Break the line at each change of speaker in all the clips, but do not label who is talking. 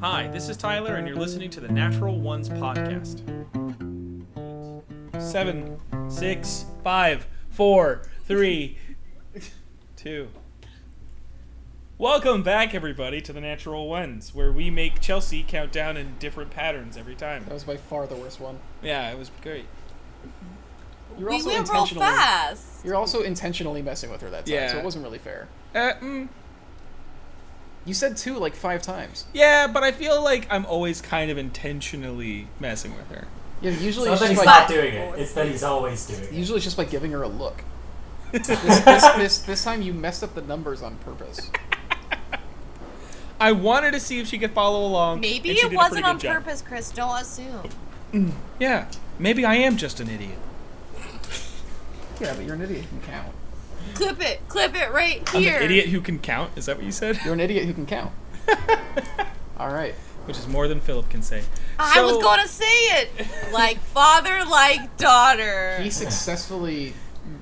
Hi, this is Tyler, and you're listening to the Natural Ones Podcast. Seven, six, five, four, three, two. Welcome back, everybody, to the Natural Ones, where we make Chelsea count down in different patterns every time.
That was by far the worst one.
Yeah, it was great.
You're
We
also
went real
intentionally
fast.
You're also intentionally messing with her that time, so
Yeah.
it wasn't really fair.
Uh, mm,
You said two like five times.
yeah, but I feel like I'm always kind of intentionally messing with her.
Yeah, usually
Not
it's
that
just
he's
by
not doing it. It's that he's always doing it.
usually it's just by giving her a look. this, this, this, this time you messed up the numbers on purpose.
I wanted to see if she could follow along.
Maybe
and she
it
did a
wasn't
pretty
on
good job.
purpose, Chris. Don't assume.
Yeah, maybe I am just an idiot.
Yeah, but you're an idiot who can count.
Clip it. Clip it right
I'm
here.
an idiot who can count. Is that what you said?
You're an idiot who can count. All right.
Which is more than Philip can say.
I
So-
was going to say it. Like father, like daughter.
He successfully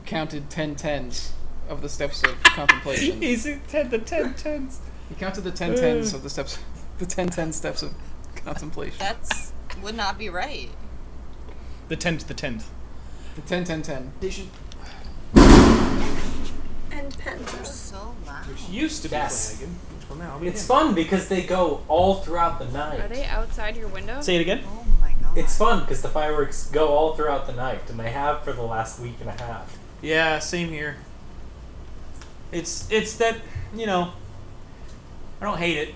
counted ten tens of the steps of contemplation.
He's in ten, the ten tens.
He counted the ten tens of the steps, the ten ten steps of contemplation.
That's would not be right.
The tenth, the tenth.
The ten ten ten.
So loud.
Used to
be Yes. Blagen,
Which will now
It's fun because they go all throughout the
Are
night.
they outside your window?
Say it again.
Oh my god.
It's fun because the fireworks go all throughout the night, and they have for the last week and a half.
Yeah, same here. It's it's that you know. I don't hate it.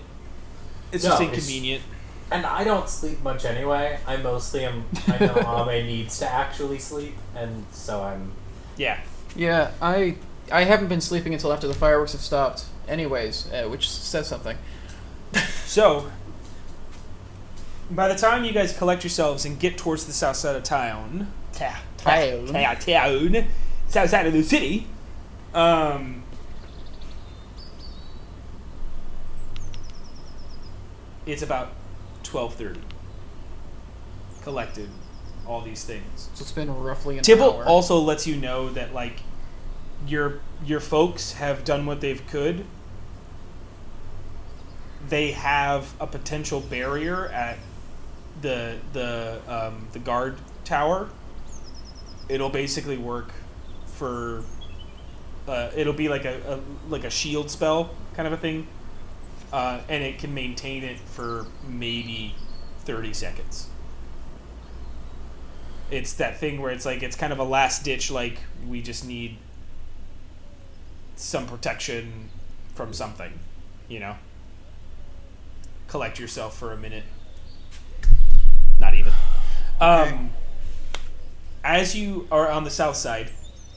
It's
No,
just
it's-
inconvenient.
And I don't sleep much anyway. I mostly am. I know Ame needs to actually sleep, and so I'm.
Yeah.
Yeah, I I haven't been sleeping until after the fireworks have stopped. Anyways, uh, which says something.
So, by the time you guys collect yourselves and get towards the south side of town, ta- ta-
Town.
ta- town, south side of the city, um, it's about twelve thirty. Collected, all these things.
So it's been roughly an
Tibble
hour.
also lets you know that like your your folks have done what they've could. They have a potential barrier at the the um, the guard tower. It'll basically work for. Uh, it'll be like a, a like a shield spell kind of a thing, uh, and it can maintain it for maybe thirty seconds it's that thing where it's like it's kind of a last ditch like we just need some protection from something you know collect yourself for a minute not even um as you are on the south side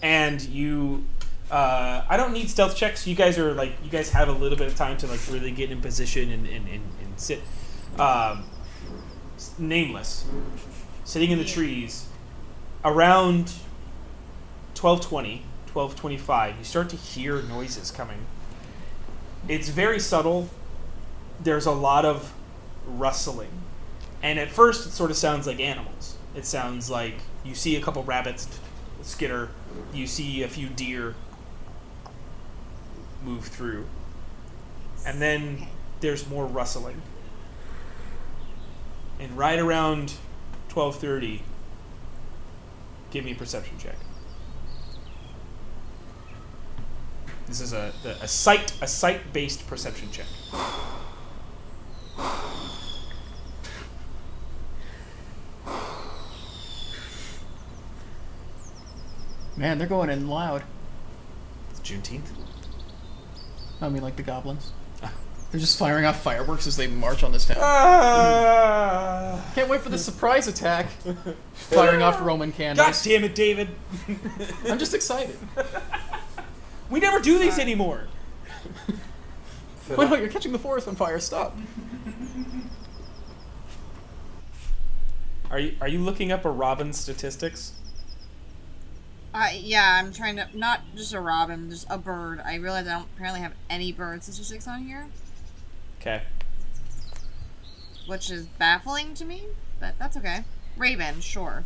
and you uh, I don't need stealth checks. You guys are like you guys have a little bit of time to like really get in position and, and, and, and sit um, s- nameless sitting in the trees around 1220 1225 you start to hear noises coming it's very subtle there's a lot of rustling and at first it sort of sounds like animals it sounds like you see a couple rabbits skitter you see a few deer move through and then there's more rustling and right around 12:30 give me a perception check this is a the- a sight a sight based perception check
man, they're going in loud.
it's juneteenth
I mean, like the goblins. They're just firing off fireworks as they march on this town.
ah!
Can't wait for the surprise attack. Firing off Roman
god
candles.
damn it david
I'm just excited.
we never do these anymore
Wait, no, you're catching the forest on fire. Stop.
are you are you looking up a robin statistics
I yeah, I'm trying to not just a robin, just a bird. I realize I don't apparently have any bird statistics on here,
okay
which is baffling to me, but that's okay. Raven, sure.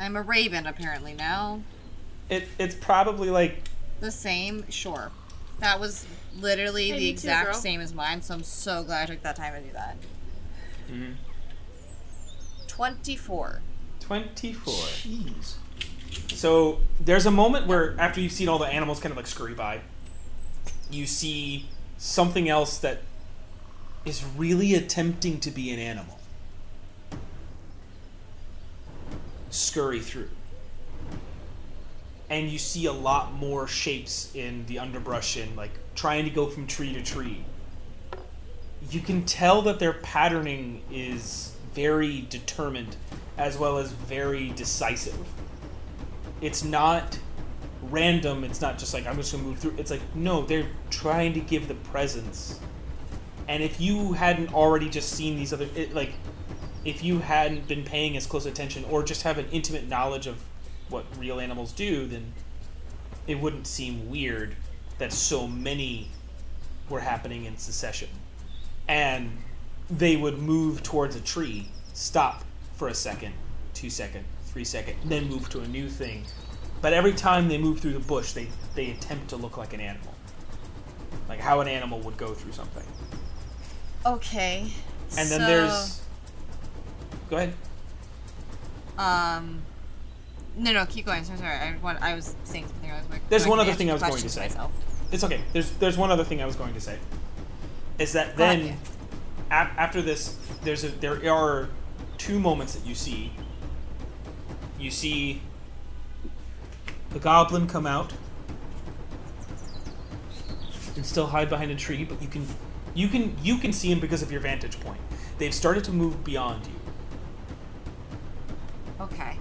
I'm a raven apparently now.
it it's probably like
The same, sure. That was literally
Hey,
the
me too,
exact
girl.
same as mine, so I'm so glad I took that time to do that.
Mm-hmm.
24.
24.
Jeez.
So there's a moment where after you've seen all the animals kind of like scurry by, you see something else that is really attempting to be an animal. Scurry through. And you see a lot more shapes in the underbrush and like trying to go from tree to tree. You can tell that their patterning is very determined as well as very decisive it's not random. It's not just like I'm just gonna move through. It's like no, they're trying to give the presence. And if you hadn't already just seen these other, it, like, if you hadn't been paying as close attention or just have an intimate knowledge of what real animals do, then it wouldn't seem weird that so many were happening in succession. And they would move towards a tree, stop for a second, two second, three second, then move to a new thing. But every time they move through the bush, they, they attempt to look like an animal. Like how an animal would go through something.
Okay.
And then
so,
there's. Go ahead.
Um. No, no, keep going. Sorry, sorry. I, want, I was saying something really quick.
There's
so
one
can
other
answer
thing I
the
was going
question
to say.
myself.
It's okay. There's there's one other thing I was going to say. Is that
Go ahead,
then a- after this there's a there are two moments that you see. You see the goblin come out and still hide behind a tree, but you can you can you can see him because of your vantage point. They've started to move beyond you.
Okay.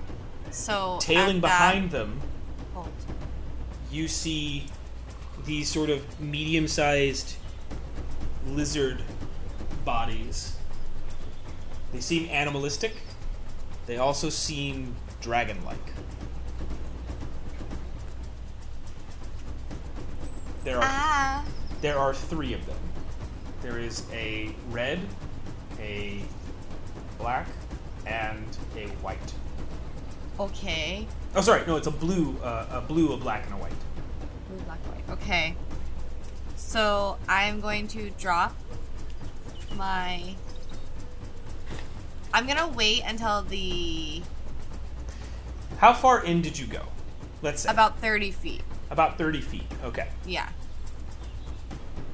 So.
Tailing
at
behind them
That, hold.
you see these sort of medium sized lizard bodies. They seem animalistic, they also seem dragon like. There are
Ah.
there are three of them. There is a red, a black, and a white.
Okay.
Oh, sorry, no, it's a blue, uh, a blue, a black, and a white.
Blue, black, white. Okay. So I'm going to drop my. I'm gonna wait until the
How far in did you go? Let's say
about 30 feet.
about 30 feet. Okay.
Yeah.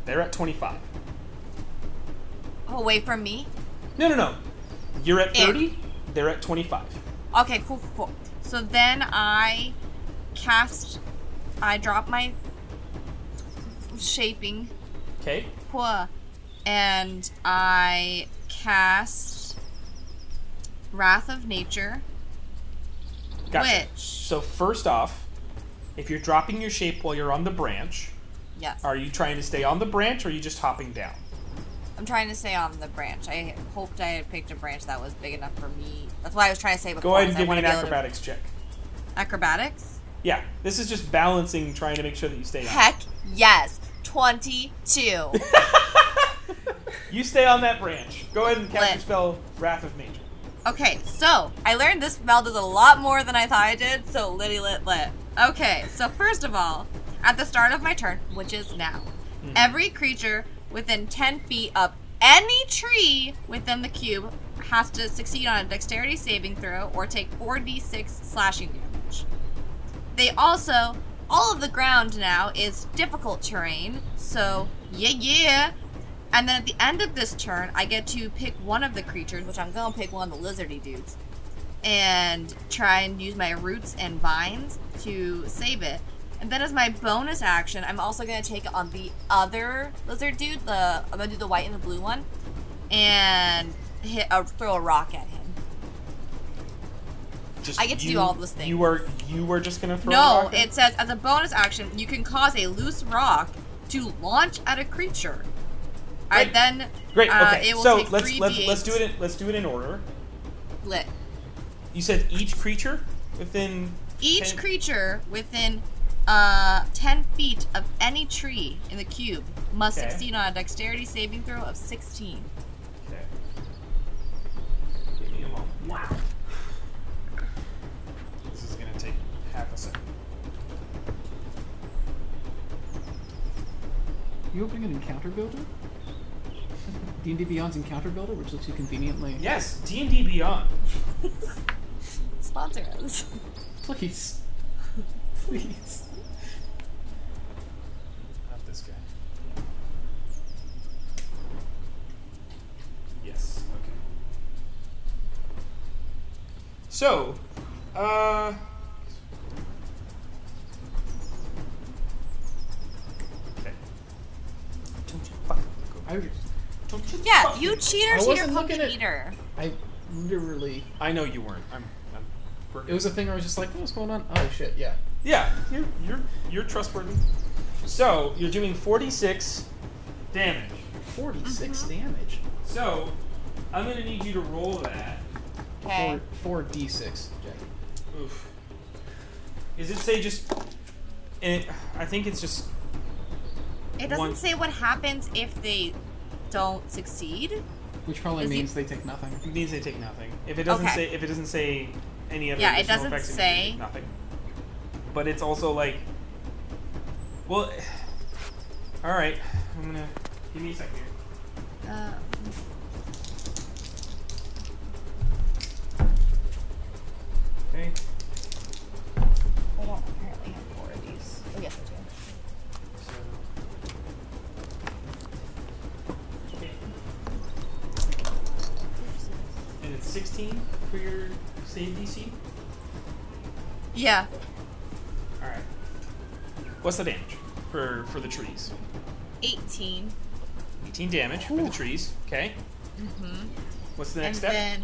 They're at 25.
Away from Oh, me.
No, no, no. You're at
Yeah.
30. They're at 25.
Okay, cool, cool, cool. So then I cast. I drop my shaping,
Okay.
Puh, and I cast Wrath of Nature,
Gotcha.
which
So first off, if you're dropping your shape while you're on the branch,
yes,
are you trying to stay on the branch or are you just hopping down?
I'm trying to stay on the branch. I hoped I had picked a branch that was big enough for me. That's what I was trying to say before.
Go ahead
is
and
I
give me
wanna
an
be able to-
acrobatics check.
Acrobatics?
Yeah, this is just balancing, trying to make sure that you stay on.
Heck yes, twenty-two.
You stay on that branch. Go ahead and cast your
Lit.
spell, Wrath of Nature.
Okay, so I learned this spell does a lot more than I thought I did, so litty lit lit. Okay, so first of all, at the start of my turn, which is now, every creature within 10 feet of any tree within the cube has to succeed on a dexterity saving throw or take 4d6 slashing damage. They also, all of the ground now is difficult terrain, so yeah, yeah. And then at the end of this turn, I get to pick one of the creatures, which I'm gonna pick one of the lizardy dudes, and try and use my roots and vines to save it. And then as my bonus action, I'm also gonna take on the other lizard dude. The I'm gonna do the white and the blue one, and hit a, throw a rock at him.
Just
I get to do
you-
all those things.
You were you were just gonna throw. a
No,
rock at-
it says as a bonus action, you can cause a loose rock to launch at a creature. I
Great.
then
great.
uh,
Okay,
it will
so
take
let's
3d8.
let's let's do it. In, let's do it in order.
lit.
You said each creature within
Each
ten-
creature within uh, 10 feet of any tree in the cube must
Okay.
succeed on a dexterity saving throw of 16.
Okay. Give me a moment. Wow. This is gonna take half a second.
you opening an encounter builder? D&D Beyond's encounter builder, which looks you conveniently.
Yes, D and D Beyond.
Sponsor us.
Please. Please.
Not this guy. Yes. Okay. So, uh, okay. Don't you fucking look over.
I,
Don't you
Yeah,
fucking-
you cheater
I
to your
wasn't looking
cookie
at-
eater.
I literally.
I know you weren't. I'm. I'm we're
It was a thing where I was just like, what's going on? Oh shit, yeah.
Yeah, you're you're you're trustworthy. So you're doing 46 damage.
46
Mm-hmm.
damage.
So I'm gonna need you to roll that.
Okay.
4, 4d6, Jack.
Oof. Is it say just? And it, I think it's just.
It doesn't
one-
say what happens if they don't succeed.
Which probably
Is he-
means they take nothing.
It means they take nothing. If it doesn't
Okay.
say, if it doesn't say any other.
Yeah, it
additional
doesn't
effects, means they
say.
take nothing. But it's also like. Well. All right. I'm gonna give me a second here.
Um,
Okay.
I don't apparently have four of these. Oh, yes, I do.
So. And it's 16 for your save DC?
Yeah.
Alright. What's the damage for, for the trees?
18.
18 damage for the trees, okay?
Mm-hmm.
What's the
and
next step?
then.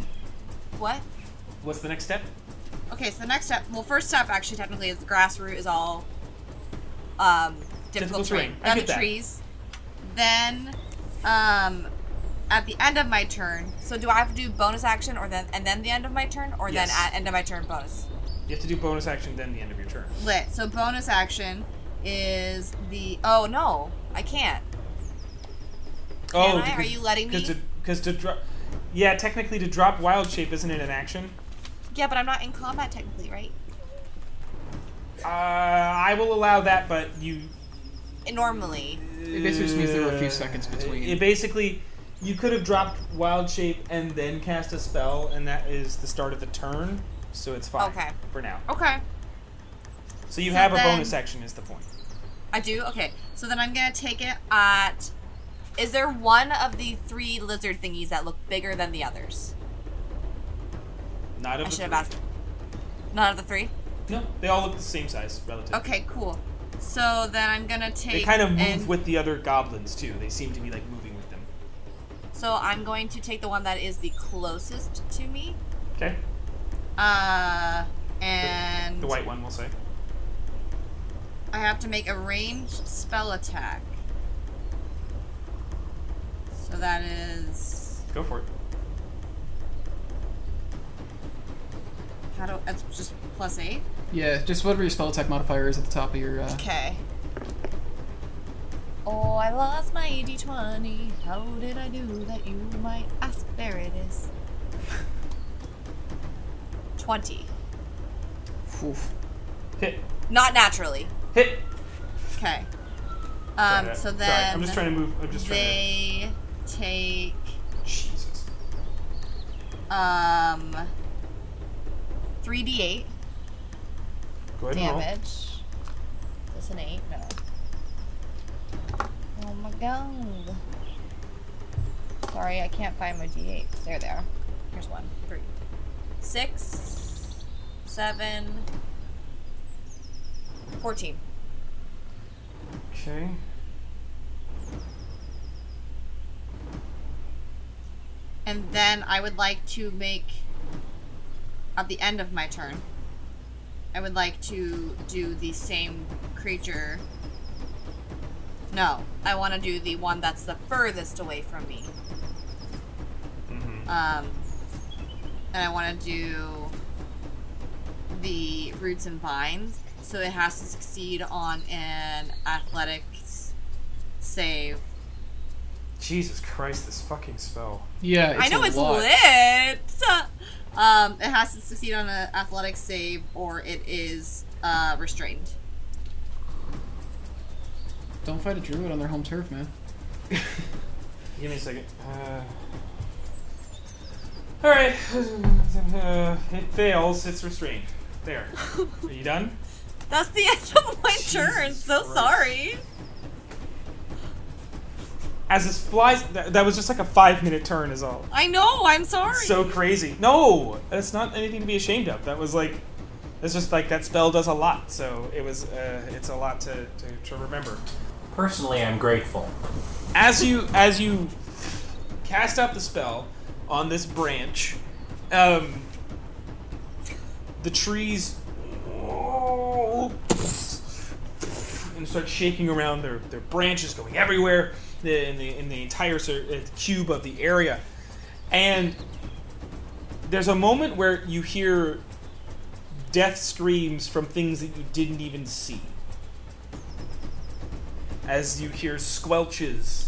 What?
What's the next step?
Okay, so the next step. Well, first step, actually, technically, is the grass root is all um,
Difficult
difficult,
terrain. I
Now
get
the
that.
trees. Then, um, at the end of my turn. So do I have to do bonus action, or then and then the end of my turn, or
Yes.
then at end of my turn bonus?
You have to do bonus action, then the end of your turn.
Lit. So bonus action is the. Oh no, I can't. Can I? Are you letting
Oh, Because
me?
to, cause to drop. Yeah, technically to drop wild shape isn't it an action?
Yeah, but I'm not in combat technically, right?
Uh, I will allow that, but you
Normally.
It basically just means there were a few seconds between.
uh, It basically, you could have dropped Wild Shape and then cast a spell, and that is the start of the turn, so it's fine
Okay.
for now.
Okay.
So you
So
have a
then-
bonus action, is the point.
I do? Okay. So then I'm going to take it at. Is there one of the three lizard thingies that look bigger than the others?
Not of
I
the
should have
three.
asked. None of the three?
No, they all look the same size, relative.
Okay, cool. So then I'm going to take.
They kind of move
and-
with the other goblins too. They seem to be like moving with them.
So I'm going to take the one that is the closest to me.
Okay.
Uh, and
The white one, we'll say.
I have to make a ranged spell attack. So that is.
Go for it.
How do. That's just plus eight.
yeah, just whatever your spell attack modifier is at the top of your. Uh,
Okay. Oh, I lost my d20. How did I do that? You might ask. There it is. 20.
oof.
Hit.
Not naturally.
Hit.
Okay.
Sorry,
Um, so
sorry,
then
I'm just trying to move. I'm just trying
they take
to. Jesus.
um 3d8
Go ahead and roll.
damage. Is this an 8? No. Oh my god. Sorry, I can't find my d8. There they are. Here's one. Three. Six. Seven. Fourteen.
Okay.
And then I would like to make, at the end of my turn, I would like to do the same creature. No, I want to do the one that's the furthest away from me.
Mm-hmm.
Um, and I want to do the roots and vines. So it has to succeed on an athletics save.
Jesus Christ, this fucking spell.
Yeah, it's
I know
a
it's
lot.
lit. Um, it has to succeed on an athletic save or it is uh, restrained.
Don't fight a druid on their home turf, man.
Give me a second. Uh, all right, uh, it fails. It's restrained. There. Are you done?
That's the end of my turn. So
Christ.
sorry.
As this flies, that, that was just like a five minute turn, is all.
I know. I'm sorry.
So crazy. No, that's not anything to be ashamed of. That was like, that's just like that spell does a lot. So it was, uh, it's a lot to, to, to remember.
Personally, I'm grateful.
as you as you cast out the spell on this branch, um, the trees and start shaking around their, their branches going everywhere the- in the in the entire cir- uh, cube of the area, and there's a moment where you hear death screams from things that you didn't even see as you hear squelches.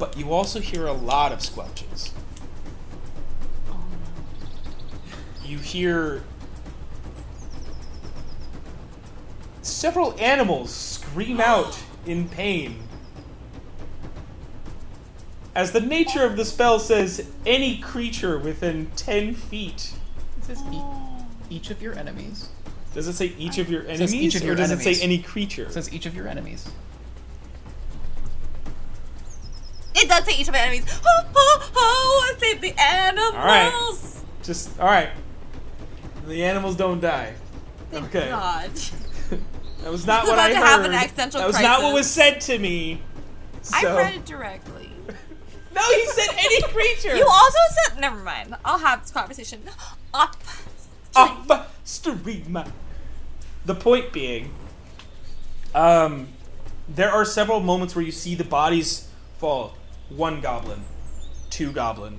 But you also hear a lot of squelches. You hear several animals scream out in pain. As the nature of the spell says, any creature within 10 feet.
It says
Oh.
e- each of your enemies.
Does it say each of your
says
enemies?
each of your
or does it
enemies.
say any creature?
It says each of your enemies.
It does say each of my enemies. Ho ho ho! I saved the animals.
right. Just, alright. The animals don't die.
Thank
Okay.
God.
That was not what
about
I
to
heard.
have an existential
that was not what
crisis.
was said to me. So.
I read it directly.
No, he said any creature.
You also said. Never mind. I'll have this conversation off.
off stream. The point being, um, there are several moments where you see the bodies fall. One goblin, two goblin,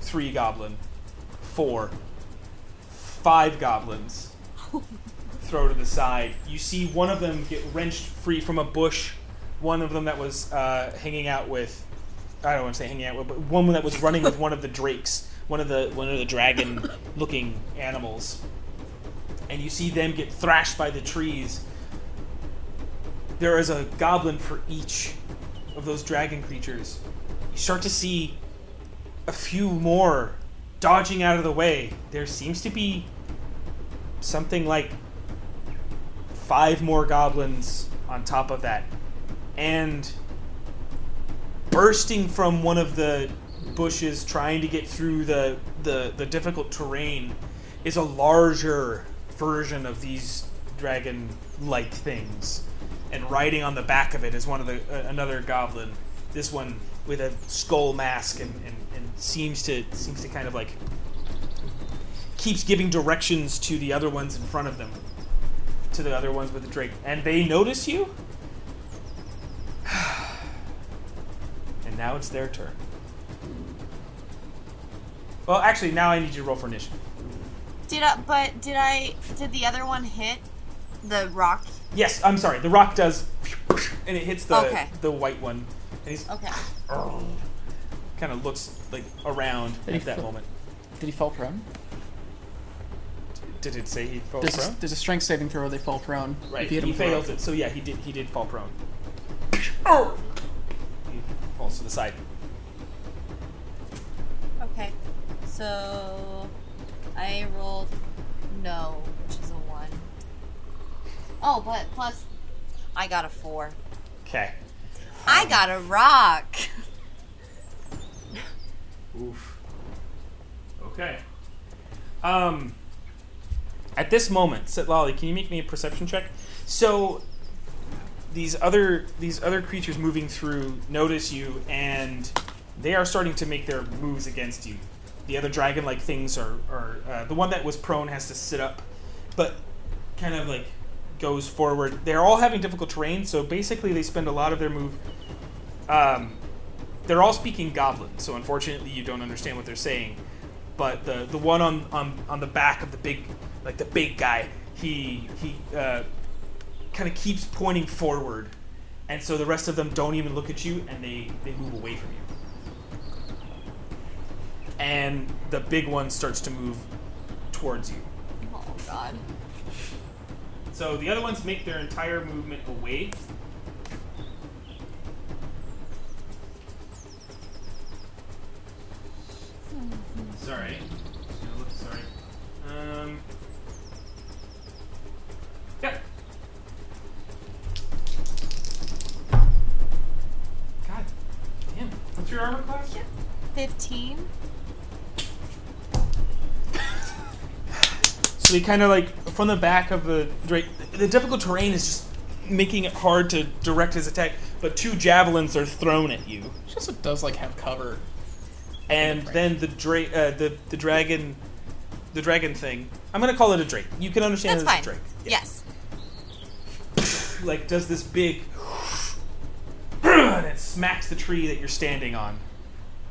three goblin, four, five goblins. Throw to the side. You see one of them get wrenched free from a bush. One of them that was uh, hanging out with, I don't want to say hanging out with, but one that was running with one of the drakes, one of the one of the dragon-looking animals. And you see them get thrashed by the trees. There is a goblin for each of those dragon creatures. You start to see a few more dodging out of the way. There seems to be something like five more goblins on top of that. And bursting from one of the bushes trying to get through the, the, the difficult terrain is a larger version of these dragon like things and riding on the back of it is one of the uh, another goblin this one with a skull mask and, and, and seems to seems to kind of like keeps giving directions to the other ones in front of them to the other ones with the drake and they notice you and now it's their turn well actually now i need you to roll for initiative
Did I? But did I? Did the other one hit the rock?
yes i'm sorry the rock does and it hits the
Okay.
the white one and he's
Okay.
kind of looks like around
Did he
at that
flip?
moment
Did he fall prone?
did it say he fell
There's,
prone
A, there's a strength saving throw. They fall prone.
Right,
If you hit
he
him with a rock.
fails it. So yeah, he did. He did fall prone.
Oh!
He falls to the side.
Okay. So I rolled no, which is a one. Oh, but plus I got a four.
Okay. Um,
I got a rock.
Oof. Okay. Um. At this moment, Sit Lolly, can you make me a perception check? So these other these other creatures moving through notice you, and they are starting to make their moves against you. The other dragon-like things are are uh, the one that was prone has to sit up, but kind of like goes forward. They're all having difficult terrain, so basically they spend a lot of their move. Um, they're all speaking goblin, so unfortunately you don't understand what they're saying. But the the one on on, on the back of the big like the big guy, he he uh, kind of keeps pointing forward, and so the rest of them don't even look at you and they they move away from you. And the big one starts to move towards you.
Oh god.
So the other ones make their entire movement away. Sorry. Just gonna look- Sorry. Um. Yeah. God damn. What's your armor class?
15?
So he kind of like from the back of the Drake. The difficult terrain is just making it hard to direct his attack. But two javelins are thrown at you,
She also does like have cover.
and then the Drake, uh, the the dragon, the dragon thing. I'm gonna call it a Drake. You can understand
That's
it as a
fine.
Drake.
Yes.
Like does this big, and it smacks the tree that you're standing on.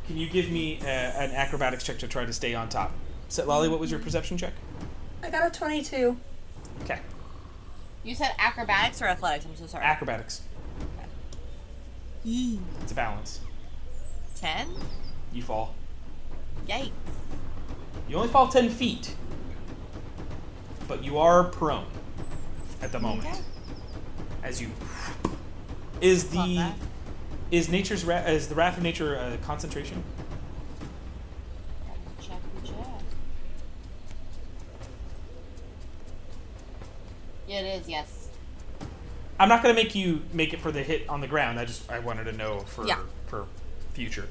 Can you give me uh, an acrobatics check to try to stay on top? Set Lolly, what was your perception check?
I got a 22.
Okay,
You said acrobatics or athletics? I'm so sorry.
acrobatics.
Yee.
It's a balance.
10?
You fall.
Yikes.
You only fall 10 feet, but you are prone at the moment.
Okay.
As you. Is
Love
the.
that.
Is nature's ra- is the wrath of nature a concentration?
Check, check. Yeah, it is, yes.
I'm not gonna make you make it for the hit on the ground. I just I wanted to know for
Yeah.
for future.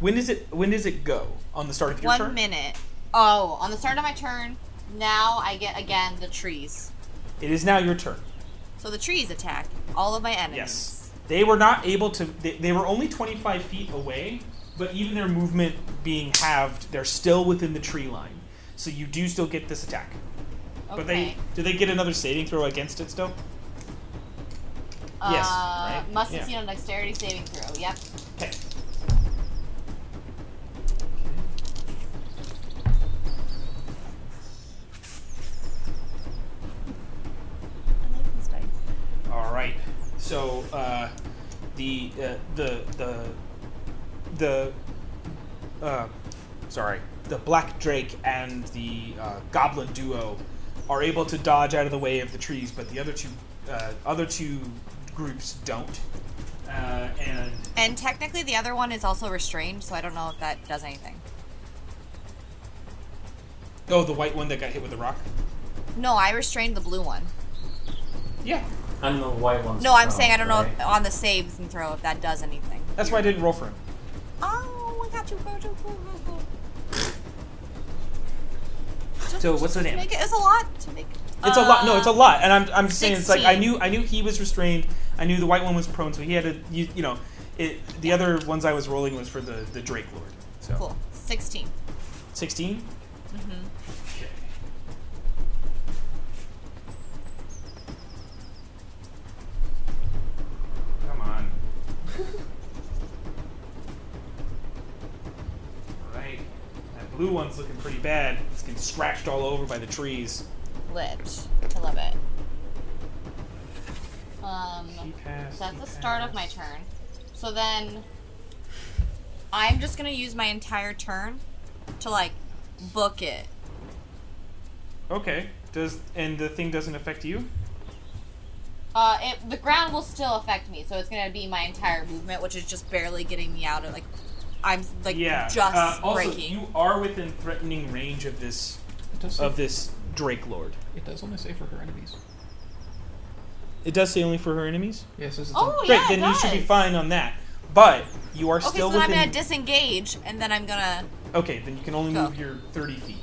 When does it when does it go on the start of your
One
turn?
minute. Oh, on the start of my turn, now I get again the trees.
It is now your turn.
So the trees attack all of my enemies.
Yes. They were not able to. They, they were only 25 feet away, but even their movement being halved, they're still within the tree line. So you do still get this attack.
Okay.
But they do they get another saving throw against it still?
uh,
yes, right?
Must
Yeah.
succeed on dexterity saving throw. Yep.
Okay.
I like these dice.
All right. So uh, the uh, the the the uh, sorry, the black drake and the uh, goblin duo are able to dodge out of the way of the trees, but the other two uh, other two groups don't. Uh, and
And technically, the other one is also restrained, so I don't know if that does anything.
oh, the white one that got hit with the rock.
No, I restrained the blue one.
Yeah,
I'm the white one.
No, I'm saying I don't know if, on the saves and throw if that does anything.
that's why I didn't roll for him.
Oh, I got you, bro. Just-
So what's the
just
name?
Make it. It's a lot to make.
It's a lot. No, it's a
Uh,
lot. And I'm, I'm just saying, it's like I
16.
knew I knew he was restrained. I knew the white one was prone, so he had to. You, you know, it, the other ones I was rolling was for the the Drake Lord. So
Cool. Sixteen.
16 Mm-hmm. Come on. Alright. That blue one's looking pretty bad. It's getting scratched all over by the trees.
Lit. I love it. Um,
passed.
so that's the start of my turn. So then, I'm just gonna use my entire turn to like book it.
Okay. Does and the thing doesn't affect you?
Uh, it, the ground will still affect me, so it's gonna be my entire movement, which is just barely getting me out of like, I'm like
yeah.
just
uh, also,
breaking.
you are within threatening range of this
It does.
of this Drake Lord.
It does only say for her enemies.
It does say only for her enemies.
Yes, this is.
oh
Great,
yeah,
then
it
you should be
does.
fine on that. But you are
Okay,
still
so then I'm
within.
gonna disengage, and then I'm gonna.
okay, then you can only
Go.
move your thirty feet.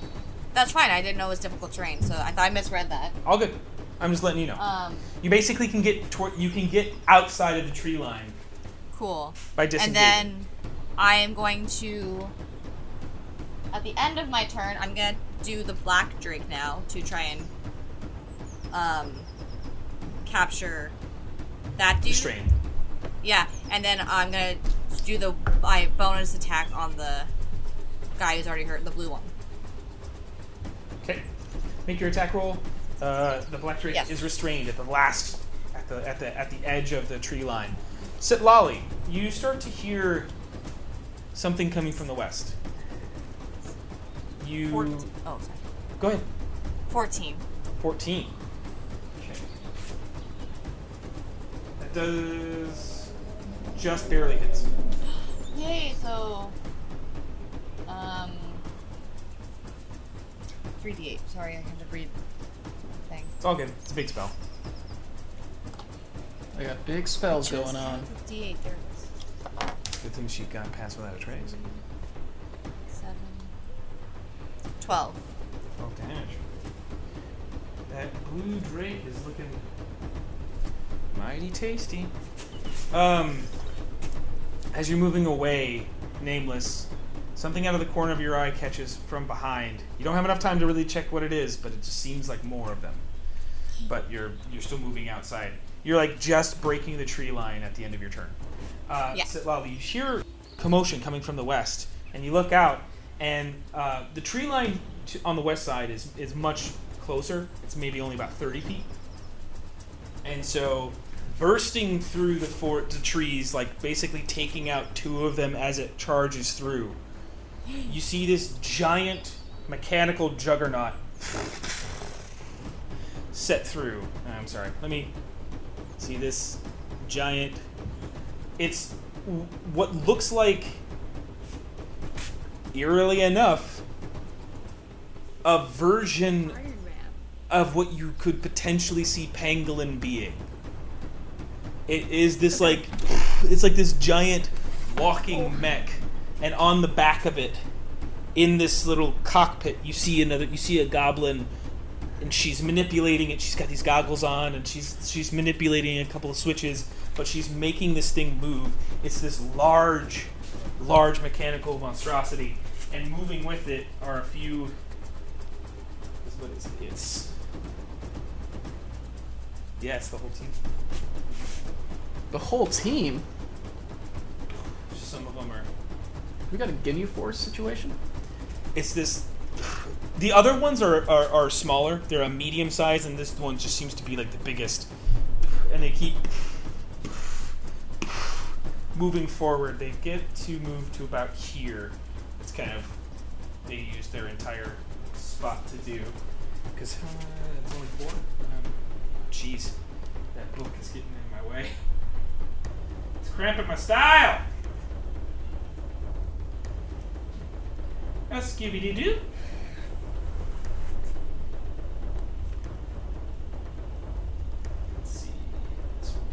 That's fine. I didn't know it was difficult terrain, so I thought I misread that.
All good. I'm just letting you know.
Um,
you basically can get toward, you can get outside of the tree line
cool.
by
And
disengaging.
then I am going to. At the end of my turn, I'm gonna do the black drake now to try and um capture that dude.
restrained.
Yeah, and then I'm gonna do the my bonus attack on the guy who's already hurt, the blue one.
Okay. Make your attack roll. Uh, the black drake
Yes.
is restrained at the last, at the at the at the edge of the tree line. Sit Lolly. You start to hear something coming from the west. You
Fourteen. Oh, sorry.
go ahead.
Fourteen.
Fourteen. Okay. does just barely hits.
Yay, so. Um. 3d8. Sorry, I have to read the thing.
It's all good. It's a big spell.
I got big spells
Just
going on.
D8, there it is.
Good thing she got past without a trace.
7. 12.
Oh, damage. That blue drake is looking mighty tasty. Um, as you're moving away, nameless, something out of the corner of your eye catches from behind. You don't have enough time to really check what it is, but it just seems like more of them. But you're you're still moving outside. You're like just breaking the tree line at the end of your turn. Uh,
Yeah.
Sitlali, you hear commotion coming from the west, and you look out, and uh, the tree line to, on the west side is is much closer. It's maybe only about thirty feet. And so, bursting through the for the trees, like basically taking out two of them as it charges through, you see this giant mechanical juggernaut set through. Uh, I'm sorry. Let me see this giant. It's w- what looks like, eerily enough, a version
Iron Man.
of what you could potentially see pangolin being. It is this like it's like this giant walking mech, and on the back of it, in this little cockpit, you see another you see a goblin, and she's manipulating it. She's got these goggles on, and she's she's manipulating a couple of switches, but she's making this thing move. It's this large, large mechanical monstrosity, and moving with it are a few is what is it? It's yeah, it's the whole team.
The whole team.
Some of them are.
We got a Ginyu Force situation.
It's this. The other ones are are, are smaller. They're a medium size, and this one just seems to be like the biggest. And they keep moving forward. They get to move to about here. It's kind of they use their entire spot to do because uh, it's only four. Um, Jeez, that book is getting in my way. It's cramping my style. That's Scooby Doo Doo. Let's see. This would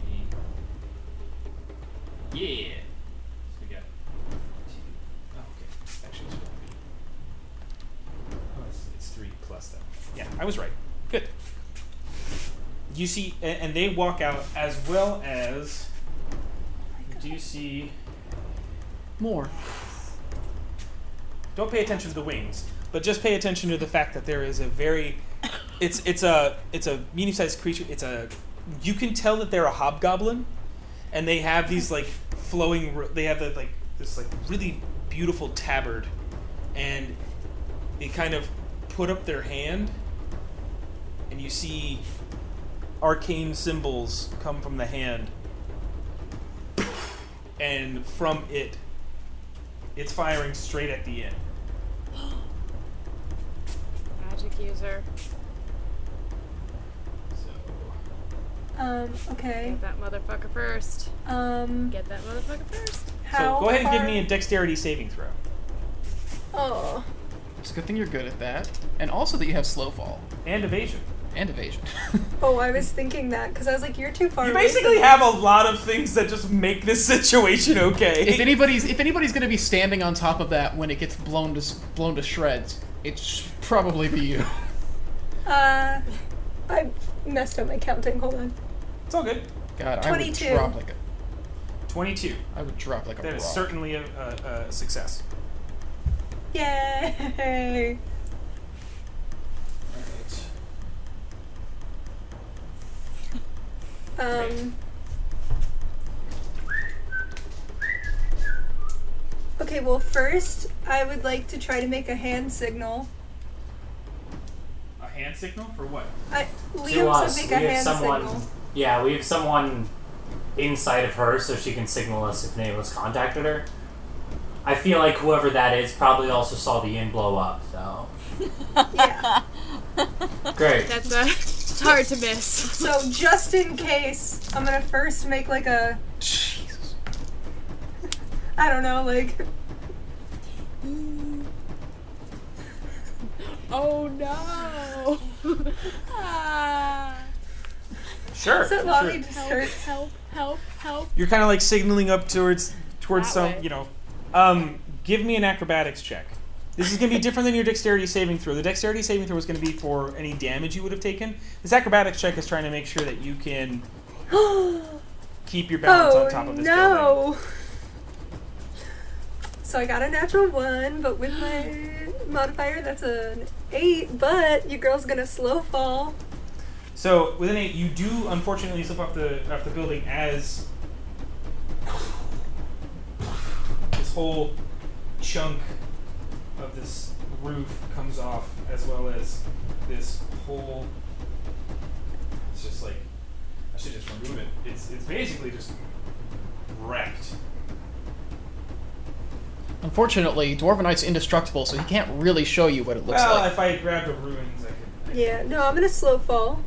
be. Yeah. So we got. Two. Oh, okay. It's actually two. Oh, it's, it's three plus that. Yeah, I was right. Good. You see, and, and they walk out as well as. Do you see?
More.
don't pay attention to the wings, but just pay attention to the fact that there is a very it's it's a it's a medium sized creature. It's a you can tell that they're a hobgoblin, and they have these like flowing. ro- They have the, like this like really beautiful tabard, and they kind of put up their hand, and you see arcane symbols come from the hand, and from it it's firing straight at the end.
Magic user.
So
Um, okay.
Get that motherfucker first.
Um,
Get that motherfucker first.
how
So go ahead and give
far-
me a dexterity saving throw.
Oh.
It's a good thing you're good at that, and also that you have slow fall
And evasion.
and evasion.
Oh, I was thinking that because I was like, you're too far.
You
away
basically
from-
have a lot of things that just make this situation okay.
if anybody's if anybody's gonna be standing on top of that when it gets blown to s- blown to shreds, it should probably be you.
Uh, I messed up my counting. Hold on.
it's all good.
God, I
22.
would drop like a
Twenty-two.
I would drop like a
That is
rock.
certainly a, a, a success.
Yay! Um. Okay, well, first, I would like to try to make a hand signal.
A hand signal for what?
I,
to
Liam
us,
said make
we
a
have
hand
someone.
signal.
Yeah, we have someone inside of her so she can signal us if Nameless contacted her. I feel like whoever that is probably also saw the inn blow up, so.
Yeah.
Great.
That's a It's hard to miss.
So just in case, I'm gonna first make like a
Jesus.
I don't know, like
Oh no! ah,
Sure.
is it
sure.
Lolly just
help,
hurts?
help, help, help.
You're kind of like signaling up towards towards
That
some,
way.
you know. Um, give me an acrobatics check. This is going to be different than your dexterity saving throw. The dexterity saving throw is going to be for any damage you would have taken. This acrobatics check is trying to make sure that you can keep your balance
oh
on top of this building.
no! So I got a natural one, but with my modifier, that's an eight. But your girl's gonna slow fall.
So with an eight, you do unfortunately slip off the off the building as this whole chunk of this roof comes off, as well as this whole. It's just like I should just remove it. It's it's basically just wrecked.
Unfortunately, Dwarvenite's indestructible, so he can't really show you what it looks
well,
like.
if I grabbed the ruins, I could. I could-
Yeah, no, I'm gonna slow fall.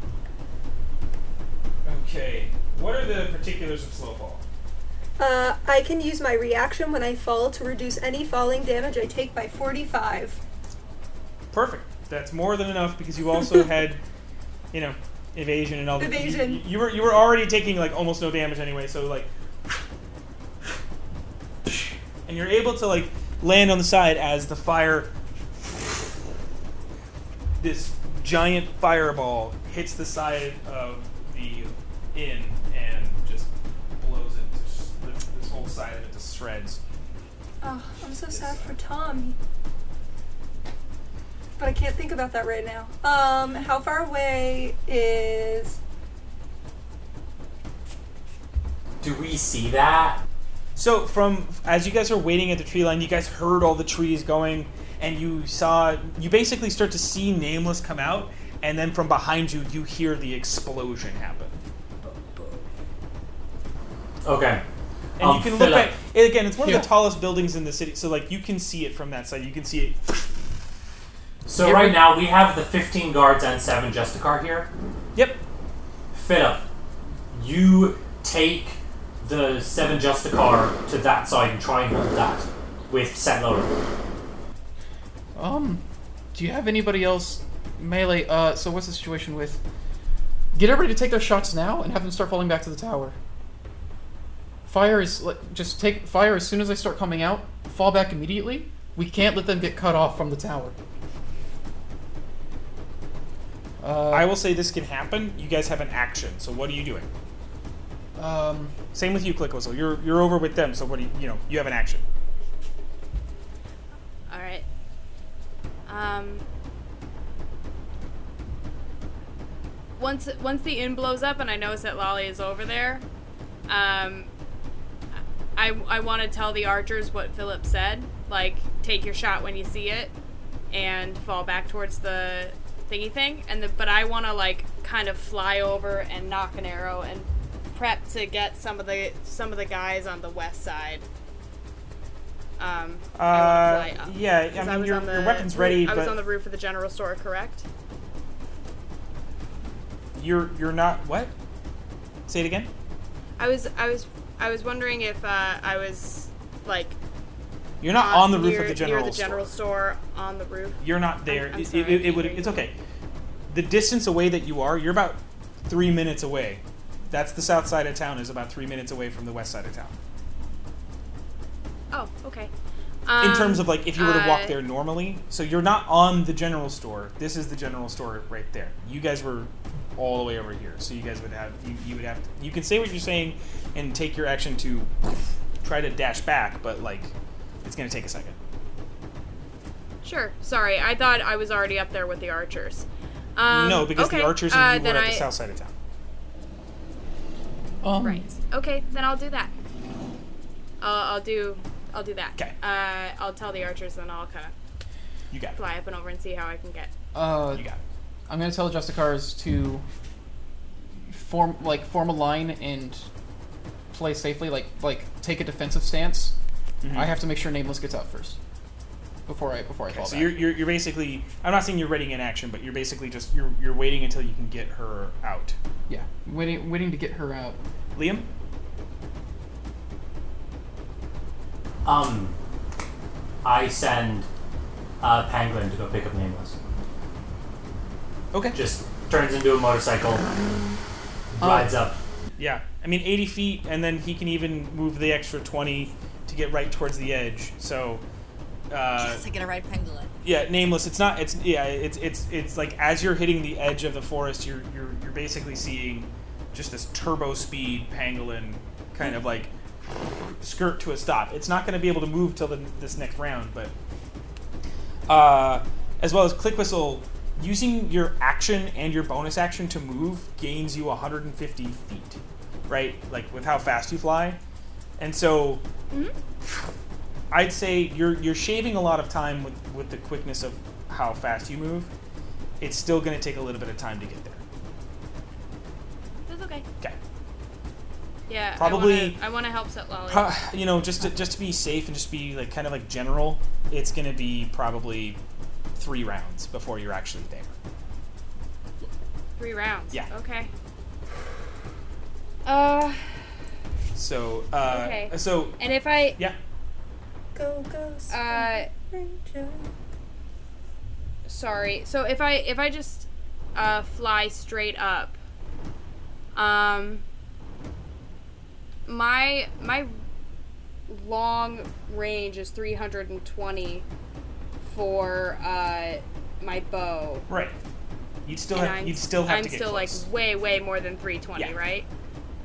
Okay. What are the particulars of slow fall?
Uh, I can use my reaction when I fall to reduce any falling damage I take by 45.
Perfect. That's more than enough because you also had, you know, evasion and all that. You-
Evasion.
You, were you were already taking like almost no damage anyway, so like, and you're able to like land on the side as the fire, this giant fireball hits the side of the inn and just blows it. to s- This whole side of it to shreds.
Oh, I'm so sad for Tom. But I can't think about that right now. Um, how far away is.
Do we see that?
So from as you guys are waiting at the tree line, you guys heard all the trees going, and you saw you basically start to see Nameless come out, and then from behind you, you hear the explosion happen.
Okay.
And
Um,
you can look
Philip.
back and again. It's one of
Yeah.
the tallest buildings in the city, so like you can see it from that side. You can see it.
So
Give
right
me-
now we have the 15 guards and seven Justicar here.
Yep.
Philip, you take the seven Justicar to that side and try and hold that with Setlower.
Um, do you have anybody else melee? Uh, so what's the situation with? Get everybody to take their shots now and have them start falling back to the tower. Fire is like, just take fire as soon as they start coming out. Fall back immediately. We can't let them get cut off from the tower.
I
Uh,
will say this can happen. You guys have an action. So what are you doing?
um,
Same with you, Click Whistle. You're you're over with them. So what do you you know you have an action.
All right. Um. Once once the inn blows up and I notice that Lolly is over there, um, I I want to tell the archers what Philip said, like take your shot when you see it, and fall back towards the thingy thing, and the, but I want to like kind of fly over and knock an arrow and prep to get some of the some of the guys on the west side. Um,
Uh,
I wanna fly up.
yeah, I
'Cause
mean,
was
your-
on
your weapon's ready,
I was
but-
on the roof of the general store, correct?
You're you're not what? Say it again.
I was, I was, I was wondering if uh, I was like
You're not
uh,
on the roof
near,
of the general
near the general
store.
store. on the roof.
You're not there.
I'm- I'm
it,
sorry,
it-
I
it
can't
would.
hear you.
It's okay. The distance away that you are, you're about three minutes away. That's the south side of town. Is about three minutes away from the west side of town.
Oh, okay.
In
Um,
terms of like if you were to walk
uh,
there normally, so you're not on the general store. This is the general store right there. You guys were all the way over here, so you guys would have you, you would have to, you can say what you're saying and take your action to try to dash back, but like it's gonna take a second.
Sure. Sorry, I thought I was already up there with the archers. Um,
no, because
okay,
the archers
uh,
and you
then
were at
I-
the south side of town.
um,
Right. Okay, then I'll do that. I'll, I'll do, I'll do that.
'Kay.
Uh, I'll tell the archers, then I'll kind of
You got it.
fly up and over and see how I can get.
Uh,
You got it.
I'm gonna tell Justicars to form like form a line and play safely, like like take a defensive stance. I have to make sure Nameless gets out first. before I before I fall
so
back.
you're, you're, you're basically I'm not saying you're ready in action, but you're basically just you're, you're waiting until you can get her out.
yeah, waiting waiting to get her out.
Liam,
Um, I send uh, Penguin to go pick up Nameless.
okay,
Just turns into a motorcycle, rides up.
yeah. I mean 80 feet, and then he can even move the extra 20 to get right towards the edge. So. Uh,
yes, I get a ride penguin.
yeah nameless it's not it's yeah it's it's it's like as you're hitting the edge of the forest you're you're, you're basically seeing just this turbo speed pangolin kind of like skirt to a stop it's not going to be able to move till the, this next round but uh, as well as click whistle using your action and your bonus action to move gains you 150 feet right like with how fast you fly and so I'd say you're you're shaving a lot of time with with the quickness of how fast you move. It's still going to take a little bit of time to get there.
That's okay.
Okay.
Yeah. I
Probably-
wanna- I want to help set Lolly.
Pro- you know, just to, just to be safe and just be like kind of like general, it's going to be probably three rounds before you're actually there.
Three rounds.
Yeah.
Okay. Uh,
So uh,
Okay.
so
and if I
yeah,
Go, go,
uh.
Ranger.
sorry so if i if i just uh, fly straight up um my my long range is 320 for uh my bow
right. You'd still
and
have
i'm
you'd still have
i'm
to get
still
close.
like way way more than 320
Yeah.
right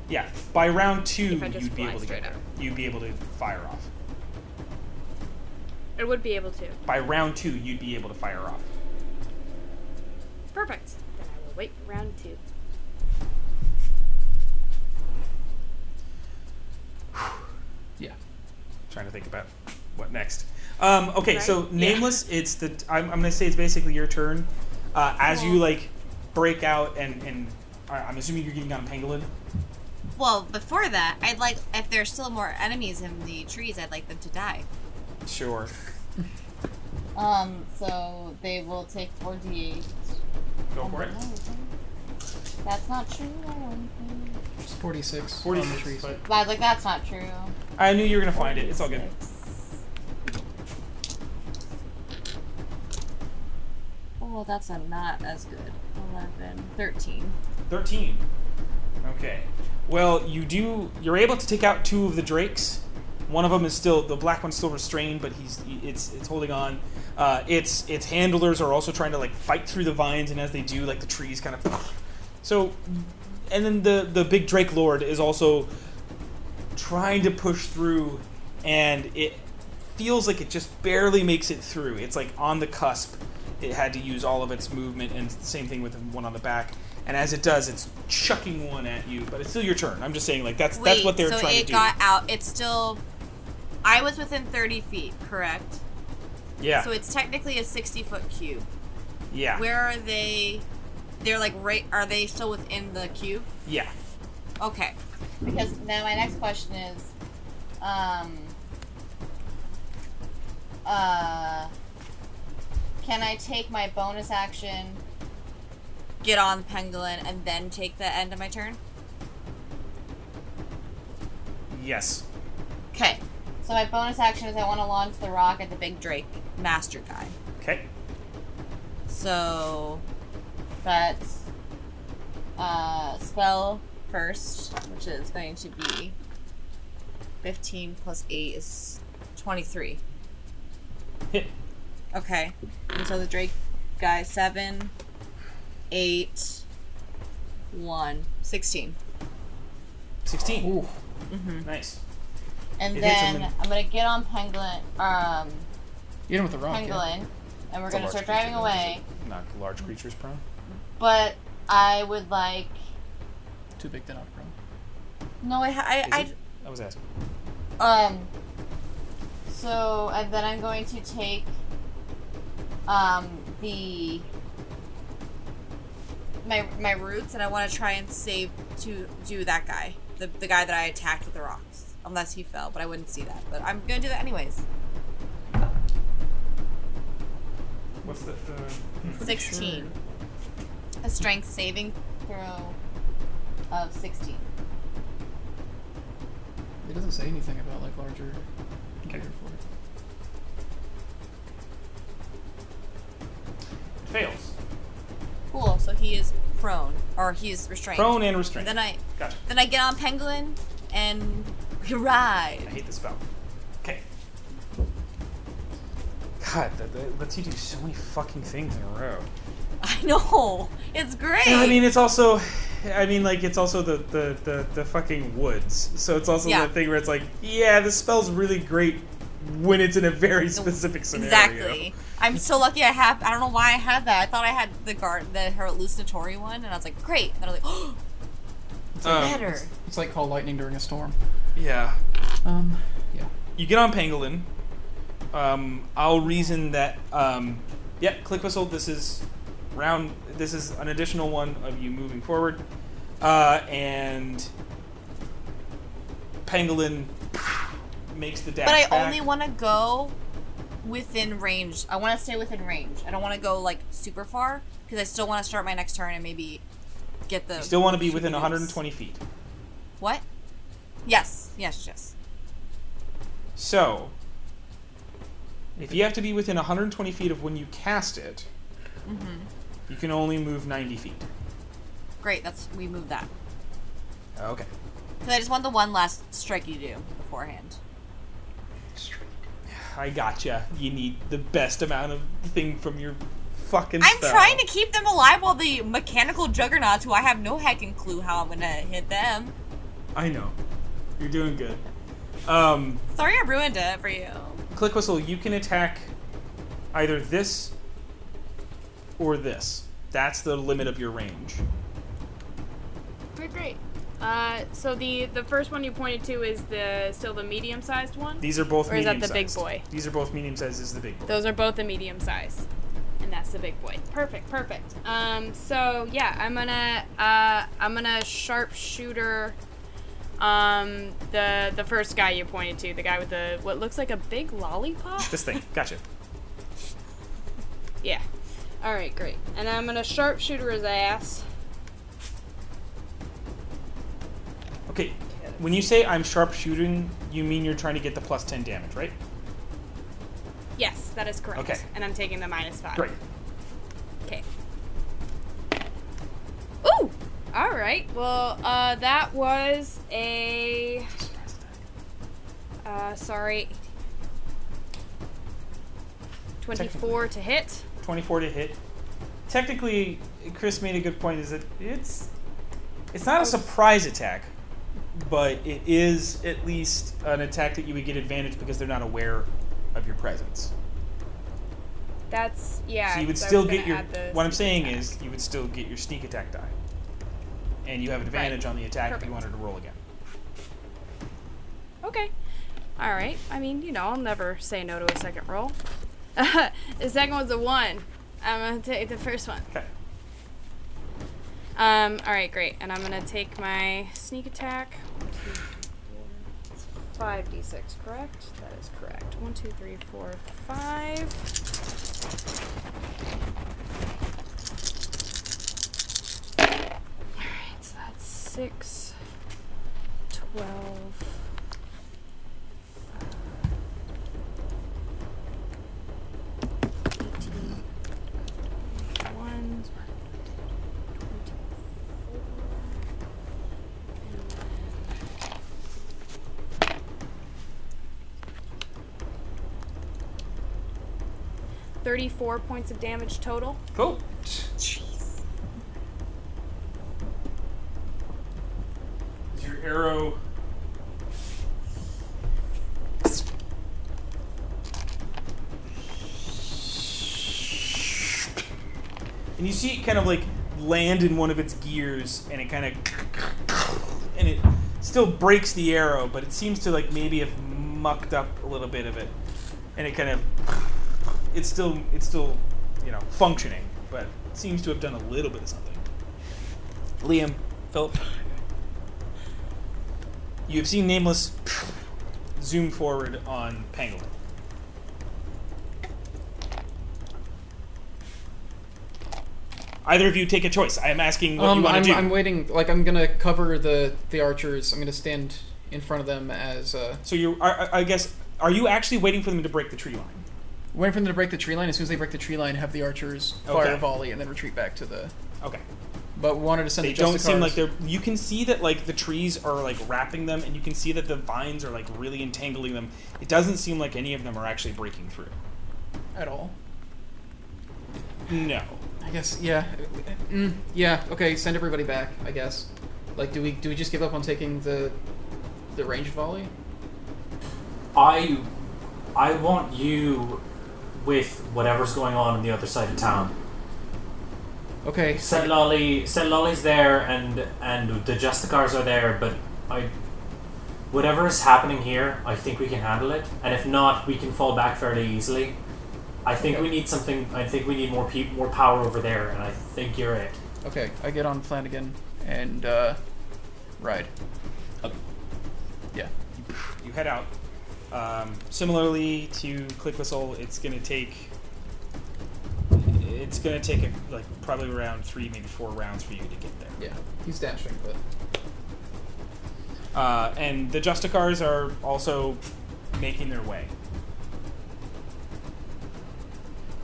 yeah. By round two,
I just
you'd be
fly
able to
straight
get there.
up.
You'd be able to fire off.
it would be able to
By round two, you'd be able to fire off.
perfect then i will wait for round two
Yeah.
trying to think about what next. Um, okay, so
Right? Yeah.
nameless. It's the I'm, I'm gonna say it's basically your turn. Uh, as you like break out and and I- I'm assuming you're getting on pangolin.
Well, before that, I'd like if there's still more enemies in the trees, I'd like them to die.
Sure.
Um, so they will take four d8.
Go for it.
That's not true.
It's 46.
Forty
on the
six.
trees.
But
Wow, like that's not true.
I knew you were gonna find it. It's all good.
Oh, that's a not as good. 11, 13.
13. Okay. Well, you do. You're able to take out two of the drakes. One of them is still the black one's still restrained, but he's it's it's holding on. Uh, its its handlers are also trying to like fight through the vines, and as they do, like the trees kind of. So, and then the the big drake lord is also trying to push through, and it feels like it just barely makes it through. It's like on the cusp. It had to use all of its movement, and it's the same thing with the one on the back. And as it does, it's chucking one at you, but it's still your turn. I'm just saying, like that's
Wait,
that's what they're
so
trying
it
to do.
got out. It's still. I was within 30 feet, correct?
yeah,
So it's technically a 60 foot cube.
yeah,
Where are they? They're like right. Are they still within the cube?
yeah.
Okay. Because now my next question is, um, uh, can I take my bonus action, get on the pangolin, and then take the end of my turn?
Yes.
Okay. So my bonus action is I want to launch the rock at the big Drake master guy.
Okay.
So that's uh, spell first, which is going to be 15 plus 8 is 23.
Hit.
Okay. And so the Drake guy, 7, 8, 1, 16.
16.
Ooh.
Nice.
And
It hits him
then
in-
I'm going to get on Penguin, um,
Get him with the rock. yeah.
Penguin, and we're
It's a
going to
large
start driving
creature,
away.
Not large creatures prone.
But I would like.
Too big to knock from.
No, I, ha- I,
Is
I
it? I was asking.
Um. So, and then I'm going to take um the my my roots, and I want to try and save to do that guy, the the guy that I attacked with the rocks, unless he fell, but I wouldn't see that. But I'm gonna do that anyways.
What's the? Uh, hmm.
16. A strength saving throw of 16.
It doesn't say anything about like larger computer for it.
It fails.
Cool, so he is prone, or he is restrained.
Prone and restrained.
Then I
Gotcha.
then I get on Penguin and we
I
ride.
hate this spell. Okay. God, that, that lets you do so many fucking things in a row.
I know. It's great.
I mean, it's also, I mean, like it's also the the the, the fucking woods. So it's also
Yeah.
that thing where it's like, yeah, this spell's really great when it's in a very specific scenario.
Exactly. I'm so lucky I have. I don't know why I had that. I thought I had the guard, the her hallucinatory one, and I was like, great. And I was like, oh, it's
Um,
better.
It's like call lightning during a storm.
Yeah.
Um, yeah.
you get on Pangolin. Um, I'll reason that. Um, yep, click whistle. This is round. This is an additional one of you moving forward, uh, and Pangolin makes the dash.
But I
back.
only want to go within range. I want to stay within range. I don't want to go like super far because I still want to start my next turn and maybe get the.
You still want to be
super
within
moves.
120 feet.
What? Yes. Yes. Yes.
So, if you have to be within 120 feet of when you cast it,
Mm-hmm.
you can only move 90 feet.
Great. That's we moved that
Okay.
because I just want the one last strike you do beforehand.
I gotcha. You need the best amount of thing from your fucking.
I'm
spell.
trying to keep them alive while the mechanical juggernauts, who I have no heckin' clue how I'm gonna hit them.
I know. You're doing good. Um,
Sorry, I ruined it for you.
click whistle. You can attack either this or this. That's the limit of your range.
Great, great. Uh, so the the first one you pointed to is the still the medium sized one.
These are both.
Or is that the
medium-sized.
big boy?
These are both medium sized. This is the big boy.
Those are both the medium size, and that's the big boy. Perfect, perfect. Um, so yeah, I'm gonna uh, I'm gonna sharpshooter um the the first guy you pointed to, the guy with the what looks like a big lollipop.
This thing. Gotcha.
Yeah. All right, great. And I'm gonna sharpshooter his ass.
Okay. When you say I'm sharp shooting, you mean you're trying to get the plus ten damage, right?
Yes, that is correct.
Okay.
And I'm taking the minus five.
Great.
Okay. Ooh! All right. Well, uh, that was a. Uh, sorry. 24 to hit.
24 to hit. Technically, Chris made a good point. Is that it's it's not a surprise attack, but it is at least an attack that you would get advantage because they're not aware of your presence.
That's yeah.
so you would
'cause I
still
was
get
gonna
your.
add the
What I'm saying
attack.
is, you would still get your sneak attack die, and you have advantage on the attack if
Perfect.
you wanted to roll again.
Okay. All right. I mean, you know, I'll never say no to a second roll. the second one's a one. I'm gonna take the first one.
Okay.
Um, all right, great. And I'm gonna take my sneak attack. One, two, three, four. It's Five d six, correct? That is correct. One, two, three, four, five. All right, so that's six, twelve. uh, 18, One, 34 points of damage total.
Cool. As your arrow and you see it kind of like land in one of its gears and it kind of and it still breaks the arrow but it seems to like maybe have mucked up a little bit of it and it kind of it's still it's still you know functioning but it seems to have done a little bit of something liam philip you have seen nameless zoom forward on pangolin Either of you take a choice. I am asking what you
um,
want
I'm,
to do.
I'm waiting. Like I'm gonna cover the the archers. I'm gonna stand in front of them as uh,
so you, are, are- I guess, are you actually waiting for them to break the tree line?
waiting for them to break the tree line. As soon as they break the tree line, have the archers fire
Okay.
a volley and then retreat back to the.
Okay.
But wanted to send
They
the
don't seem
Justicars-
like they're. You can see that like the trees are like wrapping them, and you can see that the vines are like really entangling them. It doesn't seem like any of them are actually breaking through.
at all.
No.
I guess yeah, mm, yeah. Okay, send everybody back. I guess. Like, do we do we just give up on taking the the range volley?
I I want you with whatever's going on on the other side of town.
Okay,
Set Lolly Set Lolly's there and and the Justicars are there, but I whatever is happening here, I think we can handle it. And if not, we can fall back fairly easily. I think we need something I think we need more peop more power over there and I think you're it.
okay. I get on Flanagan and uh, ride.
Up.
Yeah.
You head out. Um, similarly to Click Whistle, it's gonna take. It's gonna take a, like probably around three, maybe four rounds for you to get there.
Yeah. He's dashing, but
Uh, and the Justicars are also making their way.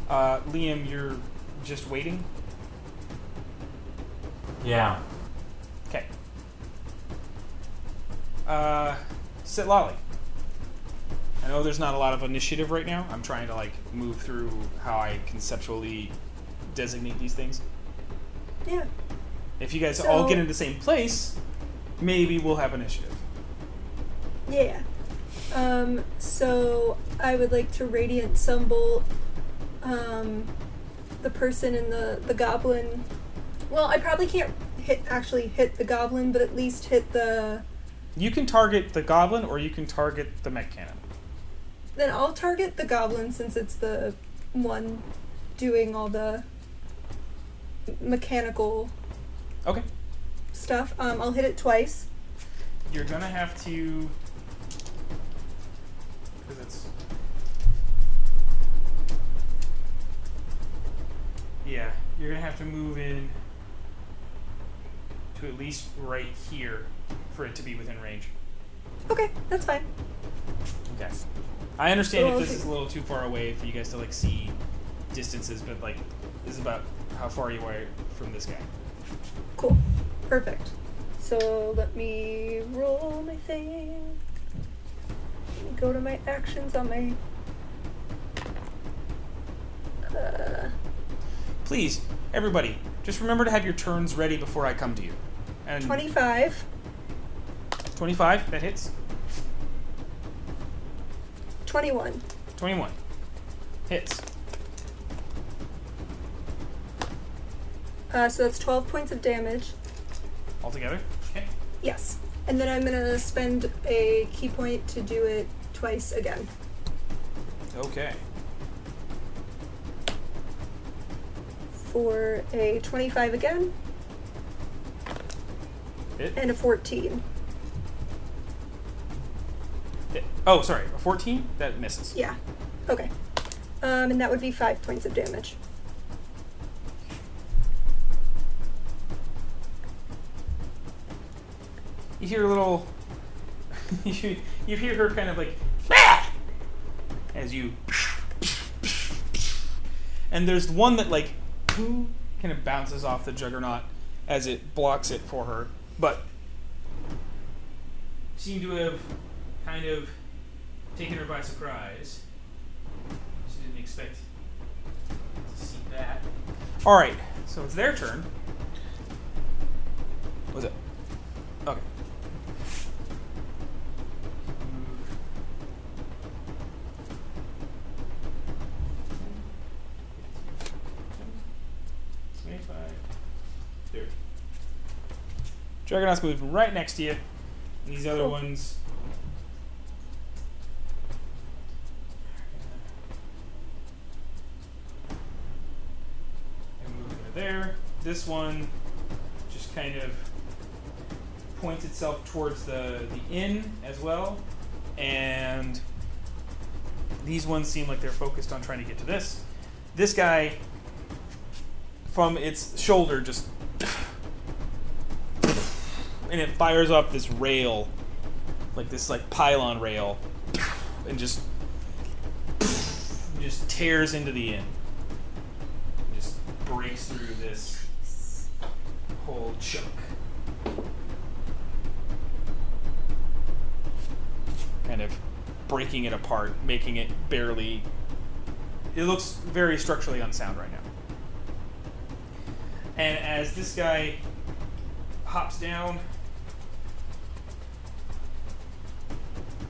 Uh, Liam, you're just waiting?
Yeah.
Okay. Uh, sit lolly. I know there's not a lot of initiative right now. I'm trying to like move through how I conceptually designate these things.
Yeah.
If you guys all
So-
get in the same place, maybe we'll have initiative.
Yeah. Um, so I would like to radiant sunbolt um, the person in the the goblin. Well, I probably can't hit actually hit the goblin, but at least hit the.
You can target the goblin or you can target the mech cannon.
Then I'll target the goblin since it's the one doing all the mechanical
Okay.
stuff. Um, I'll hit it twice.
You're gonna have to. Because it's. Yeah, you're gonna have to move in to at least right here for it to be within range.
Okay, that's fine.
Okay. I understand
So
if this
I'll
is a little too far away for you guys to like see distances, but like this is about how far you are from this guy.
Cool. Perfect. So let me roll my thing. Let me go to my actions on my. Uh,
Please, everybody, just remember to have your turns ready before I come to you. And
25,
25, that hits.
21.
21. Hits.
Uh, so that's 12 points of damage.
Altogether? Okay.
Yes. And then I'm gonna spend a key point to do it twice again.
Okay.
For a 25 again
Hit.
and a 14.
Hit. Oh, sorry. A 14? That misses.
Yeah. Okay. Um, and that would be 5 points of damage.
You hear a little. you, you hear her kind of like. as you. And there's one that, like, kind of bounces off the juggernaut as it blocks it for her. But. Seemed to have kind of taken her by surprise. She didn't expect to see that. Alright, so it's their turn. What's it? Okay. Twenty-five, thirty. Dragonaut's moving right next to you. And these other ones. And moving over there. This one just kind of points itself towards the, the inn as well. And these ones seem like they're focused on trying to get to this. This guy from its shoulder just and it fires off this rail like this like pylon rail and just just tears into the end just breaks through this whole chunk kind of breaking it apart making it barely it looks very structurally unsound right now and as this guy hops down,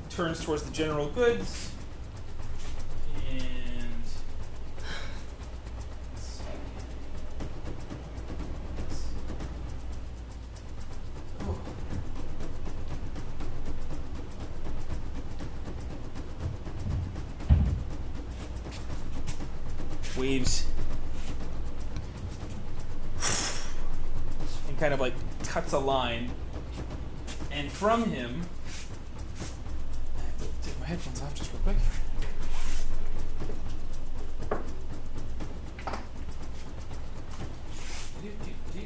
turns towards the general goods, and let's see. Let's- oh. waves and kind of like cuts a line. And from him, I have to take my headphones off just real quick. Do, do, do.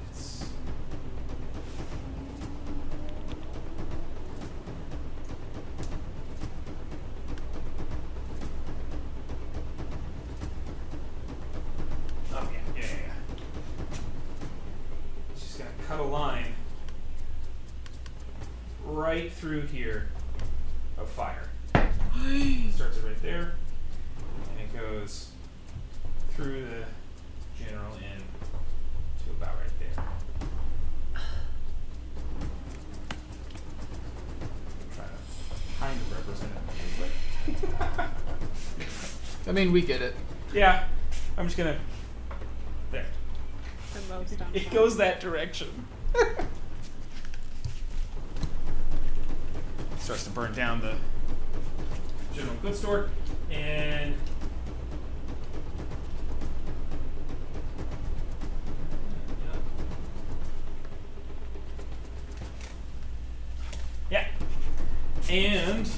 It's- Oh yeah, yeah, yeah. yeah. It's just gonna cut a line right through here of fire. Starts it right there, and it goes through the general end to about right there. I'm trying to kind of represent it, but
I mean, we get it.
yeah, I'm just gonna there.
The most on
It goes that direction. Starts to burn down the general goods store, and yeah, and you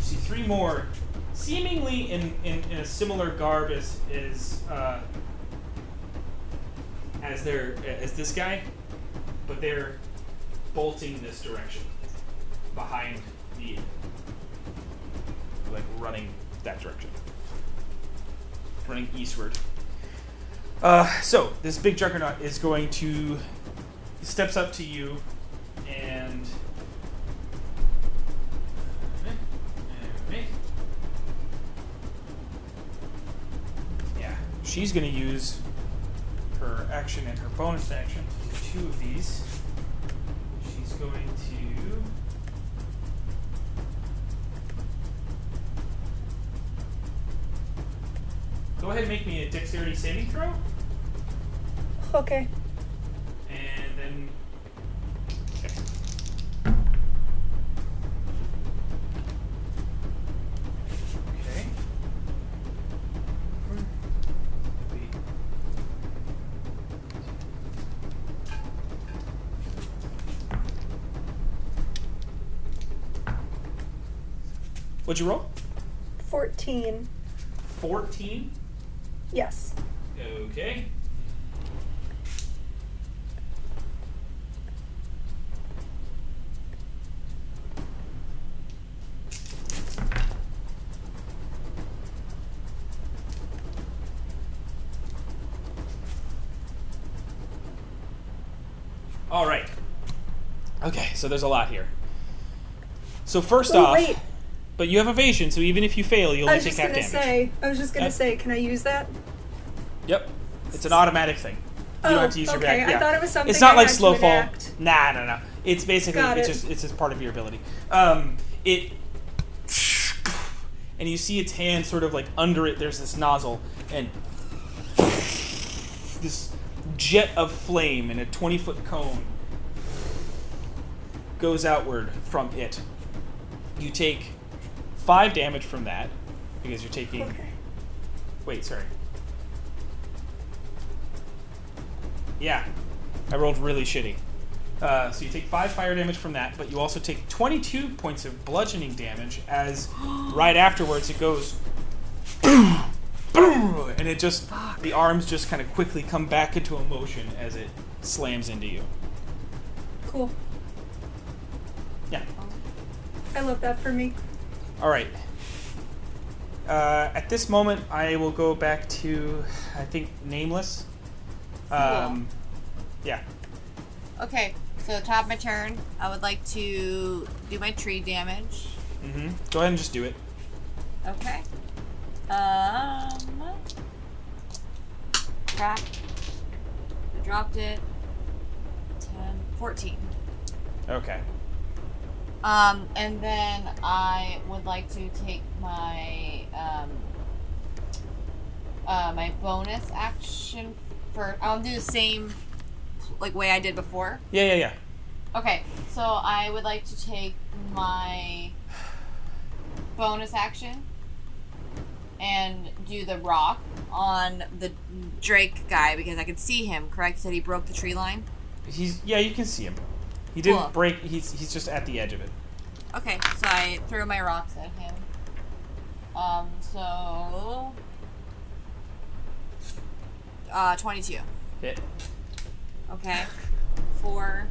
see three more, seemingly in, in, in a similar garb as as uh, as their as this guy, but they're bolting this direction behind the like running that direction, running eastward. Uh, so this big juggernaut is going to he steps up to you and. Yeah, she's gonna use her action and her bonus action to do two of these. She's going to. Go ahead and make me a dexterity saving throw,
Okay.
and then. Okay. Okay. Wait. What'd you roll?
14.
14.
Yes.
Okay. All right. Okay, so there's a lot here. So first
Oh,
off,
wait.
but you have evasion, so even if you fail, you
I
only
was
take
just
half
gonna
damage.
say. I was just gonna
Uh,
say. Can I use that?
Yep. It's an automatic thing. You
Oh,
don't have to use your
okay.
back.
I
Yeah.
thought it was something
It's not
I
like
had to
slow fall.
enact.
Nah, no, no. It's basically
Got
it's
it.
just it's just part of your ability. Um, it and you see its hand sort of like under it. There's this nozzle and this jet of flame in a 20 foot cone goes outward from it. You take five damage from that because you're taking.
Okay.
Wait, sorry. Yeah. I rolled really shitty. Uh, so you take five fire damage from that, but you also take 22 points of bludgeoning damage as right afterwards it goes. boom, and it just. The arms just kind of quickly come back into a motion as it slams into you.
Cool.
Yeah.
I love that for me.
All right. Uh, at this moment, I will go back to, I think, nameless. Um, yeah.
Okay, so top of my turn, I would like to do my tree damage.
hmm Go ahead and just do it.
Okay. Um. Crap. I dropped it. 10, 14.
Okay.
Um, and then I would like to take my um, uh, my bonus action for. I'll do the same like way I did before.
Yeah, yeah, yeah.
Okay, so I would like to take my bonus action and do the rock on the Drake guy because I could see him. Correct? You said he broke the tree line.
He's yeah. You can see him. He didn't
Cool.
break. He's he's just at the edge of it.
Okay, so I threw my rocks at him. Um, so. Uh, 22.
Hit.
Okay. 4,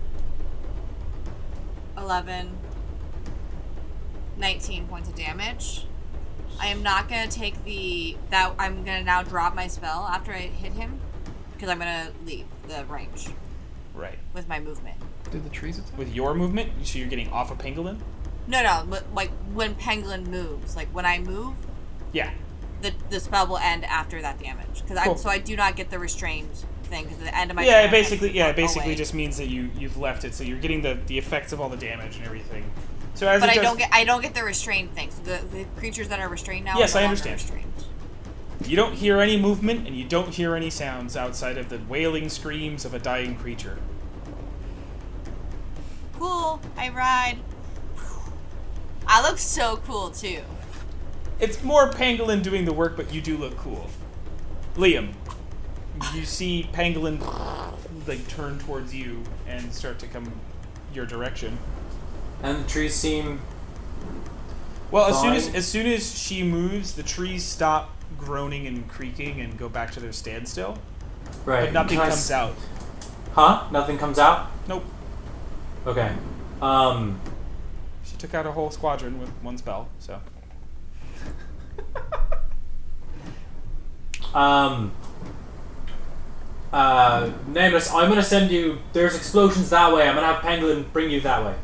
11, 19 points of damage. I am not gonna take the. that I'm gonna now drop my spell after I hit him, because I'm gonna leave the range
Right.
with my movement.
Did the trees attack?
With your movement, so you're getting off of Pangolin.
No, no, but like when Penguin moves, like when I move,
Yeah.
the, the spell will end after that damage because I
Cool.
so I do not get the restrained thing because the end of my
yeah.
turn,
It
I
basically yeah. It
walk
basically
away.
just means that you you've left it, so you're getting the the effects of all the damage and everything. So as
but
it
I
does,
don't get I don't get the restrained thing. So the, the creatures that are restrained now.
Yes,
are
I
no longer
understand.
Restrained.
you don't hear any movement and you don't hear any sounds outside of the wailing screams of a dying creature.
Cool. I ride. I look so cool too.
It's more Pangolin doing the work, but you do look cool. Liam, you see Pangolin like turn towards you and start to come your direction.
And the trees seem.
Well, as soon as
Fine.
as soon as she moves, the trees stop groaning and creaking and go back to their standstill.
Right.
But nothing
can I
comes
s-
out.
Huh? Nothing comes out?
Nope.
Okay. Um.
She took out a whole squadron with one spell. So
Um. Uh, Nameless, I'm gonna send you. There's explosions that way. I'm gonna have Penguin bring you that way.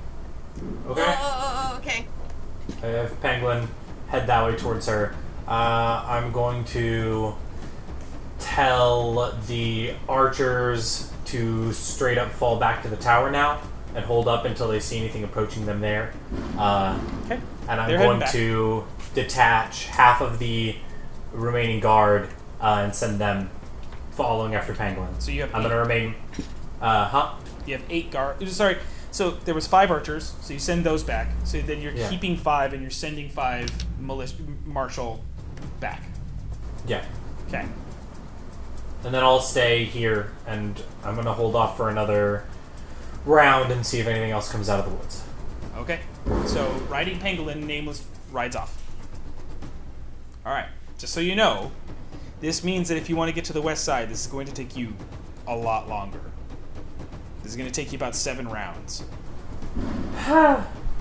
Okay?
Oh, oh, oh, oh, okay.
I have Penguin head that way towards her. Uh, I'm going to tell the archers to straight up fall back to the tower now and hold up until they see anything approaching them there. Uh,
okay,
and I'm
They're heading
going
back.
to detach half of the remaining guard uh, and send them following after Penguin.
So you have
I'm going to
eight.
remain. Uh huh.
you have eight guard. Sorry. So there was five archers. So you send those back. So then you're
Yeah.
keeping five and you're sending five militia marshal back.
Yeah.
Okay.
And then I'll stay here and I'm gonna hold off for another round and see if anything else comes out of the woods.
Okay. So riding pangolin, nameless rides off. All right. Just so you know, this means that if you want to get to the west side, this is going to take you a lot longer. This is going to take you about seven rounds.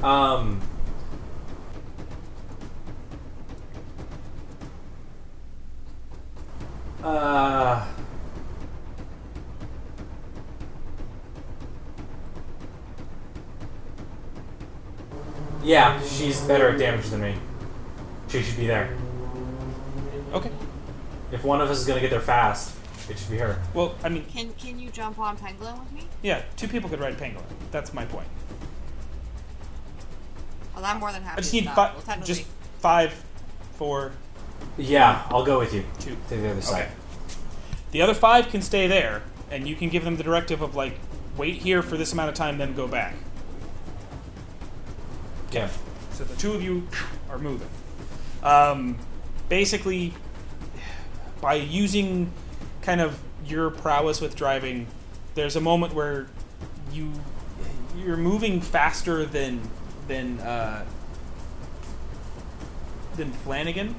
Um Uh Yeah, she's better at damage than me. She should be there.
Okay.
If one of us is gonna get there fast, it should be her.
Well, I mean,
Can can you jump on Penguin with me?
yeah, two people could ride pangolin. That's my point.
Well, I'm more than happy.
I just
to
need
stop.
five.
Well, technically-
Just five, four,
Yeah, I'll go with you
two.
to the other side.
Okay. The other five can stay there, and you can give them the directive of like, wait here for this amount of time, then go back.
Yeah.
So the two of you are moving. Um, basically, by using kind of your prowess with driving, there's a moment where you you're moving faster than than uh, than Flanagan.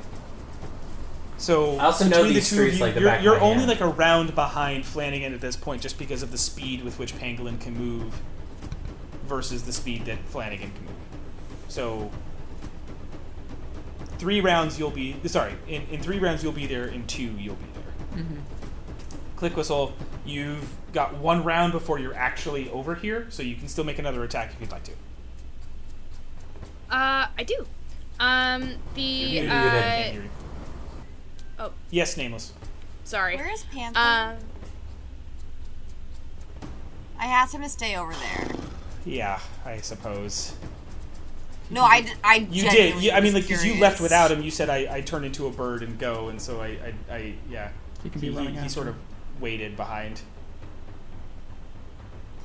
So
I also know
between
these
the two of
streets
you,
like the
you're,
back of
you're
my
only
hand.
like a round behind Flanagan at this point, just because of the speed with which Pangolin can move versus the speed that Flanagan can move. So three rounds you'll be sorry in, in three rounds you'll be there in two you'll be there
Mm-hmm.
click whistle you've got one round before you're actually over here so you can still make another attack if you'd like to
Uh, I do. Um, the
You're muted.
uh,
Henry.
oh,
yes nameless
uh, sorry.
Where is Panther?
Um,
I asked him to stay over there.
yeah i suppose
No, I, d- I
you did
genuinely
you, i mean
was
like because you
curious.
left without him you said i, I turned into a bird and go and so i i, I yeah
He can be running
he
after
sort
him.
of waited behind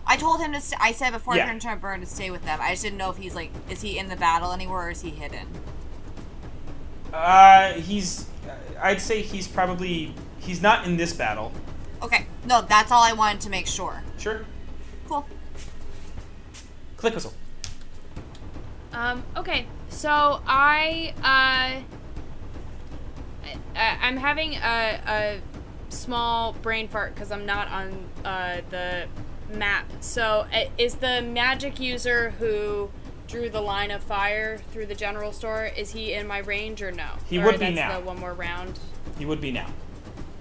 I told him to. St- I said before
Yeah.
I turned into a bird to stay with them. I just didn't know if he's like, is he in the battle anywhere or is he hidden?
uh he's i'd say he's probably he's not in this battle
Okay, no, that's all I wanted to make sure.
sure
Cool.
click whistle
um, okay. So I uh, I, I- I'm having a, a small brain fart because I'm not on uh, the map. So uh, is the magic user who drew the line of fire through the general store? Is he in my range or no?
He
Or
would be
that's
now.
The one more round.
he would be now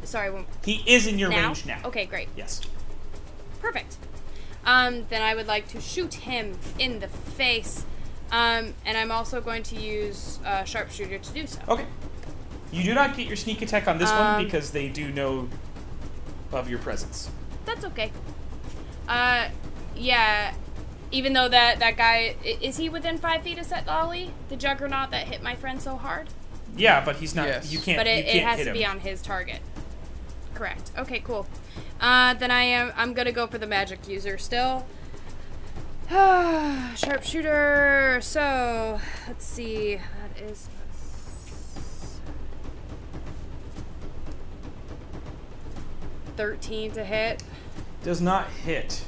Sorry, one,
He is in your
now?
range now.
Okay, great.
Yes.
Perfect. Um, then I would like to shoot him in the face. Um, and I'm also going to use uh, sharpshooter to do so.
Okay. You do not get your sneak attack on this
Um,
one because they do know of your presence.
That's okay. Uh, yeah. Even though that that guy i- is he within five feet of Set Lolly, the juggernaut that hit my friend so hard,
Yeah, but he's not.
Yes.
You can't.
but it,
you
it
can't
has
hit
to
him.
be on his target. Correct. Okay, cool. Uh, then I am I'm gonna go for the magic user still. Sharpshooter. So let's see. That is. Thirteen to hit.
Does not hit.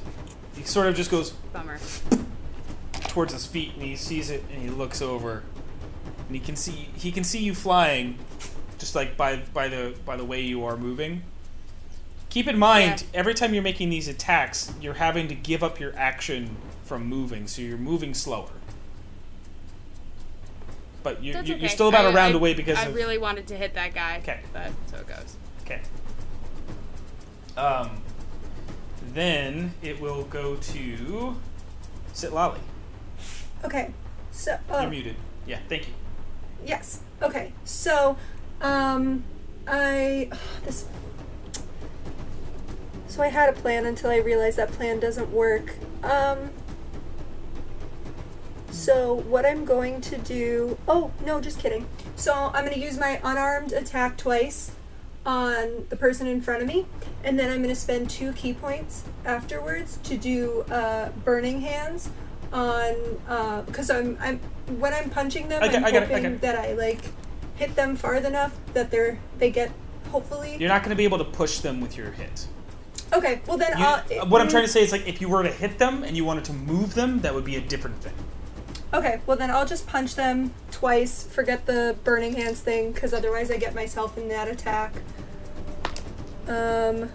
He sort of just goes
Bummer.
towards his feet and he sees it and he looks over and he can see he can see you flying, just like by by the by the way you are moving. Keep in mind, every time you're making these attacks, you're having to give up your action from moving, so you're moving slower. But you,
That's
you,
okay.
you're still about
I-
a round
I-
away because
I
of,
really wanted to hit that guy.
'Kay.
but so it goes.
Okay. Um, then it will go to Sit Lolly.
Okay, so
You're
oh,
muted. Yeah, thank you.
yes. Okay, so um, I this. So I had a plan until I realized that plan doesn't work. Um. So what I'm going to do? Oh no, just kidding. So I'm going to use my unarmed attack twice on the person in front of me, and then I'm going to spend two key points afterwards to do uh, burning hands on because I'm I'm when I'm punching them,
I get-
I'm
I get it, I
hoping
get it.
that I like hit them far enough that they're they get hopefully
You're not going to be able to push them with your hit.
okay. Well then,
You,
I'll,
uh, what I'm trying to say is, like, if you were to hit them and you wanted to move them, that would be a different thing.
Okay, well then I'll just punch them twice. Forget the burning hands thing, because otherwise I get myself in that attack. Um.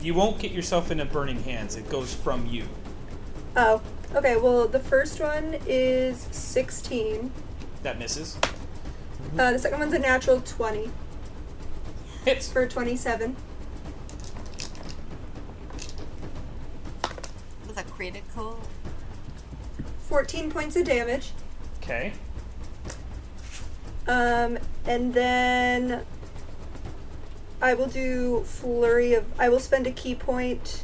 You won't get yourself into burning hands. It goes from you.
Oh. Okay. Well, the first one is sixteen.
That misses. Mm-hmm.
Uh, the second one's a natural twenty
Hits.
for twenty-seven.
It was a critical.
Fourteen points of damage.
Okay.
Um, and then I will do flurry of. I will spend a key point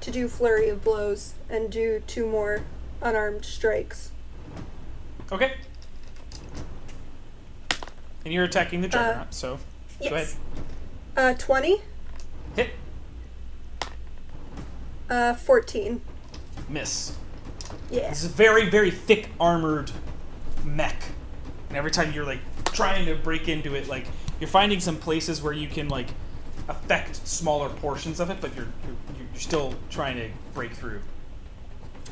to do flurry of blows and do two more unarmed strikes.
Okay. And you're attacking the juggernaut, so
Yes. Uh, 20,
hit,
uh, 14.
miss.
Yeah.
This is very, very thick armored mech. And every time you're like trying to break into it, like you're finding some places where you can like affect smaller portions of it, but you're you're, you're still trying to break through.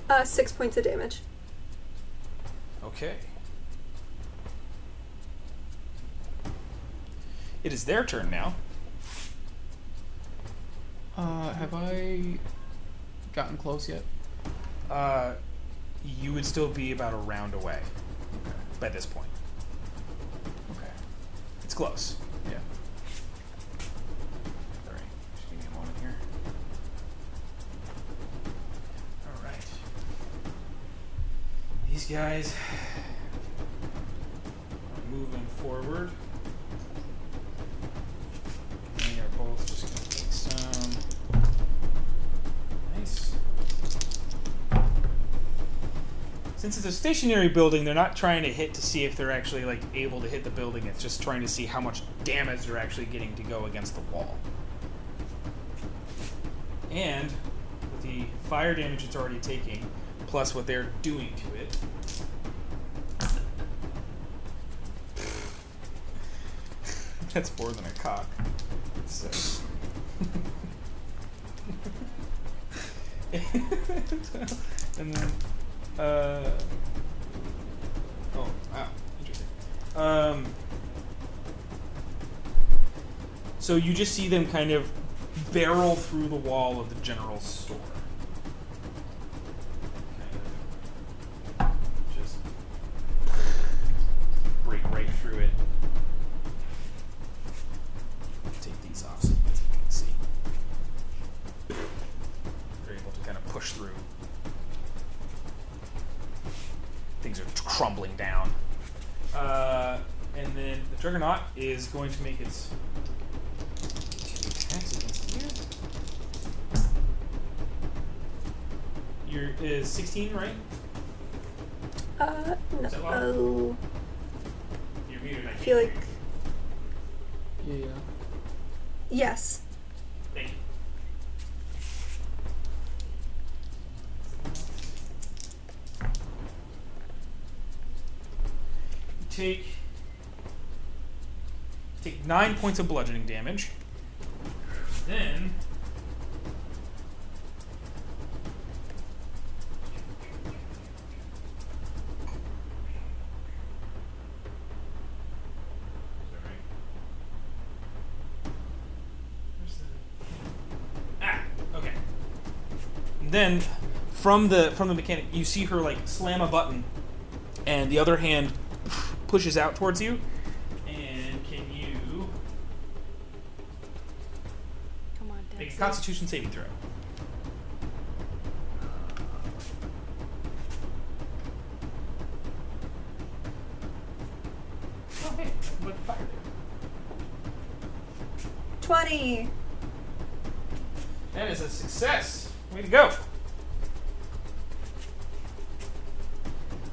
Uh, six points of damage.
Okay. It is their turn now.
Uh, have I gotten close yet?
Uh, you would still be about a round away by this point.
Okay.
It's close.
Yeah.
All right. Just give me a moment here. All right. These guys are moving forward. They are both just going to take some. Nice. Since it's a stationary building, they're not trying to hit to see if they're actually like able to hit the building. It's just trying to see how much damage they're actually getting to go against the wall. And with the fire damage it's already taking, plus what they're doing to it. That's more than a cock. So. and then, uh, oh, wow, interesting. Um, so you just see them kind of barrel through the wall of the general store. Kind of just break right through it. Take these off so you guys can see. They're able to kind of push through. Things are crumbling down. Uh, and then the Juggernaut is going to make its two attacks against you. Your is 16, right?
Uh,
Is that loud?
no.
You're muted. I
I feel
can't
like
hear you.
Yeah.
yes.
Thank you. Take take nine points of bludgeoning damage. Then Is that right? Where's the- Ah, okay. Then, from the from the mechanic, you see her like slam a button, and the other hand pushes out towards you. And can you
Come on,
make a
Dexter.
Constitution saving throw? Oh hey, what fire there?
20.
That is a success. Way to go.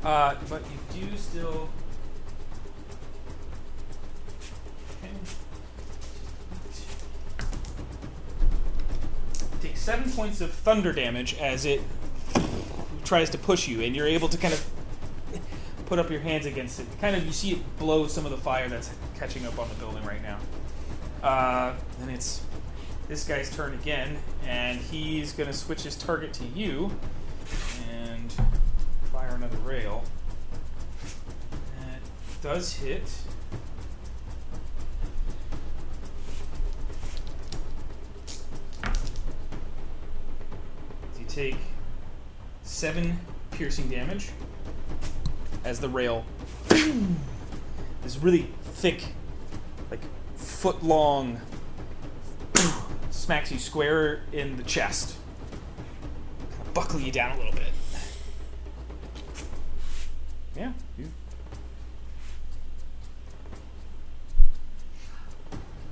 Uh, but you do still. Take seven points of thunder damage as it tries to push you, and you're able to kind of put up your hands against it. Kind of, you see it blow some of the fire that's catching up on the building right now. Uh, then it's this guy's turn again, and he's going to switch his target to you and fire another rail. That does hit. You take seven piercing damage as the rail this really thick, like foot long smacks you square in the chest. Kind of buckle you down a little bit. Yeah. You.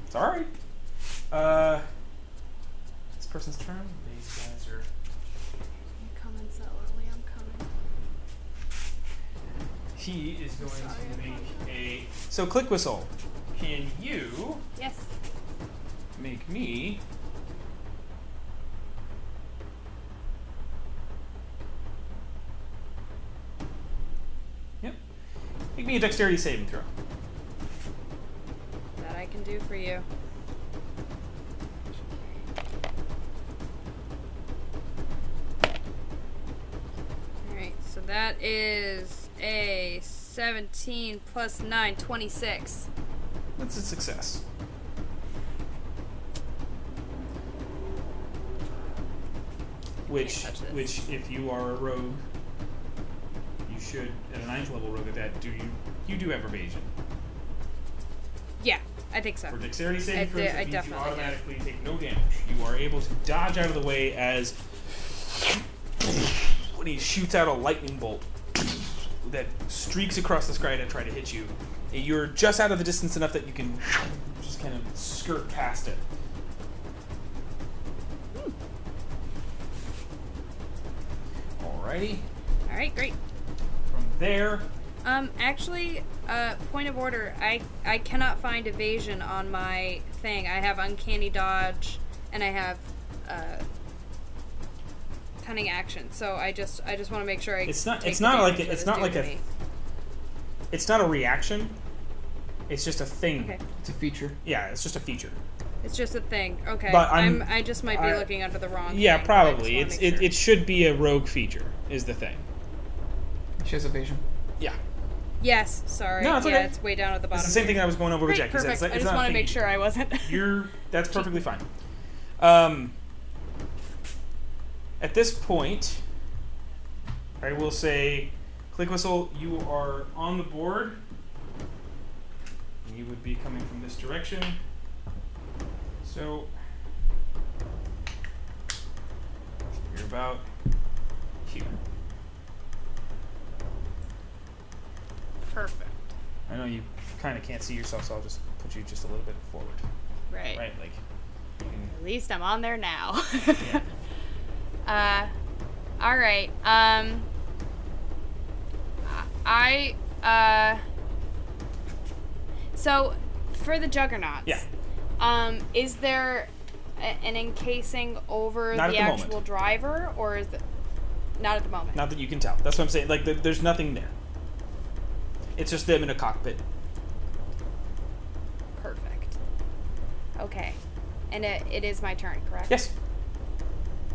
It's alright. Uh, this person's turn. These guys are.
You're coming so early. I'm coming.
He is going
Sorry.
to make a. So, Click Whistle, can you
Yes.
make me. Yep. Make me a dexterity saving throw.
That I can do for you. That is a 17 plus 9, 26.
That's a success. Which,
touch this.
which, if you are a rogue, you should at a ninth level rogue at that. Do you? You do have evasion
Yeah, I think so.
for dexterity saving
I
throws.
do- I
That means you
definitely do.
automatically take no damage. You are able to dodge out of the way as when he shoots out a lightning bolt that streaks across the sky to try to hit you. And You're just out of the distance enough that you can just kind of skirt past it. Alrighty.
All right, great.
From there,
Um, actually, uh, point of order. I I cannot find evasion on my thing. I have uncanny dodge, and I have uh, cunning action. So I just I just want to make sure I.
It's not-
take
it's not like a-
advantage of
it's
this
not like
due to
a-
me.
it's not a reaction. It's just a thing.
Okay,
It's a feature.
Yeah, it's just a feature.
it's just a thing. Okay,
But
I'm,
I'm-
I just might be
I-
looking under the wrong.
Yeah,
thing, but I just
probably.
wanna
It's
make
it,
sure.
it should be a rogue feature is the thing.
She has evasion.
Yeah.
Yes, sorry.
No, it's
yeah,
okay.
it's way down at the bottom.
It's the same
here.
thing I was going over with
Great,
Jackie. It's- It's,
perfect.
not-
I
it's not
just
a
want to
thing.
make sure I wasn't.
You're that's perfectly fine. Um, at this point, I will say, click whistle. You are on the board. You would be coming from this direction. So you're about here.
perfect.
I know you kind of can't see yourself, so I'll just put you just a little bit forward,
Right.
right? Like. you can-
At least I'm on there now.
Yeah.
Uh, all right. Um, I uh, so for the juggernauts.
Yeah.
Um, is there a- an encasing over
Not
the,
at the
actual
moment.
driver, or is it not at the moment?
Not that you can tell. That's what I'm saying. Like, there, there's nothing there. It's just them in a cockpit.
Perfect. Okay. And it, it is my turn, correct?
Yes.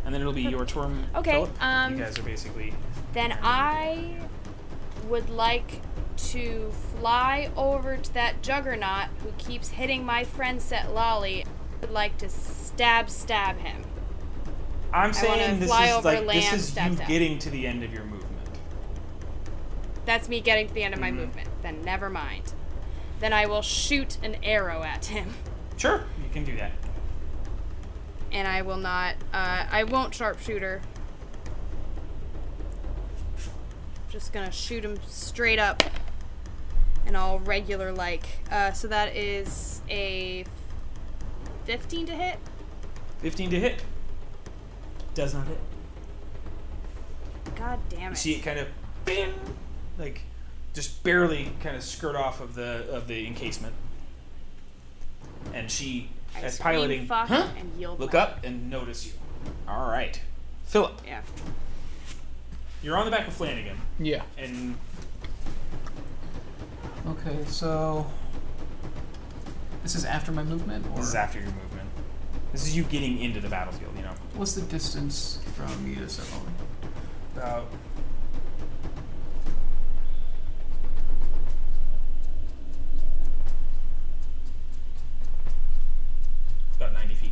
And then it'll be your turn.
Okay,
Philip.
um,
you guys are basically.
Then I would like to fly over to that juggernaut who keeps hitting my friend Set Lolly. I would like to stab stab him.
I'm saying
wanna
this
fly
is
over,
like this
land,
is
stab
you
down.
getting to the end of your movement.
That's me getting to the end of my
Mhm.
movement. Then never mind. Then I will shoot an arrow at him.
Sure, you can do that.
And I will not uh, I won't sharpshooter. Just gonna shoot him straight up and all regular like. Uh, so that is a 15 to hit.
15 to hit. Does not hit.
God damn
You
it.
see it kind of, bing, like, just barely kind of skirt off of the of the encasement. And she,
I
as
scream
piloting,
fuck
huh?
and yield
Look
my-
up and notice you. All right, Philip,
Yeah.
you're on the back of Flanagan,
Yeah.
and
Okay, so this is after my movement, or
This is after your movement. This is you getting into the battlefield, you know.
what's the distance from you to Sepulveda?
About about ninety feet.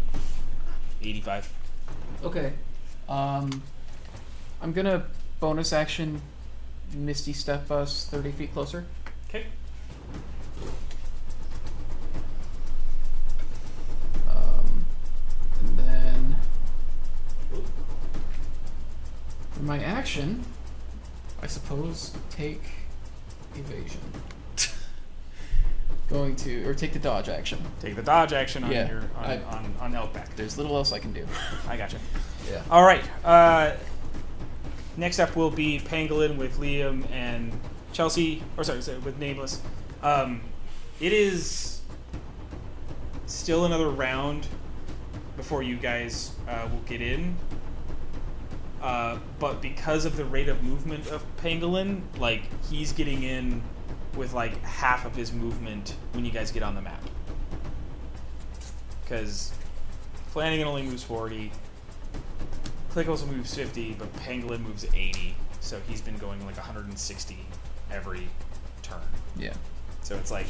Eighty-five.
Okay. Um, I'm gonna bonus action Misty Step us 30 feet closer.
Okay.
Um, and then for my action, I suppose take evasion. Going to, or take the dodge action.
Take the dodge action on
Yeah,
your on
I-
on, on Elkback.
There's little else I can do.
I gotcha.
Yeah.
All right. Uh, next up will be Pangolin with Liam and Chelsea, or sorry, sorry with Nameless. Um, it is still another round before you guys uh, will get in. Uh, but because of the rate of movement of Pangolin, like he's getting in with like half of his movement when you guys get on the map. Because Flanagan only moves forty, Click also moves 50, but Pangolin moves 80. So he's been going like 160 every turn.
Yeah.
So it's like,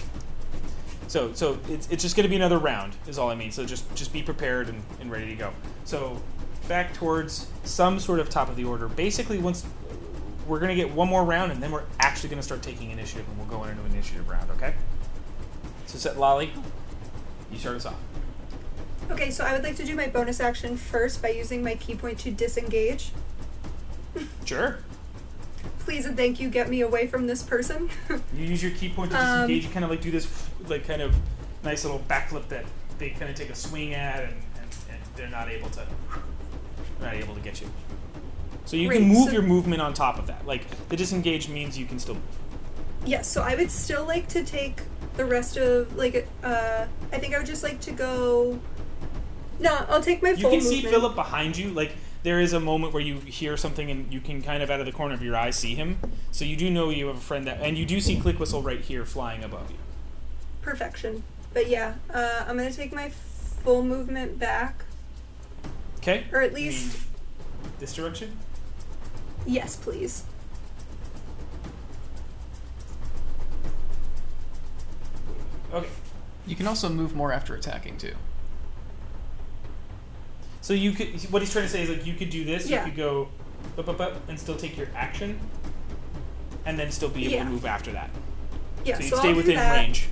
so so it's, it's just going to be another round is all I mean. So just just be prepared and, and ready to go. So back towards some sort of top of the order. Basically, once we're going to get one more round, and then we're actually going to start taking initiative, and we'll go into an initiative round. Okay. So set Lolly. You start us off.
Okay, so I would like to do my bonus action first by using my key point to disengage.
Sure.
Please and thank you, get me away from this person.
You use your key point to
Um,
disengage. You kind of like do this, like kind of nice little backflip that they kind of take a swing at, and, and, and they're not able to, they're not able to get you. So you can
Great,
move
so-
your movement on top of that. Like the disengage means you can still. move.
yes, so I would still like to take the rest of like uh I think I would just like to go No, I'll take my
You
full
can
movement.
see Philip behind you. Like there is a moment where you hear something, and you can kind of out of the corner of your eye see him. So you do know you have a friend that, and you do see Click Whistle right here flying above you.
perfection. But yeah, uh, I'm gonna take my full movement back.
Okay.
Or at
You mean
least
this direction.
yes, please.
Okay.
You can also move more after attacking too.
So you could. What he's trying to say is like you could do this.
Yeah.
You could go, up, up, up, and still take your action, and then still be able
Yeah.
to move after that.
Yeah,
so
so,
you
I'll
stay
do
within
that.
range.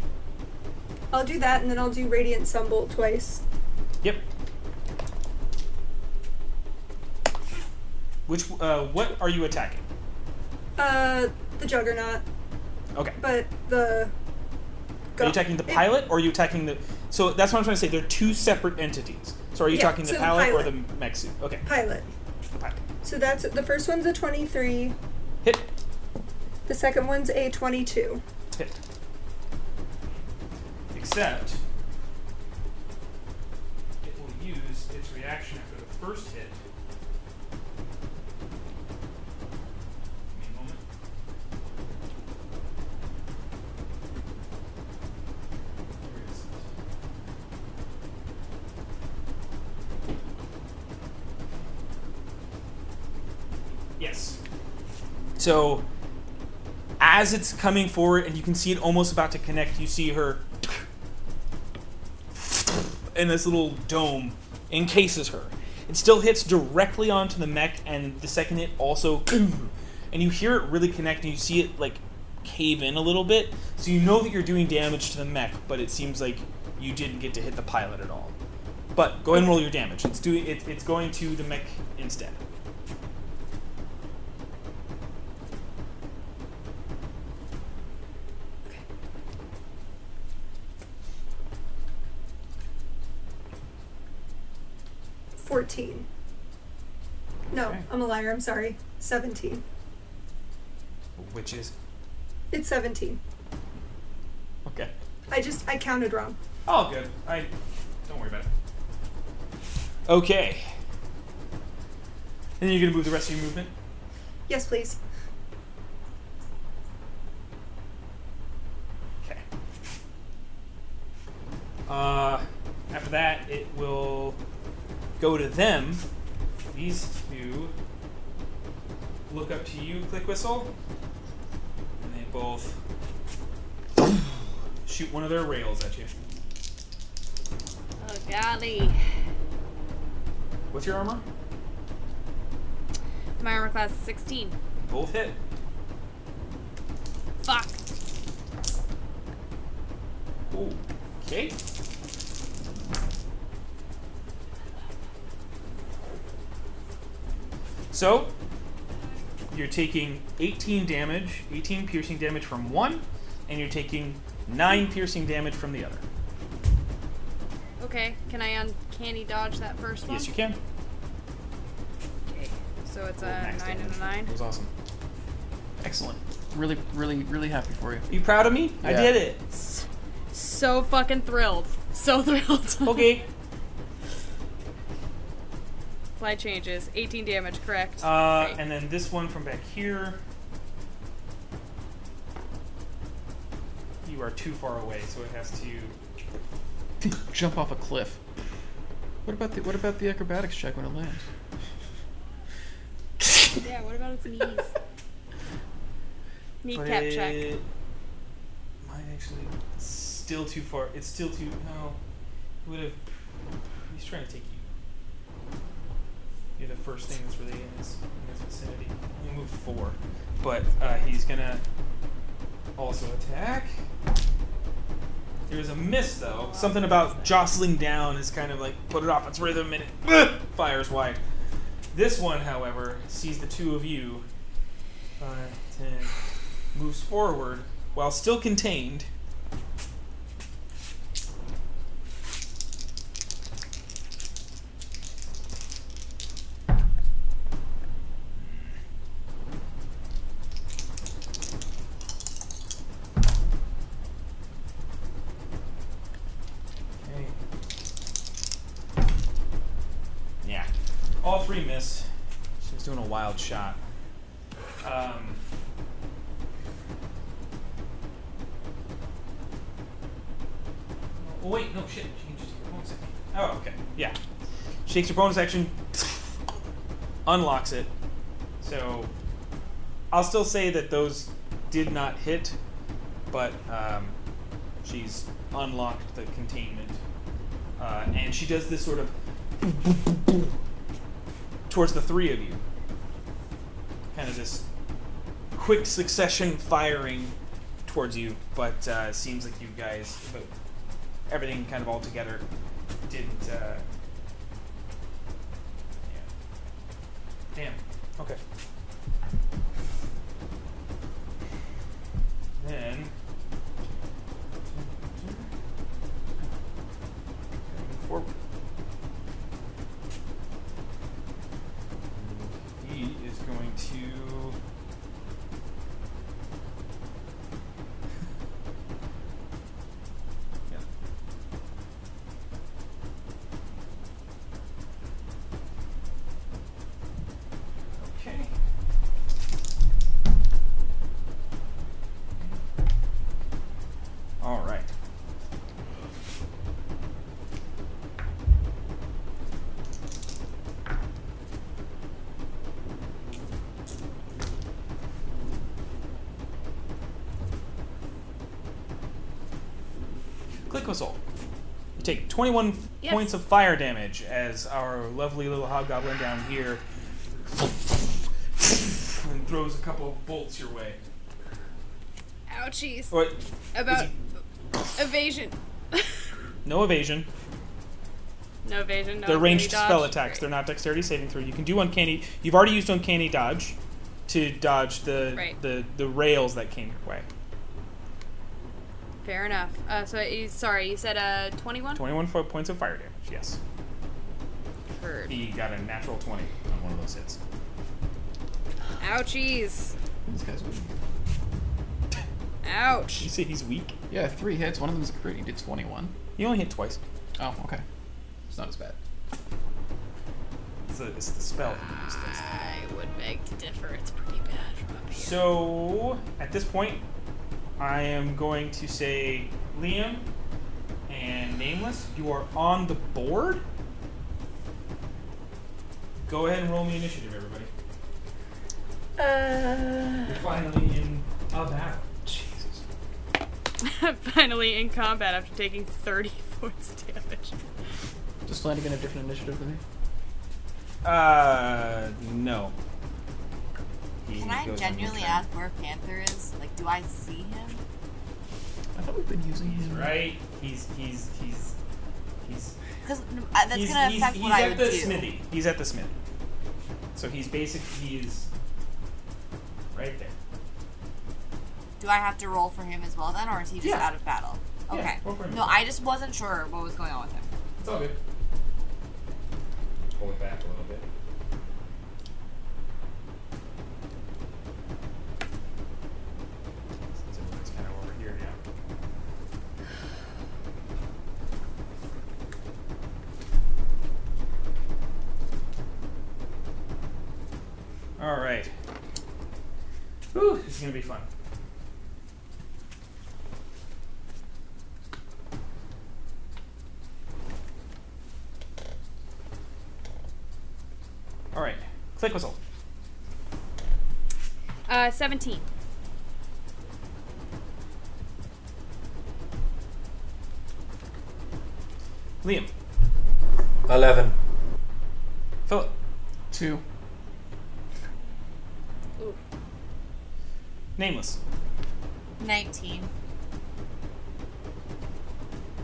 I'll do that and then I'll do Radiant Sunbolt twice.
Yep. Which uh, what are you attacking?
Uh the juggernaut,
Okay.
but the
Are you attacking the
it-
pilot, or are you attacking the? So that's what I'm trying to say. They're two separate entities. So are you
Yeah,
attacking the
so the
pilot, or the
pilot.
mech suit? Okay.
pilot.
The pilot.
So that's the first one's a 23,
Hit.
the second one's a 22.
Hit. Except it will use its reaction after the first hit. Give me a moment. Where is it? Yes. So as it's coming forward and you can see it almost about to connect, you see her and this little dome encases her. It still hits directly onto the mech and the second hit also and you hear it really connect and you see it like cave in a little bit. So you know that you're doing damage to the mech, but it seems like you didn't get to hit the pilot at all. But go ahead and roll your damage. It's doing it, it's going to the mech instead.
Fourteen. No,
Okay.
I'm a liar. I'm sorry. Seventeen.
Which is
It's seventeen.
okay.
I just I counted wrong.
All good. I don't worry about it. Okay. And then you're gonna move the rest of your movement.
Yes, please.
Okay. Uh, after that, it will go to them. These two look up to you, Click Whistle, and they both shoot one of their rails at you.
Oh, golly.
What's your armor?
My armor class is 16.
Both hit.
Fuck.
Ooh. Okay. So, you're taking 18 damage, 18 piercing damage from one, and you're taking 9 piercing damage from the other.
Okay, can I uncanny dodge that first one?
Yes, you can.
Okay. So it's a
Max
9 and
damage.
a 9.
That was awesome.
Excellent. Really, really, really happy for you.
Are you proud of me? I
Yeah.
did it.
So fucking thrilled. So thrilled.
Okay.
Fly changes. 18 damage, correct?
Uh,
Great.
and then this one from back here. You are too far away, so it has to
Jump off a cliff. What about the What about the acrobatics check when it lands?
yeah, what about its knees? Kneecap
it
check.
Might actually it's still too far. It's still too no. He would have. He's trying to take you. You're the first thing that's really in his, in his vicinity. He moved four, but uh, he's gonna also attack. There was a miss though. Something about jostling down is kind of like put it off its rhythm and it fires wide. This one, however, sees the two of you. Five, ten, moves forward while still contained. Okay. Yeah. All three miss. She was doing a wild shot. Um, Oh, wait, no shit. She can just take her bonus action. Oh, okay. Yeah. Shakes her bonus action, unlocks it. So, I'll still say that those did not hit, but um, she's unlocked the containment. Uh, and she does this sort of towards the three of you. Kind of this quick succession firing towards you, but uh, it seems like you guys, but everything kind of all together didn't. Uh, yeah. Damn. Okay. Then. Moving Forward. He is going to. Yeah. Okay. All right. Click missile. You take 21 f-
Yes.
points of fire damage as our lovely little hobgoblin down here and throws a couple of bolts your way.
Ouchies.
Or
About evasion.
no evasion.
no evasion. No
They're ranged
ability dodge.
spell attacks. They're
Great.
not dexterity saving throw. You can do uncanny. You've already used uncanny dodge to dodge the
Right.
the, the rails that came your way.
Fair enough. Uh, so you, sorry, you said uh, 21.
Twenty-one fo- points of fire damage. Yes,
Heard.
he got a natural twenty on one of those hits.
Ouchies.
This guy's weak.
Did
Ouch.
you say he's weak?
Yeah, three hits. One of them's a crit. He did 21.
He only hit twice.
Oh, okay. It's not as bad.
It's the, it's the spell. He used twice.
I would beg to differ. It's pretty bad from up here.
So at this point, I am going to say Liam and Nameless. You are on the board. Go ahead and roll me initiative, everybody.
Uh,
You're finally in a battle. Jesus.
Finally in combat after taking 30 points damage.
Does Flanagan have different initiative than me?
Uh, no. He
Can
goes
I
on your
genuinely
turn.
ask where Panther is? Like, do I see him?
I thought we've been using him.
Right? He's he's he's he's
Because uh, that's
he's,
gonna
he's,
affect
he's
what
at
I would
the
do.
smithy. He's at the smithy. So he's basically he is right there.
Do I have to roll for him as well then, or is he just
Yeah.
out of battle?
Yeah,
Okay.
roll for him.
no, I just wasn't sure what was going on with him.
It's all good. Pull it back a little bit. Since everyone's kind of over here now. All right. Whew, this is gonna be fun. All right, click whistle.
Uh, 17.
Liam,
Eleven.
Philip,
Two.
Nameless,
19.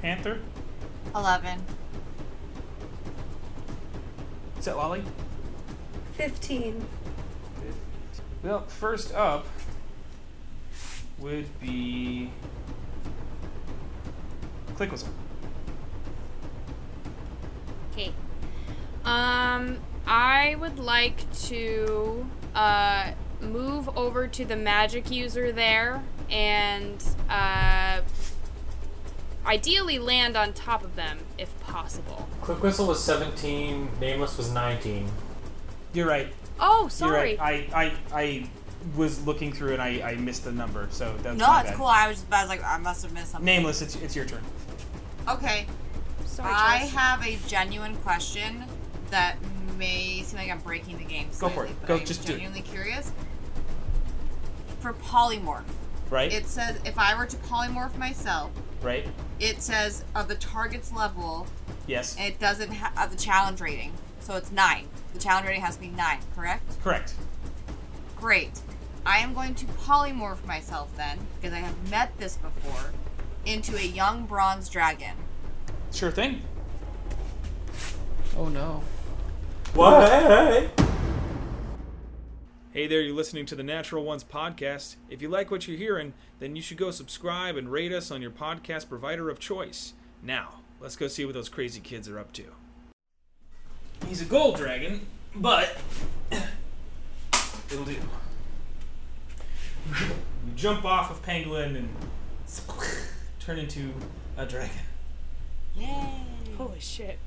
Panther,
11.
is that Lolly?
15.
Well, first up would be Click Whistle.
Okay.
Um, I would like to uh, move over to the magic user there and uh, ideally land on top of them if possible.
Quick Whistle was 17, Nameless was 19.
You're right.
Oh, sorry.
You're right. I, I, I was looking through and I, I missed the number, so that's
No,
my
it's
bad.
cool. I was just I was like, I must have missed something.
Nameless, it's, it's your turn.
Okay.
Sorry,
I
Chelsea.
have a genuine question that may seem like I'm breaking the game.
Go for
slightly,
it.
But
Go,
I'm
just do it.
genuinely curious. For polymorph,
Right?
it says if I were to polymorph myself,
right?
it says of the target's level,
Yes.
and it doesn't have the challenge rating. So it's nine. The challenge rating has to be nine, correct?
Correct.
Great. I am going to polymorph myself then, because I have met this before, into a young bronze dragon.
Sure thing.
Oh no.
What?
Hey there, you're listening to the Natural Ones podcast. If you like what you're hearing, then you should go subscribe and rate us on your podcast provider of choice. Now, let's go see what those crazy kids are up to. He's a gold dragon, but it'll do. You jump off of Pangolin and turn into a dragon.
Yay!
Holy shit.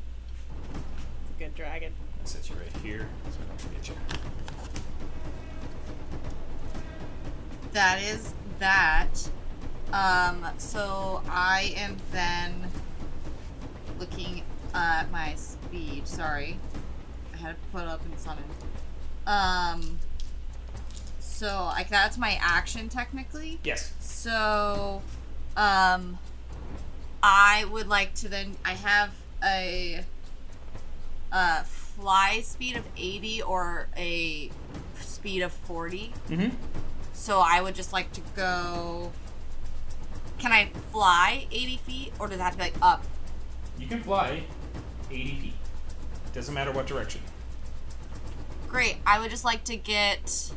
It's a good dragon.
I'll set you right here so I don't forget you.
That is that. Um, so I am then looking at my speed. Sorry. I had to put up and summon. Um, so like that's my action technically.
Yes.
So, um, I would like to then. I have a, uh fly speed of 80 or a speed of 40.
Mm-hmm.
So I would just like to go. Can I fly 80 feet or does it have to be like up?
You can fly 80 feet. Doesn't matter what direction.
Great. I would just like to get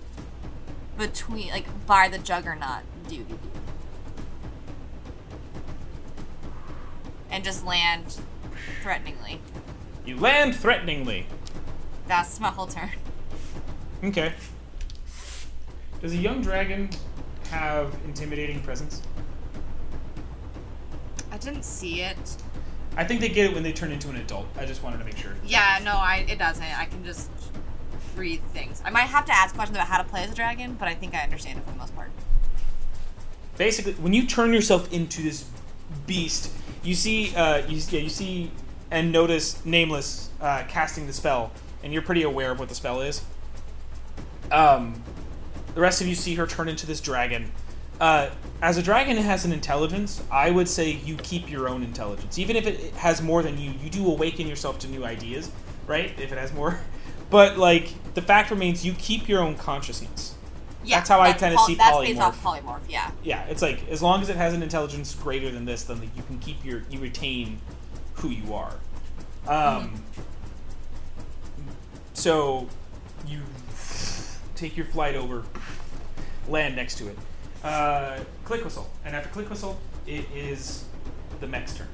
between, like, by the juggernaut dude. And just land threateningly.
You land threateningly.
That's my whole turn.
Okay. Does a young dragon have intimidating presence?
I didn't see it.
I think they get it when they turn into an adult. I just wanted to make sure.
Yeah, no, I it doesn't. I can just read things. I might have to ask questions about how to play as a dragon, but I think I understand it for the most part.
Basically, when you turn yourself into this beast, you see, uh, you, yeah, you see and notice Nameless uh, casting the spell, and you're pretty aware of what the spell is. Um, the rest of you see her turn into this dragon. Uh, as a dragon has an intelligence, I would say you keep your own intelligence. Even if it it has more than you, you do awaken yourself to new ideas, right? If it has more. But, like, the fact remains you keep your own consciousness.
Yeah,
That's how I kinda
pol-
see
That's based off polymorph, yeah.
Yeah, it's like, as long as it has an intelligence greater than this, then like, you can keep your, you retain who you are. Um, So, you take your flight over, land next to it. Uh, click whistle, and after click whistle, it is the mech's turn.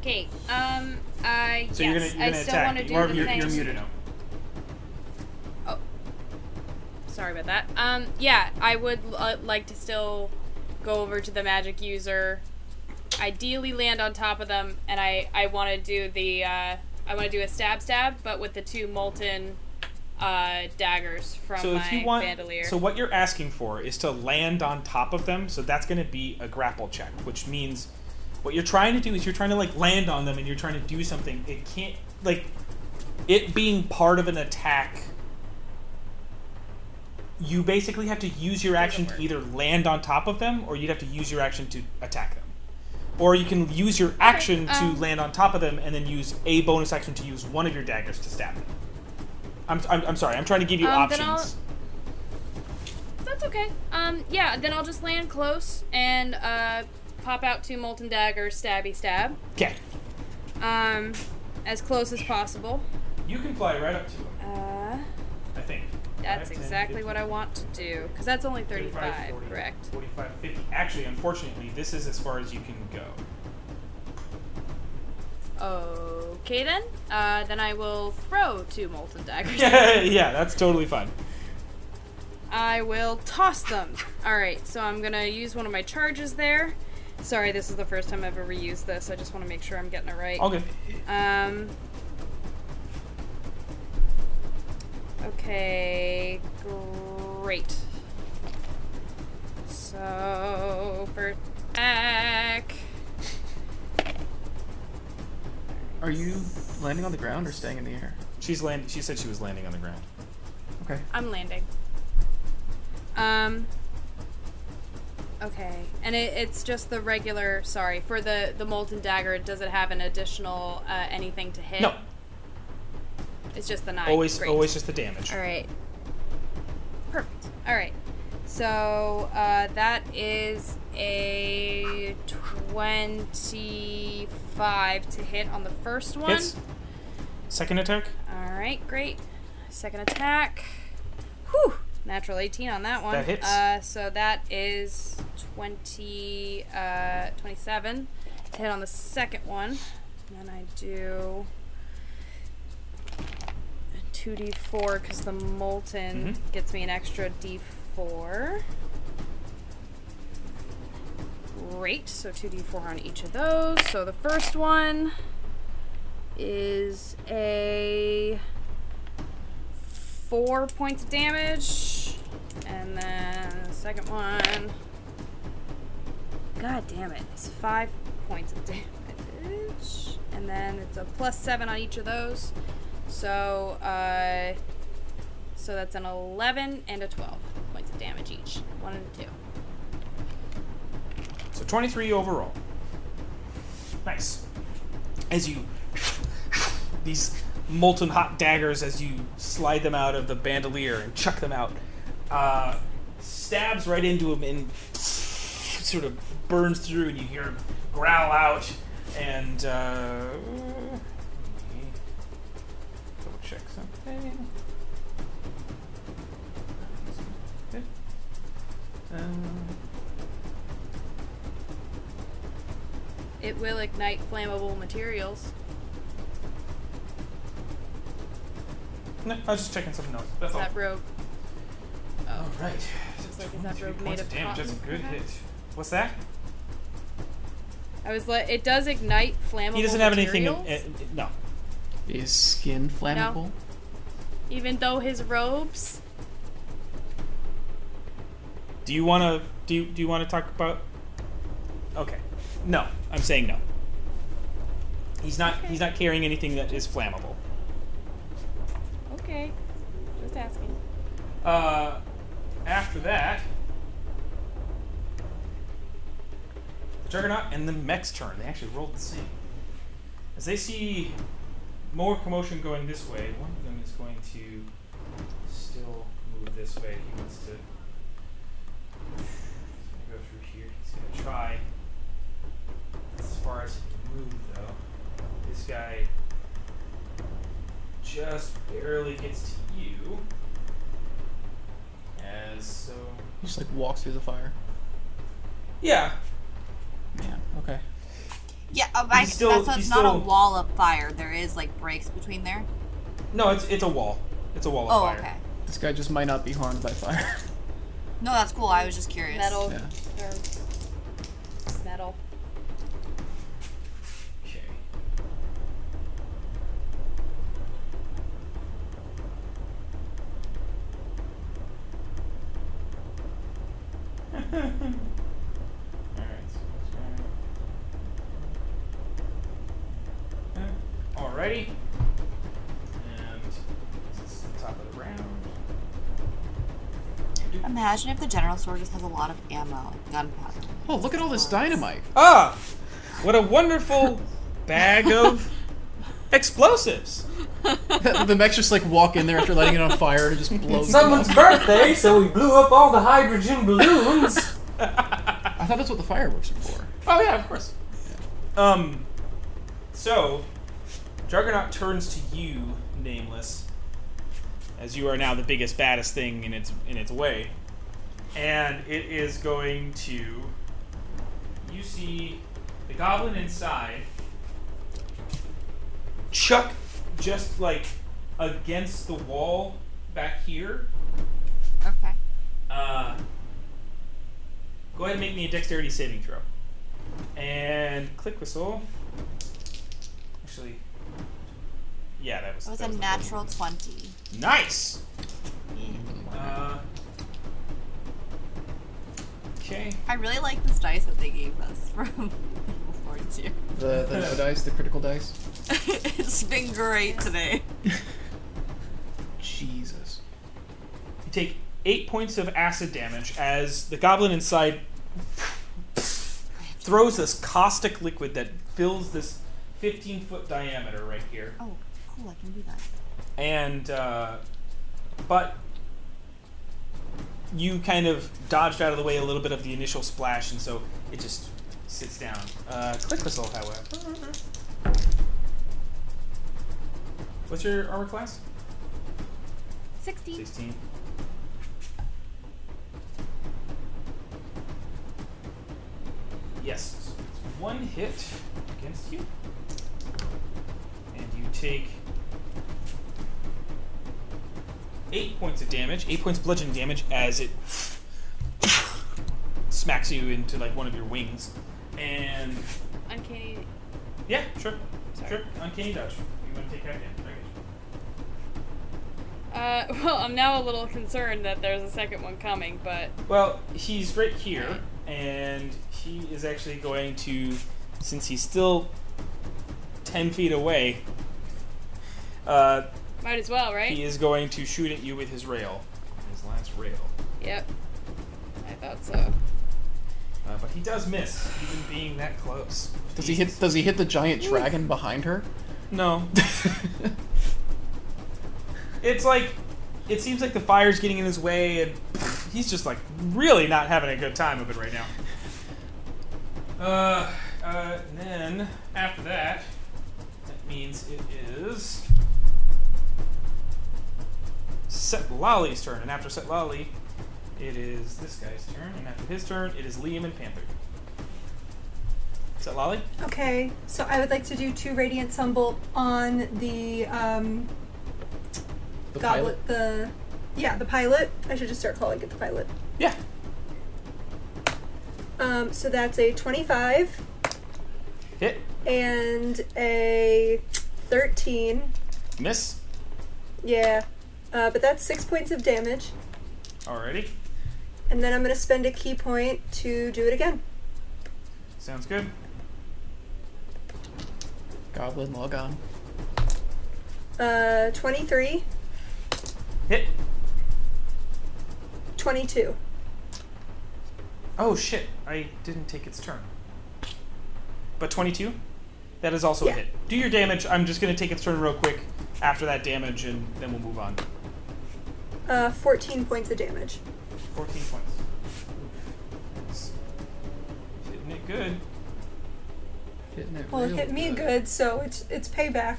Okay. Um.
So
Uh. yes.
you're gonna you're
I
gonna
still
attack.
want to do
Marv,
the
you're,
thing.
you're muted now.
Sorry about that. Um, yeah, I would uh, like to still go over to the magic user, ideally land on top of them, and I, I want to do the, uh, I want to do a stab stab, but with the two molten uh, daggers from
So
my
if you want,
bandolier.
so what you're asking for is to land on top of them. So that's going to be a grapple check, which means what you're trying to do is you're trying to like land on them and you're trying to do something. It can't like it being part of an attack. You basically have to use your action to
work.
either land on top of them or you'd have to use your action to attack them. Or you can use your action to
um,
land on top of them and then use a bonus action to use one of your daggers to stab them. I'm, I'm, I'm sorry, I'm trying to give you
Um, then I'll-
options.
That's okay. Um, yeah, then I'll just land close and uh, pop out two molten daggers, stabby stab.
Okay.
Um, as close as possible.
You can fly right up to them,
Uh,
I think.
that's exactly what I want to do because that's only 35,
40,
correct?
45, 50. Actually, unfortunately, this is as far as you can go.
Okay then. Uh, then I will throw two molten daggers.
Yeah, yeah, that's totally fine.
I will toss them. All right, so I'm gonna use one of my charges there. Sorry, this is the first time I've ever used this. I just want to make sure I'm getting it right.
Okay.
Um. Okay, great. So for attack,
Are you landing on the ground or staying in the air?
She's land. She said she was landing on the ground.
Okay.
I'm landing. Um. Okay, and it, it's just the regular. Sorry for the the molten dagger. Does it have an additional uh, anything to hit?
No,
it's just the nine.
always,
Great.
always just the damage.
All right.
Perfect. All right. So uh, that is a 25 to hit on the first one.
Hits. Second attack.
All right, great. Second attack. Whew! Natural 18 on that one.
That hits.
Uh, so that is 20, uh, 27 to hit on the second one. And then I do 2d4 because the molten
Mm-hmm.
gets me an extra d4. Great. So 2d4 on each of those. So the first one is a four points of damage, and then the second one. God damn it! It's five points of damage, and then it's a plus seven on each of those. So, uh, so that's an eleven and a twelve points of damage each. One and a two.
So 23 overall. Nice. As you these molten hot daggers as you slide them out of the bandolier and chuck them out, uh, stabs right into him and sort of burns through, and you hear him growl out. And uh, let me double check something. Um,
It will ignite flammable materials.
no, I was just checking something else. That's
Is
all.
that rogue?
All right.
Looks like- is that
23
rope made
points
of
of damage. That's a
cotton,
good hit.
perhaps?
What's that?
I was like, it does ignite flammable.
He doesn't have anything.
materials,
In, uh, uh, no.
Is skin flammable?
even though his robes.
Do you want to? Do you, do you want to talk about? Okay. No, I'm saying no. He's not. He's not carrying anything that is flammable.
Okay, just asking.
Uh, after that, Juggernaut and the mech's turn. They actually rolled the same. As they see more commotion going this way, one of them is going to still move this way. He wants to he's gonna go through here. He's going to try as far as he can move, though. This guy just barely gets to you. As so.
He just like walks through the fire.
Yeah.
Man. Okay.
Yeah, oh, I,
He's still-
that's, that's
he's
not a
still-
wall of fire. There is like breaks between there.
No, it's it's a wall. It's a wall of
Oh,
fire.
okay.
This guy just might not be harmed by fire.
No, that's cool. I was just curious.
Metal.
yeah.
Or metal.
Okay. Alright, so let's go. Alrighty. And this is the top of the round.
Imagine if the general store just has a lot of ammo, gunpowder.
Oh, look at all this dynamite.
Ah! What a wonderful bag of explosives.
the mechs just like walk in there after lighting it on fire and it just blows. them
Someone's
up.
birthday, so we blew up all the hydrogen balloons.
I thought that's what the fireworks are for.
Oh yeah, of course. Um, so Juggernaut turns to you, Nameless, as you are now the biggest, baddest thing in its in its way, and it is going to. You see the goblin inside. Chuck, just like against the wall back here.
Okay.
Uh, go ahead and make me a dexterity saving throw. And click whistle. Actually, yeah, that was.
It was
that
Oh, a
was the-
natural 20.
Nice. Uh, okay.
I really like this dice that they gave us from Evil Fortune.
The the no dice, the critical dice.
it's been great today.
Jesus.
You take eight points of acid damage as the goblin inside throws this caustic liquid that fills this 15 foot diameter right here.
Oh, cool, I can do that.
and uh, but you kind of dodged out of the way a little bit of the initial splash, and so it just sits down. Uh, click whistle, however. What's your armor class?
16.
Sixteen. Yes, so it's one hit against you, and you take eight points of damage, eight points of bludgeoning damage as it smacks you into like one of your wings. And
Uncanny.
yeah, sure, sure, uncanny dodge. You want to take that damage? I guess.
Uh, well, I'm now a little concerned that there's a second one coming, but
Well, he's right here, and he is actually going to, since he's still ten feet away. Uh,
might as well, right?
he is going to shoot at you with his rail, his last rail.
Yep. I thought so.
Uh, but he does miss, even being that close.
Does he hit?
Jesus.
Does he hit the giant dragon behind her?
No, it's like it seems like the fire's getting in his way and he's just like really not having a good time of it right now uh, uh and then after that that means it is set lolly's turn and after set lolly it is this guy's turn and after his turn it is liam and panther set lolly
Okay, so I would like to do two radiant sunbolt on the um,
The
goblet. The yeah, the pilot. I should just start calling it the pilot.
yeah
Um, so that's a twenty-five
hit
and a thirteen.
miss
Yeah, uh, but that's six points of damage,
already
and then I'm gonna spend a key point to do it again.
sounds good
Goblin log on.
Uh, 23,
hit
22.
Oh shit! I didn't take its turn. But twenty-two, that is also a
Yeah.
hit. Do your damage. I'm just gonna take its turn real quick after that damage, and then we'll move on.
Uh, 14 points of damage.
Fourteen points. That's Hitting it good.
Hitting it
Well, it
real
hit me good, so it's it's payback.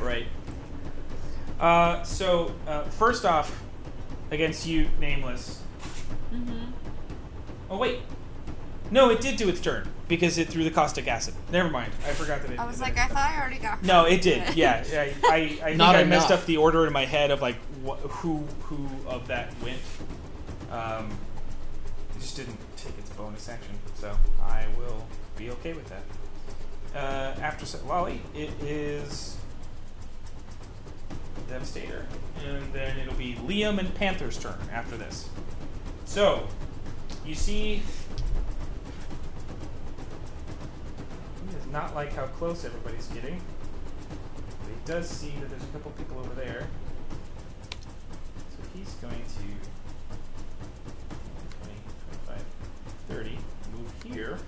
Right. Uh, so uh, first off, against you, nameless. Mm-hmm. Oh wait, no, it did do its turn because it threw the caustic acid. Never mind. I forgot that it.
I was
that
like,
it-
I thought I already got
No, it did. Yeah, I, I, I think
Not
I messed
enough.
up the order in my head of like wh- who who of that went. Um, it just didn't take its bonus action, so I will be okay with that. Uh, after set lolly, it is devastator, and then it'll be Liam and Panther's turn after this. So you see. He does not like how close everybody's getting. But he does see that there's a couple people over there. So he's going to 20, 25, 30, move here.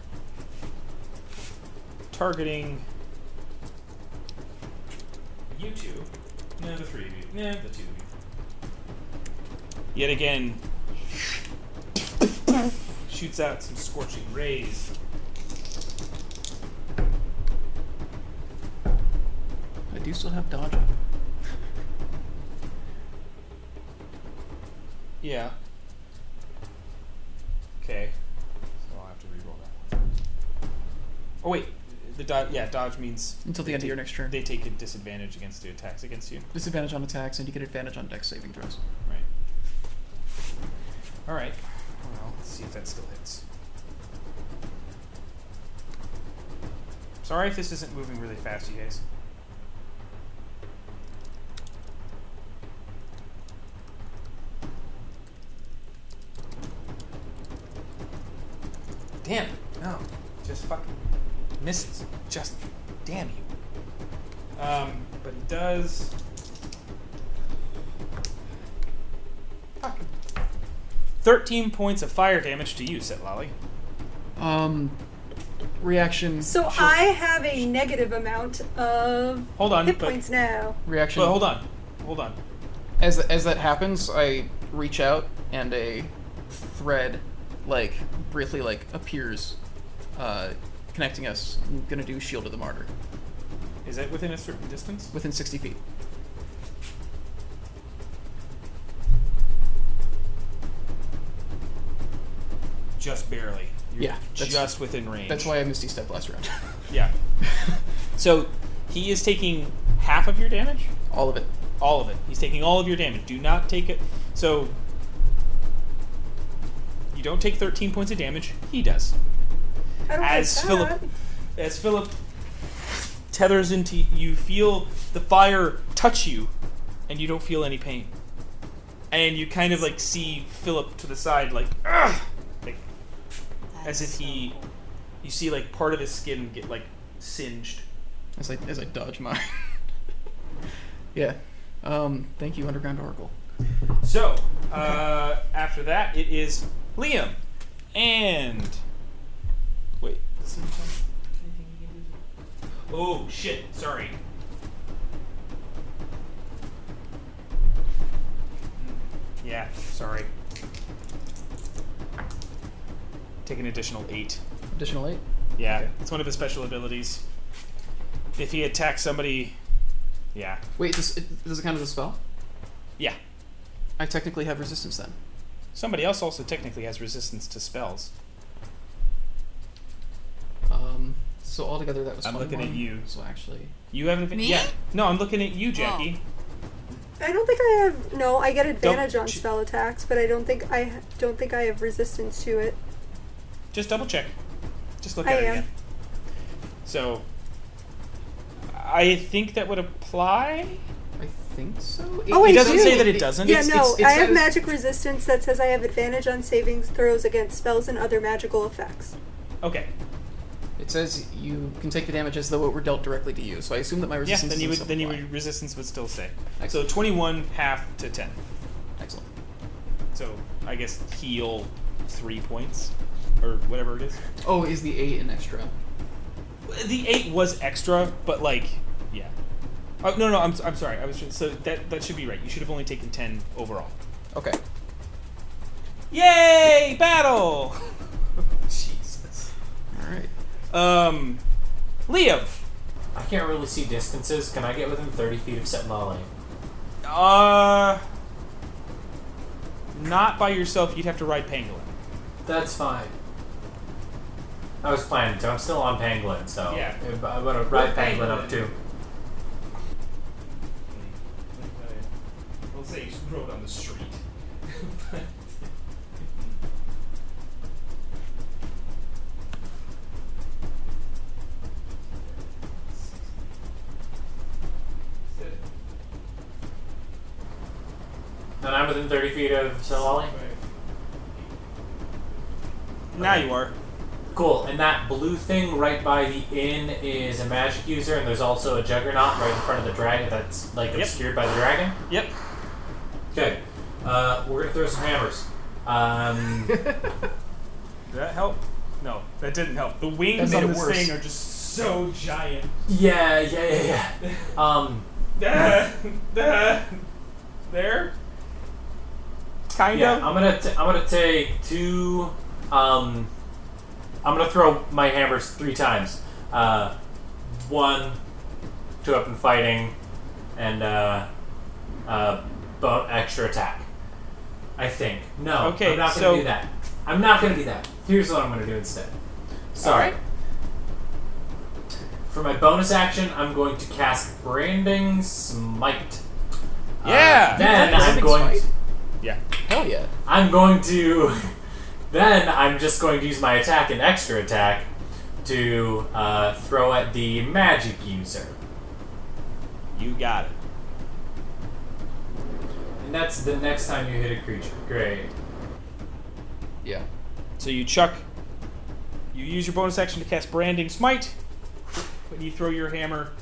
targeting you two. No, the three of you. No, the two of you. Yet again, shoots out some scorching rays.
I do still have dodge. up.
Yeah. Okay. So I'll have to reroll that one. Oh wait, the dodge. Yeah, dodge means
Until the end of your next turn.
they take a disadvantage against the attacks against you.
Disadvantage on attacks, and you get advantage on dex saving throws.
Right. All right. Well, let's see if that still hits. Sorry if this isn't moving really fast, you guys. Damn it. No. Just fucking misses. Just damn you. Um, but he does. Fuck. 13 points of fire damage to you, Set Lolly.
Um, reaction.
So
sure.
I have a negative amount of
Hold on,
hit
but-
points now.
reaction.
But hold on. Hold on.
As as that happens, I reach out and a thread, like briefly, like appears, uh, connecting us. I'm gonna do shield of the martyr
Is that within a certain distance?
within 60 feet.
Just barely. You're
Yeah, that's-
Just within range.
That's why I misty step last round.
Yeah. so he is taking half of your damage?
All of it.
All of it. He's taking all of your damage. Do not take it. So you don't take 13 points of damage. He does.
I don't
As
like
Philip-
that.
As Philip tethers into you, feel the fire touch you, and you don't feel any pain. And you kind of like see Philip to the side, like, "Ugh!" like as if he, you see like part of his skin get like singed.
As I as I dodge mine. yeah. Um. Thank you, Underground Oracle.
So uh, after that, it is Liam, and wait. does he have anything he can do? Oh shit! Sorry. Yeah, sorry. Take an additional eight.
Additional eight.
Yeah,
Okay.
it's one of his special abilities. If he attacks somebody, yeah,
Wait, does it, does it count as a spell?
yeah.
I technically have resistance then.
Somebody else also technically has resistance to spells.
Um. So altogether, that was.
I'm looking at
21.
you.
So actually,
You haven't.
Me?
Yeah. No, I'm looking at you, Jackie.
I don't think I have. No, I get advantage on
ch-
spell attacks, but I don't think I ha- don't think I have resistance to it.
Just double check. Just look
I
at it
am.
again. So, I think that would apply.
I think so.
Oh,
it
I
doesn't
do.
say that it doesn't.
Yeah,
it's,
no,
it's-
I have
it's-
magic resistance that says I have advantage on saving throws against spells and other magical effects.
Okay.
It says you can take the damage as though it were dealt directly to you. So I assume that my
Yeah.
resistance.
Then you would.
doesn't
Then you
apply.
would. Resistance would still stay.
Excellent.
So 21 half to 10.
Excellent.
So I guess heal three points, or whatever it is.
Oh, is the eight an extra?
The eight was extra, but like, yeah. Oh no, no. I'm, I'm sorry. I was. So that that should be right. You should have only taken 10 overall.
Okay.
Yay! Battle. Jesus.
All right.
Um, Liam.
I can't really see distances. Can I get within 30 feet of Set Lolly?
Uh, not by yourself. You'd have to ride Pangolin.
That's fine. I was planning to. I'm still on Pangolin, so
Yeah.
if- I want to ride
Well,
Pangolin up
Pangolin-
too.
Let's say you rode on the street.
And I'm within 30 feet of Set Lolly.
Now you are.
Cool. And that blue thing right by the inn is a magic user, and there's also a Juggernaut right in front of the dragon that's like
Yep.
obscured by the dragon.
Yep.
Okay. Uh, we're gonna throw some hammers. Um,
Did that help? No, that didn't help. The wings
That
on
made it
this
worse.
thing are just so giant.
Yeah, yeah, yeah, yeah. Um,
Ah, ah, there. Kind
yeah,
of.
I'm gonna t- I'm gonna take two. Um, I'm gonna throw my hammers three times. Uh, one, two up and fighting, and uh, uh, bo- extra attack. I think. No,
Okay,
I'm not gonna
so-
do that. I'm not gonna do that. Here's what I'm gonna do instead. Sorry.
Alright.
For my bonus action, I'm going to cast Branding Smite. Uh,
Yeah.
then I'm
Branding
going.
Smite?
yeah.
Hell yeah.
I'm going to. Then I'm just going to use my attack and extra attack to uh, throw at the magic user.
You got it.
And that's the next time you hit a creature. Great.
Yeah.
So you chuck. You use your bonus action to cast Branding Smite, and you throw your hammer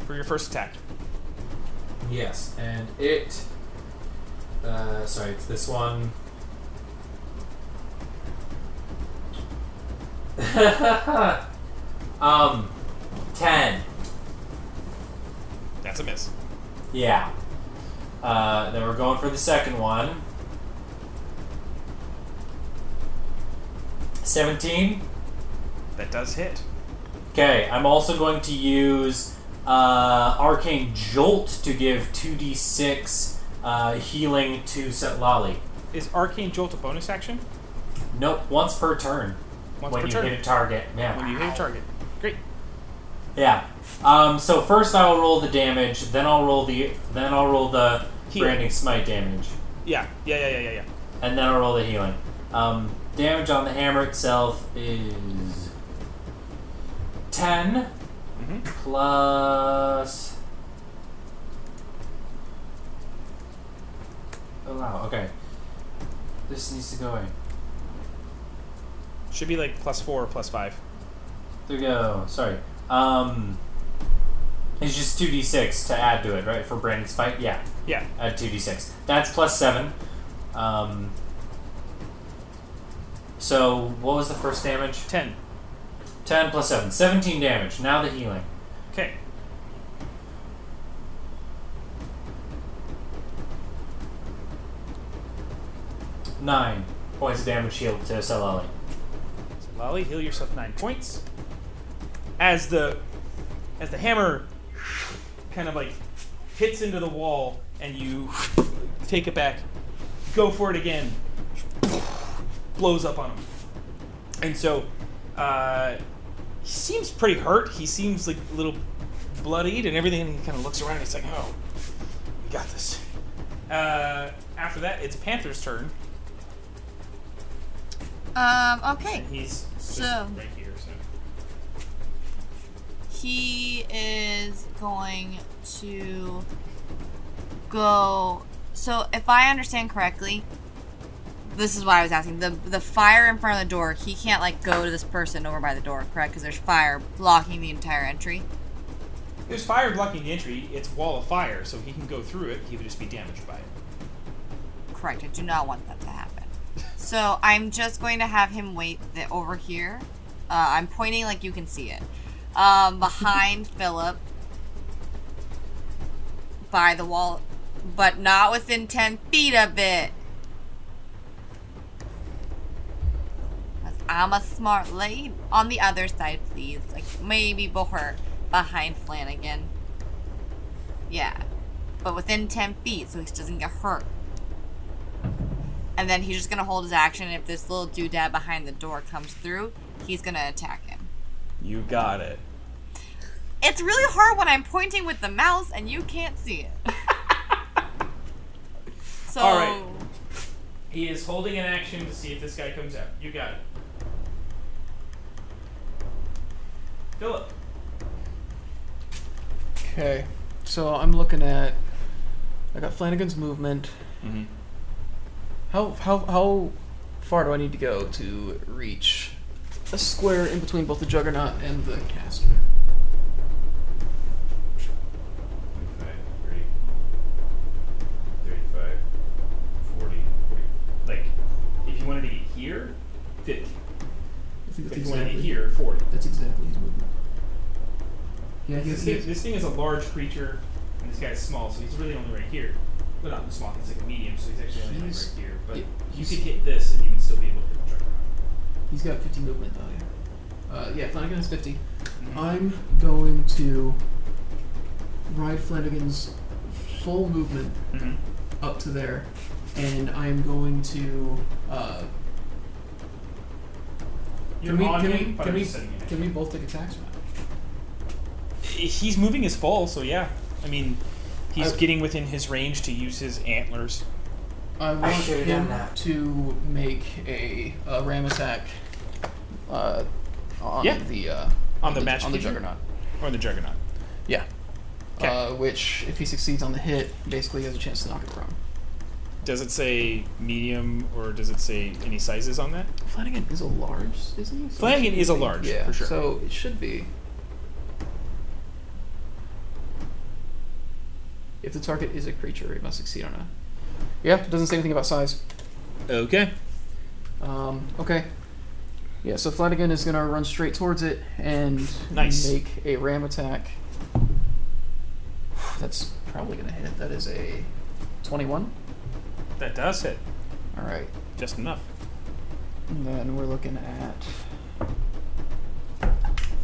for your first attack.
Yes, and it. Uh, sorry, it's this one. um, 10.
That's a miss.
Yeah. Uh, then we're going for the second one. 17.
That does hit.
Okay, I'm also going to use uh, Arcane Jolt to give 2d6 uh, healing to Setlali.
Is Arcane Jolt a bonus action?
Nope, once per turn.
Once
when
per
you
turn.
hit a target. Yeah.
When you hit a target. Great.
Yeah. Um, so first I'll roll the damage, then I'll roll the then I'll roll the
Healing.
branding smite damage.
Yeah. Yeah, yeah, yeah, yeah, yeah.
And then I'll roll the healing. Um, damage on the hammer itself is 10
Mhm.
plus. Oh wow, okay. This needs to go away.
Should be like plus four or plus five.
There we go. Sorry. Um, it's just 2d6 to add to it, right? For Brandon Spike? Yeah.
Yeah.
at 2d6. That's plus 7. Um, so, what was the first damage?
Ten.
10 plus 7. 17 damage. Now the healing.
Okay.
Nine points of damage healed to Selali.
So Lolly, heal yourself nine points. As the as the hammer kind of like hits into the wall and you take it back, go for it again, blows up on him. And so uh, he seems pretty hurt. He seems like a little bloodied and everything. And he kind of looks around. And he's like, "Oh, we got this." Uh, after that, it's Panther's turn.
Um, okay.
And he's just
So-
right here. So
He is going to go. So, if I understand correctly, this is why I was asking. The the fire in front of the door, he can't like go to this person over by the door, correct? Because there's fire blocking the entire entry.
There's fire blocking the entry. It's wall of fire, so he can go through it. He would just be damaged by it.
Correct. I do not want that to happen. So I'm just going to have him wait the, over here. Uh, I'm pointing like you can see it. Um, behind Philip. By the wall, but not within 10 feet of it. 'Cause I'm a smart lady. On the other side, please. Like, maybe her behind Flanagan. Yeah. But within 10 feet, so he doesn't get hurt and then he's just gonna hold his action. If this little doodad behind the door comes through, he's gonna attack him.
You got it.
It's really hard when I'm pointing with the mouse and you can't see it. so,
All right. He is holding an action to see if this guy comes out. You got it. Philip.
Okay. So I'm looking at. I got Flanagan's movement.
Mm-hmm.
How how how far do I need to go to reach a square in between both the juggernaut and the caster?
Like, if you wanted to get here, 50.
I think
If
that's
you wanted to get
exactly.
here, 40.
That's exactly his movement.
This thing, this thing is a large creature, and this guy's small, so he's really only right here. Well, not small, he's like a medium, so he's actually only like
He's-
right here. But
yeah,
you
he's-
could hit this, and you would still be able to hit the truck around.
He's got 50 movement though. Uh, yeah, Flanagan is 50.
Mm-hmm.
I'm going to ride Flanagan's full movement
Mm-hmm.
up to there, and I'm going to. Uh,
You're
can we,
on
can
him,
we,
but
can
I'm
we,
just setting it.
can we both take attacks?
He's moving his fall, so yeah. I mean, he's
I-
getting within his range to use his antlers.
I want
should've
him
done that.
to make a, uh ram attack uh, on
Yeah.
the uh,
On the magic
on the
user?
juggernaut.
Or the Juggernaut.
Yeah.
'Kay.
Uh, which, if he succeeds on the hit, basically he has a chance to knock it prone.
Does it say medium or does it say any sizes on that?
Flanagan is a large, isn't he? So
Flanagan
it
is a
should be-
large,
yeah,
for sure.
So it should be. If the target is a creature, it must succeed on a. Yeah, it doesn't say anything about size.
Okay.
Um, okay. Yeah, so Flanagan is gonna run straight towards it and
Nice.
make a ram attack. That's probably gonna hit. That is a twenty-one.
That does hit.
All right.
Just enough.
And then we're looking at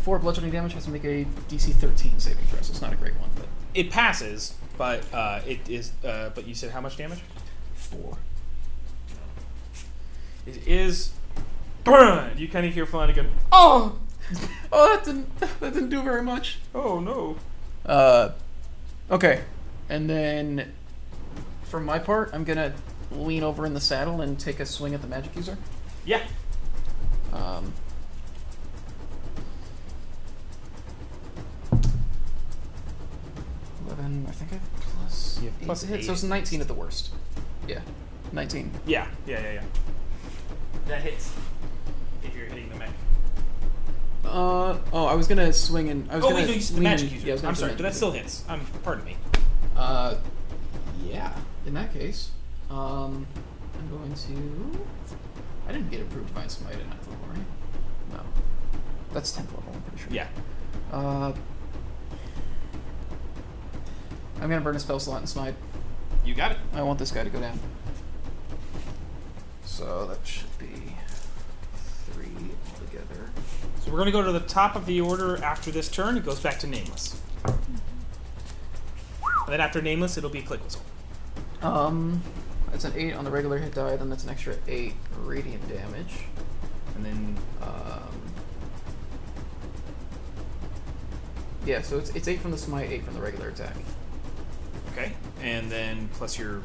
four bludgeoning damage. Has to make a DC 13 saving throw, so it's not a great one, but
It passes, but uh, it is. Uh, but you said how much damage?
four.
It is. Burn! You kind of hear Flanagan.
Oh, oh, that didn't that didn't do very much.
Oh no.
Uh, okay. And then, for my part, I'm gonna lean over in the saddle and take a swing at the magic user.
Yeah.
Um, Eleven, I think I have plus
You have
eight
plus
to hit, so
eight.
it's nineteen at the worst. Yeah, nineteen.
Yeah. Yeah. Yeah. Yeah. That hits. If you're hitting the mech.
Uh oh, I was gonna swing and I was
Oh
gonna
wait, no, you said the
lean
magic
in-
user.
Yeah, I was gonna
I'm
do
sorry,
magic
but that
user.
still hits. I'm. Pardon me.
Uh, yeah. In that case, um, I'm going to. I didn't get approved divine smite at ninth level, right? No, that's tenth level. I'm pretty sure.
Yeah.
Uh, I'm gonna burn a spell slot and smite.
You got it.
I want this guy to go down. So that should be three altogether.
So we're gonna go to the top of the order after this turn. It goes back to nameless. And then after nameless, it'll be click whistle.
Um, that's an eight on the regular hit die. Then that's an extra eight radiant damage.
And then
Um, yeah, so it's, it's 8 from the smite, 8 from the regular attack.
okay, and then plus your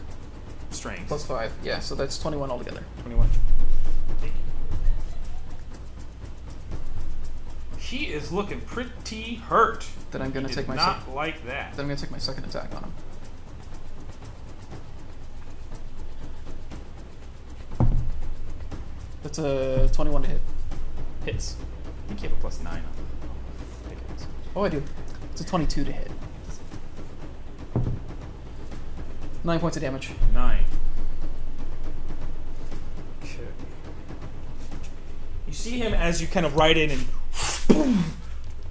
strength.
Plus 5, yeah, so that's 21 altogether.
21. He is looking pretty hurt.
Then I'm gonna
Did
take my
not
sec-
like that.
then I'm gonna take my second attack on him. That's a 21 to hit.
Hits. I think you have a plus nine. On it.
Oh, I do. It's a 22 to hit. 9 points of damage.
Nine. Okay. You see him as you kind of ride in and boom,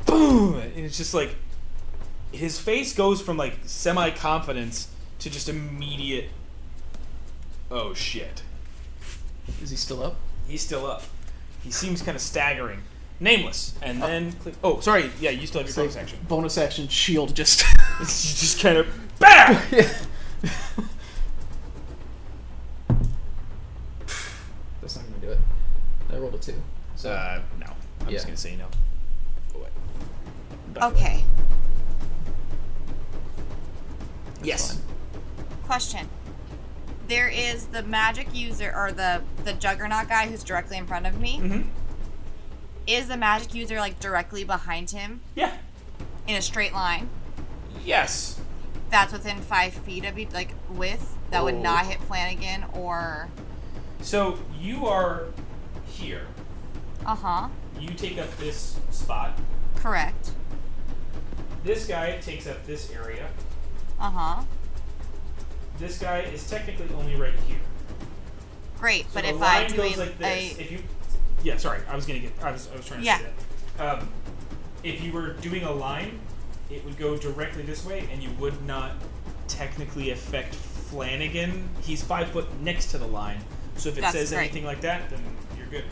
boom, and it's just like his face goes from like semi confidence to just immediate. Oh shit.
Is he still up?
He's still up. He seems kind of staggering. Nameless. And
Uh,
then. click oh, sorry. Yeah, you still have your
So,
bonus action.
Bonus action, shield just.
you just kind of. BAM!
That's not gonna do it. I rolled a two. So
Uh, no. I'm
Yeah.
just going to say no.
Okay.
that's
Yes.
fine.
Question. There is the magic user or the the juggernaut guy who's directly in front of me.
Mm hmm.
Is the magic user like directly behind him
Yeah.
in a straight line?
Yes.
That's within five feet of each, like width. That would
Oh.
not hit Flanagan or.
So you are here.
Uh huh.
You take up this spot.
Correct.
This guy takes up this area.
Uh huh.
This guy is technically only right here.
Great,
So
but
the
if
line
I do
goes
a,
like
a-
this, if you, yeah, sorry, I was gonna get, I was, I was trying to
Yeah.
say that. Um, if you were doing a line, it would go directly this way, and you would not technically affect Flanagan. He's five foot next to the line, so if it
That's
says
great.
anything like that, then you're good.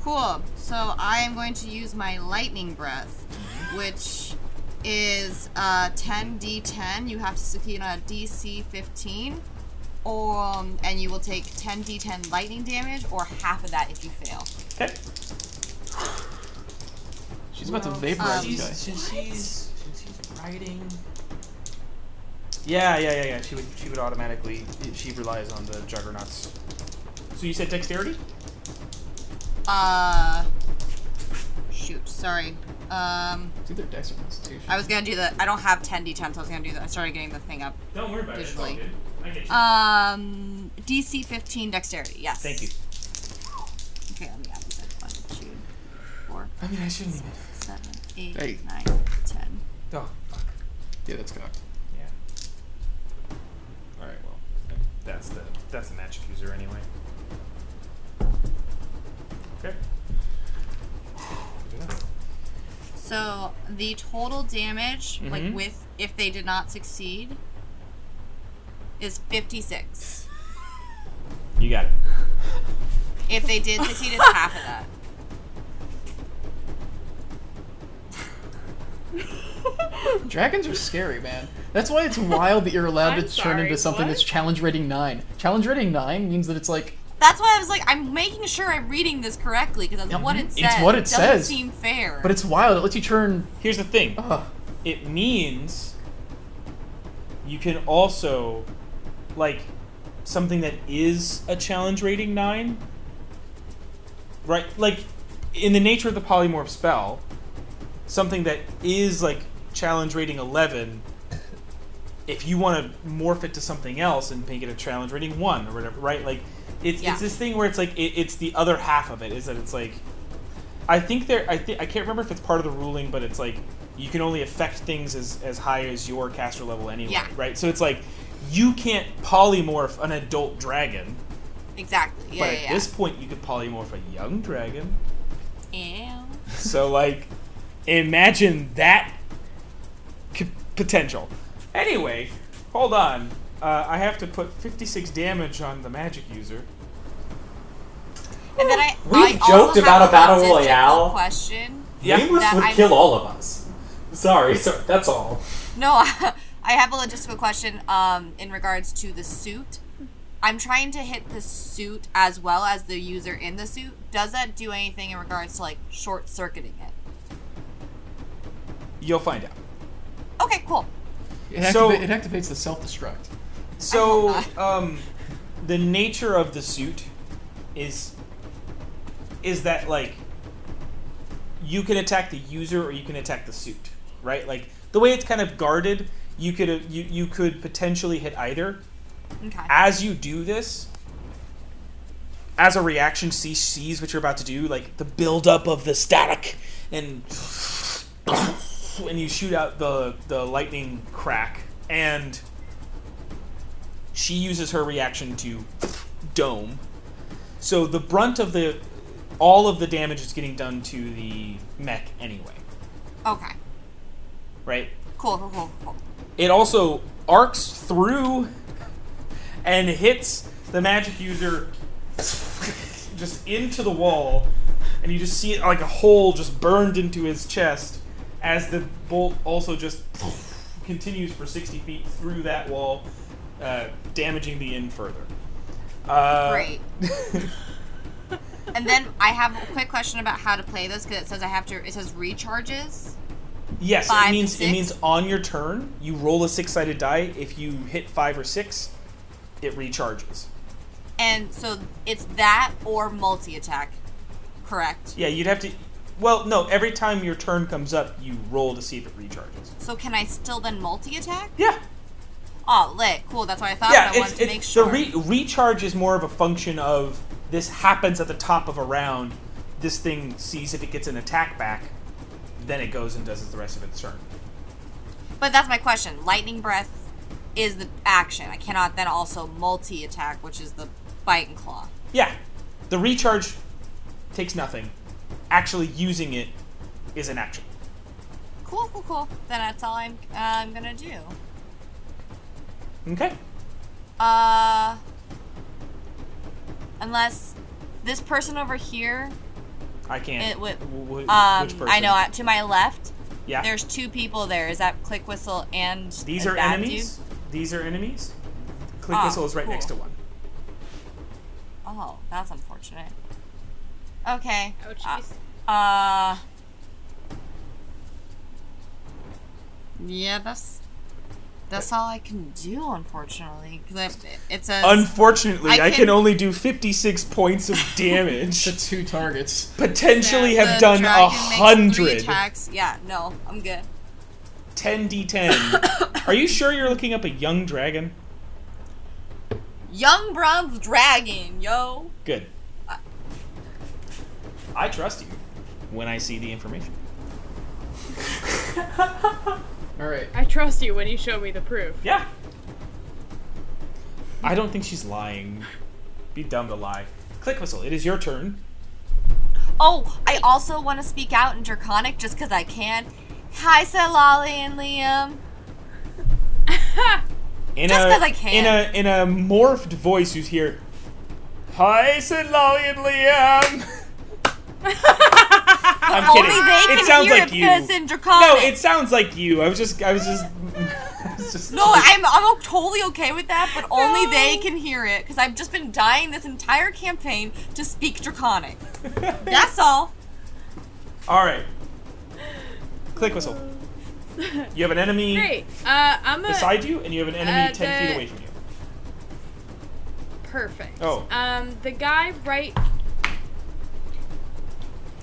Cool. So I am going to use my lightning breath, which is uh, 10d10. You have to succeed on a DC 15, um, and you will take 10d10 lightning damage, or half of that if you fail.
Okay.
She's about to vaporize
um,
this guy.
She's, since she's since she's writing. Yeah, yeah, yeah, yeah. She would she would automatically she relies on the juggernauts. So you said dexterity?
Uh, shoot. Sorry. Um,
It's either Dex or Constitution.
I was gonna do the. I don't have 10d10, so I was gonna do that. I started getting the thing up.
Don't worry about
it, it's all Digitally. good.
I get you.
Um, DC 15 dexterity. Yes.
Thank you.
Okay, let me add this. up. One, two, four,
I mean, I shouldn't even.
seven, eight,
Hey.
nine, ten.
Oh fuck.
Yeah, that's cocked.
Yeah. All right. Well, that's the that's the magic user anyway. Okay. Good enough.
So the total damage,
Mhm.
like with if they did not succeed, is 56.
You got it.
If they did succeed, it's half of that.
Dragons are scary, man. That's why it's wild that you're allowed to
I'm
turn
sorry,
into something
what?
that's challenge rating nine. Challenge rating nine means that it's like
That's why I was like, I'm making sure I'm reading this correctly because that's what it
It's
says.
what it
doesn't
says.
seem fair.
But it's wild. It lets you turn.
Here's the thing.
Uh,
it means you can also like something that is a challenge rating 9 right like in the nature of the polymorph spell something that is like challenge rating 11 if you want to morph it to something else and make it a challenge rating 1 or whatever right like it's,
Yeah.
it's this thing where it's like it, it's the other half of it is that it's like I think there. I think I can't remember if it's part of the ruling, but it's like you can only affect things as as high as your caster level anyway,
Yeah.
right? So it's like you can't polymorph an adult dragon,
exactly.
but
Yeah,
at
yeah.
this point you could polymorph a young dragon.
yeah. Ew.
so like, imagine that c- potential. Anyway, hold on. Uh, I have to put 56 damage on the magic user.
And then I,
We've
I also
joked about
have
a battle
logistical
royale.
Question.
Yeah,
Nameless
that
would
I'm-
kill all of us. Sorry, so that's all.
No, I have a logistical question um, in regards to the suit. I'm trying to hit the suit as well as the user in the suit. Does that do anything in regards to like short circuiting it?
You'll find out.
Okay, cool.
it, activa-
So-
it activates the self destruct.
So,
I hope
um, the nature of the suit is is that like you can attack the user or you can attack the suit, right? Like the way it's kind of guarded, you could uh, you you could potentially hit either.
Okay.
As you do this, as a reaction, she sees what you're about to do, like the buildup of the static, and and you shoot out the the lightning crack, and she uses her reaction to dome. So the brunt of the all of the damage is getting done to the mech anyway,
Okay.
right?
Cool, cool, cool, cool.
It also arcs through and hits the magic user just into the wall, and you just see it like a hole just burned into his chest as the bolt also just continues for 60 feet through that wall, uh, damaging the inn further. Uh,
Great. and then I have a quick question about how to play this because it says I have to. It says recharges.
Yes,
Five
it
to
means it
six?
means on your turn you roll a six-sided die. If you hit five or six, it recharges.
And so it's that or multi attack, correct?
Yeah, you'd have to. Well, no. Every time your turn comes up, you roll to see if it recharges.
So can I still then multi attack?
Yeah,
Oh, lit. Cool. That's what I thought.
yeah.
but
It's,
I wanted to
it's
make sure.
the re- recharge is more of a function of this happens at the top of a round. This thing sees if it gets an attack back, then it goes and does the rest of its turn.
But that's my question. Lightning breath is the action. I cannot then also multi attack, which is the bite and claw.
Yeah, the recharge takes nothing. Actually, using it is an action.
Cool, cool, cool. Then that's all I'm uh, I'm gonna do.
Okay.
Uh, unless this person over here,
I can't.
It would-
Wh- wh-
um,
which person?
I know uh, to my left,
yeah.
there's two people there. Is that Click Whistle and
These
and
are
that
enemies.
dude?
These are enemies. Click
Ah,
whistle is right next to
cool.
one.
Oh, that's unfortunate. Okay.
Oh,
Uh,
jeez.
Uh. Yeah, that's that's all I can do, unfortunately. Because it says
Unfortunately, I
I
can,
can-
only do 56 points of
to
damage.
two targets.
Potentially
Yeah,
the
have done a
dragon makes three
hundred.
attacks. Yeah, no, I'm good.
10 d10. are you sure you're looking up a young dragon?
Young bronze dragon, yo.
Good. I trust you when I see the information.
All right.
I trust you when you show me the proof.
Yeah. I don't think she's lying. Be dumb to lie. Click whistle. It is your turn.
Oh, I also want to speak out in Draconic just because I can. Hi, Salali and Liam.
In
Just
a-
'cause I can.
In a in a morphed voice, you hear, "Hi, St. Lolly and Liam." I'm
Only
kidding.
they
it
can
sounds
hear
like
it
you.
because in Draconic.
no, it sounds like you. I was just, I was just, I was just
No, I'm, I'm totally okay with that, but only they can hear it because I've just been dying this entire campaign to speak Draconic. That's all.
All right. Click whistle. You have an enemy
Great. Uh, I'm a
beside you, and you have an enemy
Uh,
ten
the-
feet away from you.
perfect.
Oh.
Um, the guy right.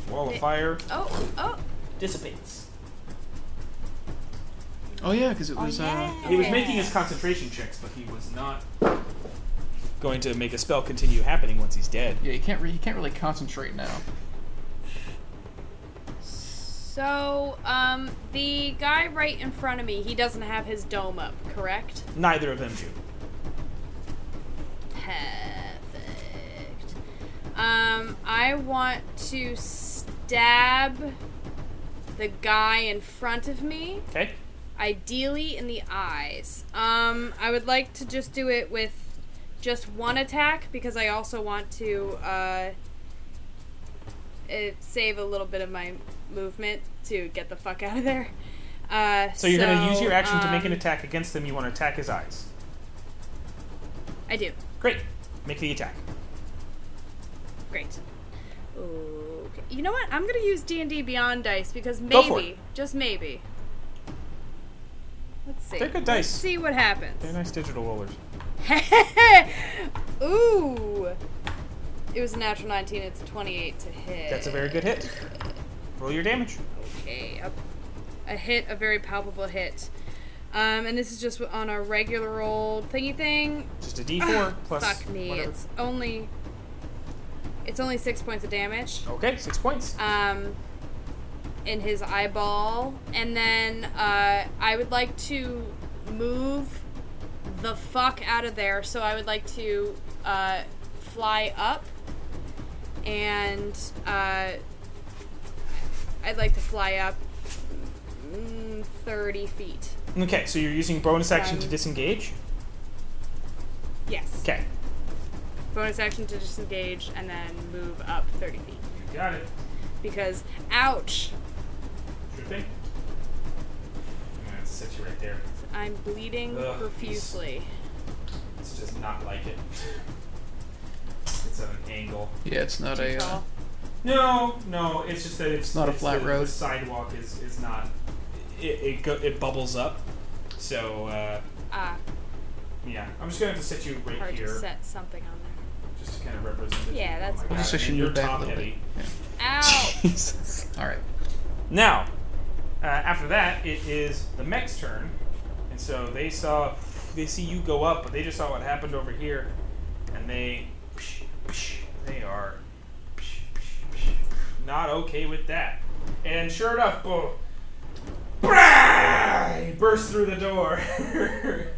Wall of fire
Oh, oh.
dissipates.
Oh yeah, because it was. uh,
He was
Okay.
making his concentration checks, but he was not going to make a spell continue happening once he's dead.
yeah, you can't. Re- you can't really concentrate now.
So, um, the guy right in front of me, he doesn't have his dome up, correct?
Neither of them do.
Perfect. Um, I want to stab the guy in front of me,
Okay.
ideally in the eyes. Um, I would like to just do it with just one attack because I also want to uh, it, save a little bit of my movement to get the fuck out of there. Uh,
So you're going to use your action to make an
um,
attack against them. You want to attack his eyes.
I do.
Great. Make the attack.
Great. Okay. You know what? I'm gonna use D and D Beyond dice because maybe,
Go for it.
just maybe. Let's see.
They're good
Let's
dice.
see what
They're
happens.
nice digital rollers.
Ooh. It was a natural 19. It's a 28 to hit.
That's a very good hit. Roll your damage.
Okay. A, a hit, a very palpable hit. Um, and this is just on our regular old thingy thing.
Just a D4 plus
Ah, Fuck me.
whatever.
It's only. It's only six points of damage.
Okay, six points.
um, in his eyeball, and then uh, I would like to move the fuck out of there. So I would like to uh, fly up, and uh, I'd like to fly up mm, thirty feet.
Okay, so you're using bonus action to
Um,
disengage.
Yes.
Okay.
Bonus action to disengage, and then move up thirty feet
You got it.
because ouch,
Sure thing. I'm going to set you right there.
I'm bleeding
Ugh.
profusely.
It's just not like it. It's at an angle.
Yeah, it's not a. Uh,
Call.
No, no. It's just that it's,
not a flat
the, The
road.
sidewalk is is not. It it, go, it bubbles up. So uh,
Ah.
yeah, I'm just gonna have to set you right
hard
here,
to set something on there.
just to kind of represent. it.
Yeah, that's
Oh my
fine.
God,
Just so
and
she
you're
moved back a
top
little
heavy.
Ow!
Jesus.
all right.
Now, uh, after that, it is the mech's turn, and so they saw, they see you go up, but they just saw what happened over here, and they, they are not okay with that. And sure enough, boom, he bursts through the door,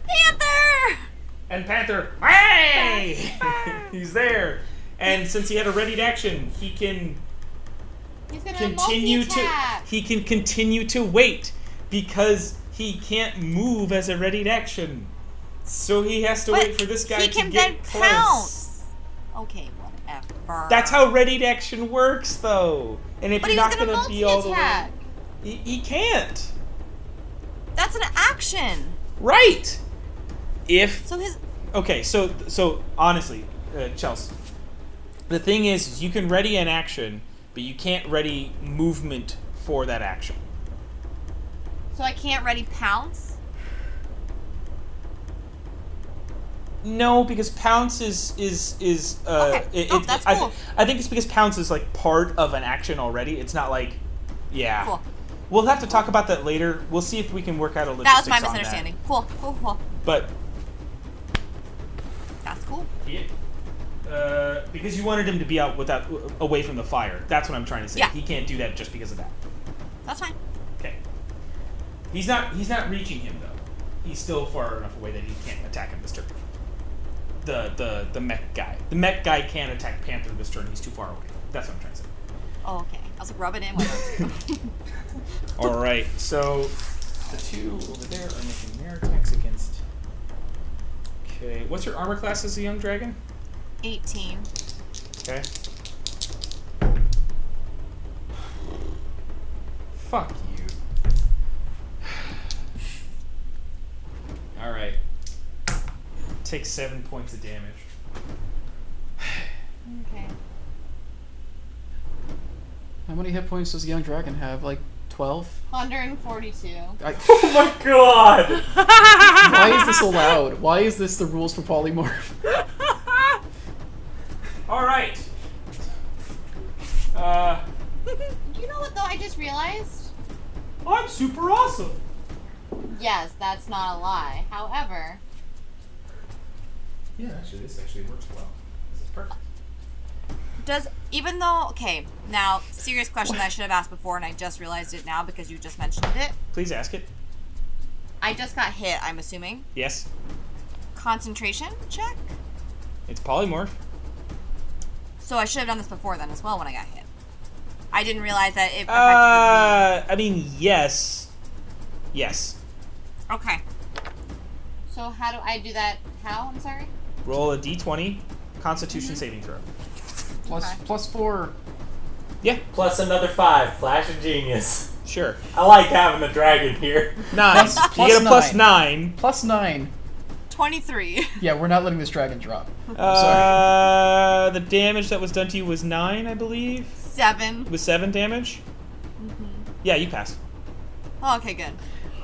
Panther!
and Panther, hey, he's there, and since he had a readied action, he can
He's gonna
continue to
multi-attack.
he can continue to wait because he can't move as a readied action. So he has to
But
wait for this guy
he
to
can
get
then
close.
pounce. Okay, whatever.
That's how readied action works, though. And if
But
you're
he was
not
gonna
going to be all the way,
multi-attack.
he, he can't.
That's an action.
Right. If
So his
okay, so so honestly, uh, Chelsea, the thing is, is you can ready an action, but you can't ready movement for that action.
so I can't ready pounce.
No, because pounce is is is. Uh,
Okay.
It,
Oh,
it-
that's
I,
cool.
I think it's because pounce is like part of an action already. It's not like, yeah.
Cool.
We'll have to talk about that later. We'll see if we can work out a
That
logistics
was my
on
misunderstanding. Cool, cool, cool.
But
That's cool.
Yeah. Uh, because you wanted him to be out without w- away from the fire. That's what I'm trying to say.
Yeah.
He can't do that just because of that.
That's fine.
Okay. He's not. He's not reaching him though. He's still far enough away that he can't attack him this turn. The the the mech guy. The mech guy can't attack Panther this turn. He's too far away. That's what I'm trying to say.
Oh, okay. I was like, rub it in. whatever.
All right. So the two over there are making their attacks against. Okay. What's your armor class as a young dragon?
18.
Okay. Fuck you. Alright. Take seven points of damage.
Okay.
How many hit points does a young dragon have? Like twelve.
142.
I,
Oh my god!
why is this allowed? Why is this the rules for polymorph?
Alright. Uh,
you know what though? I just realized.
I'm super awesome.
Yes, that's not a lie. However,
Yeah, actually, this actually works well. This is perfect.
does even though okay now serious question that I should have asked before and I just realized it now because you just mentioned it.
Please ask it.
I just got hit. I'm assuming
Yes,
concentration check.
it's polymorph.
So I should have done this before then as well when I got hit. I didn't realize that it affected the
Uh, I mean, yes. Yes.
knee. Okay. So how do I do that? How? I'm sorry.
Roll a d20, Constitution
Mm-hmm.
saving throw.
Plus
Okay.
plus four.
Yeah,
Plus another five. Flash of genius.
sure.
I like having a dragon here.
Nine.
Plus-
you
plus
get a plus nine.
Plus nine.
Twenty-three.
Yeah, we're not letting this dragon drop. I'm sorry.
Uh, the damage that was done to you was nine, I believe.
Seven.
It was seven damage.
Mm-hmm.
Yeah, you pass.
Oh, okay, good.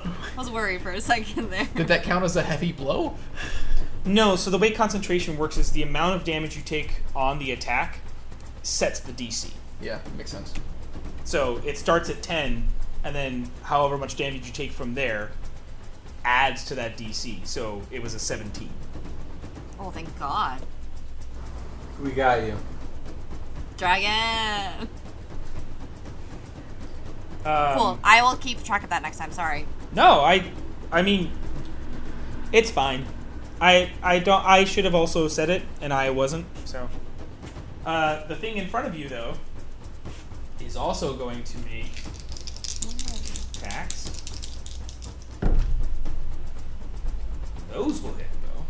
I was worried for a second there.
Did that count as a heavy blow?
No, so the way concentration works is the amount of damage you take on the attack sets the DC.
Yeah, makes sense.
So it starts at ten, and then however much damage you take from there adds to that DC. So it was a seventeen.
Oh, thank God.
We got you.
Dragon.
Um,
Cool. I will keep track of that next time. Sorry.
No, I I mean it's fine. I I don't I should have also said it and I wasn't. So uh, the thing in front of you though is also going to make attacks. Those will hit though.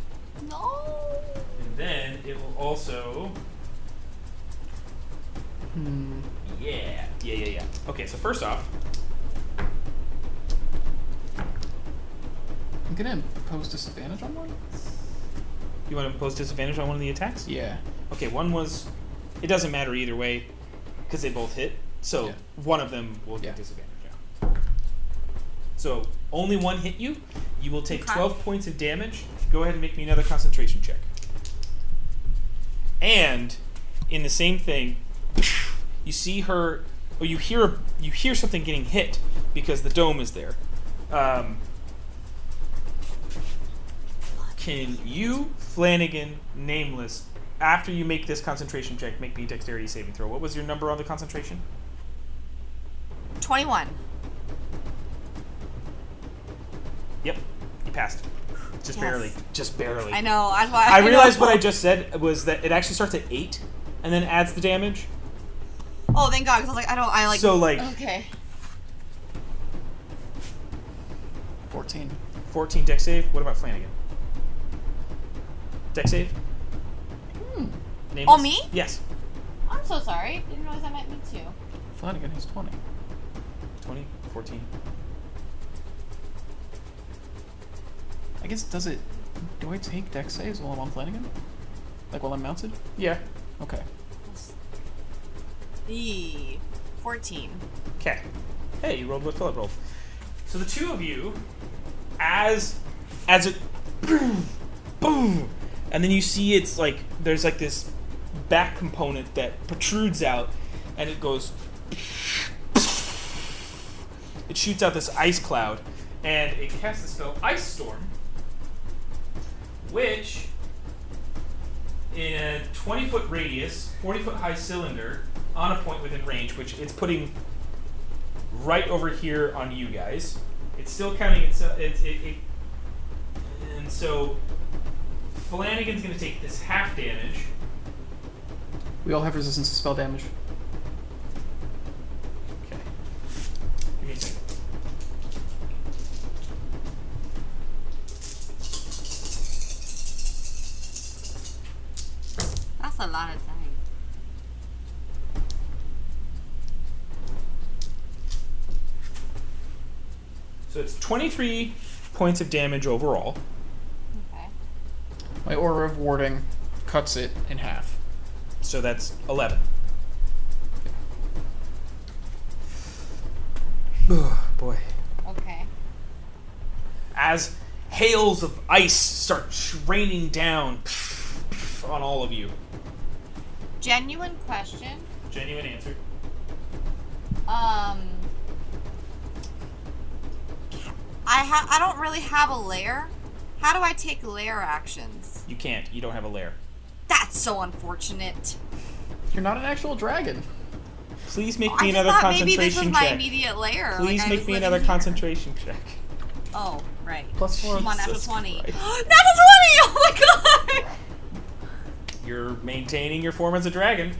No.
And then it will also
Hmm.
Yeah. Yeah, yeah, yeah. Okay, so first off,
I'm gonna impose disadvantage on one.
you want to impose disadvantage on one of the attacks?
Yeah.
Okay, one was. It doesn't matter either way, because they both hit. So
Yeah.
one of them will get
Yeah.
disadvantage. Yeah. So only one hit you. You will take
Okay.
twelve points of damage. Go ahead and make me another concentration check. And in the same thing, you see her, or you hear you hear something getting hit because the dome is there. Um, can you, Flanagan, nameless, after you make this concentration check, make me dexterity saving throw? What was your number on the concentration?
Twenty-one.
Yep, you passed. Just
Yes.
barely. Just barely.
I know. I, I,
I realized
know.
what I just said was that it actually starts at eight, and then adds the damage.
Oh, thank God. Because I was like, I don't. I like.
so like
Okay.
14.
14 deck save. What about Flanagan? Deck save? Name
Oh,
is-
me?
Yes.
I'm so sorry. Didn't realize that meant me too.
Flanagan has 20.
20, 14.
I guess, does it. Do I take deck saves while I'm on Flanagan? Like while I'm mounted?
Yeah.
Okay.
E. 14.
Okay. Hey, you rolled what Philip rolled. So the two of you, as as it boom, boom, and then you see it's like there's like this back component that protrudes out, and it goes. It shoots out this ice cloud, and it casts the spell Ice Storm, which, in a 20 foot radius, 40 foot high cylinder, on a point within range, which it's putting right over here on you guys. It's still counting itself. It's, it, it, and so Flanagan's going to take this half damage.
We all have resistance to spell damage.
Okay. Give me a second.
That's a lot of time.
So it's 23 points of damage overall.
Okay.
My aura of warding cuts it in half.
So that's 11. Oh, boy.
Okay.
as hails of ice start raining down on all of you.
Genuine question.
Genuine answer.
Um, I ha- I don't really have a lair. How do I take lair actions?
You can't. You don't have a lair.
That's so unfortunate.
You're not an actual dragon.
Please make
Oh, I
me
just
another
thought maybe this was
concentration
my
check.
immediate lair.
Please
like I
make
was
me
living
another
here.
concentration check.
Oh, right.
Plus four.
Come on, natural
Jesus
twenty. natural twenty!
Christ.
Oh my god!
You're maintaining your form as a dragon.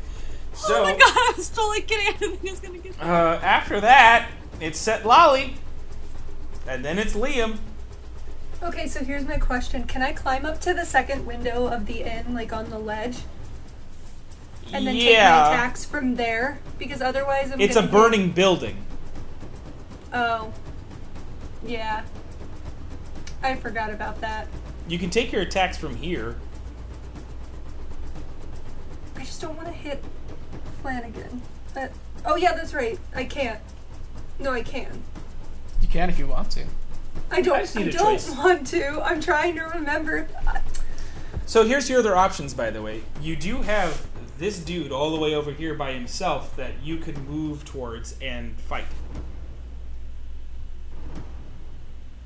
So,
oh my god! I was totally kidding. I didn't think I was gonna get.
Uh, after that, it's Set Lolly, and then it's Liam.
Okay, so here's my question. Can I climb up to the second window of the inn, like on the ledge, and then take
yeah,
my attacks from there? Because otherwise, I'm
it's a
gonna be-
burning building.
Oh, yeah. I forgot about that.
You can take your attacks from here.
I just don't want to hit Flanagan. But oh yeah, that's right. I can't. No, I can.
You can if you want to.
I don't.
I just need
I
a
don't
choice.
want to. I'm trying to remember. I-
So here's your other options, by the way. You do have this dude all the way over here by himself that you could move towards and fight.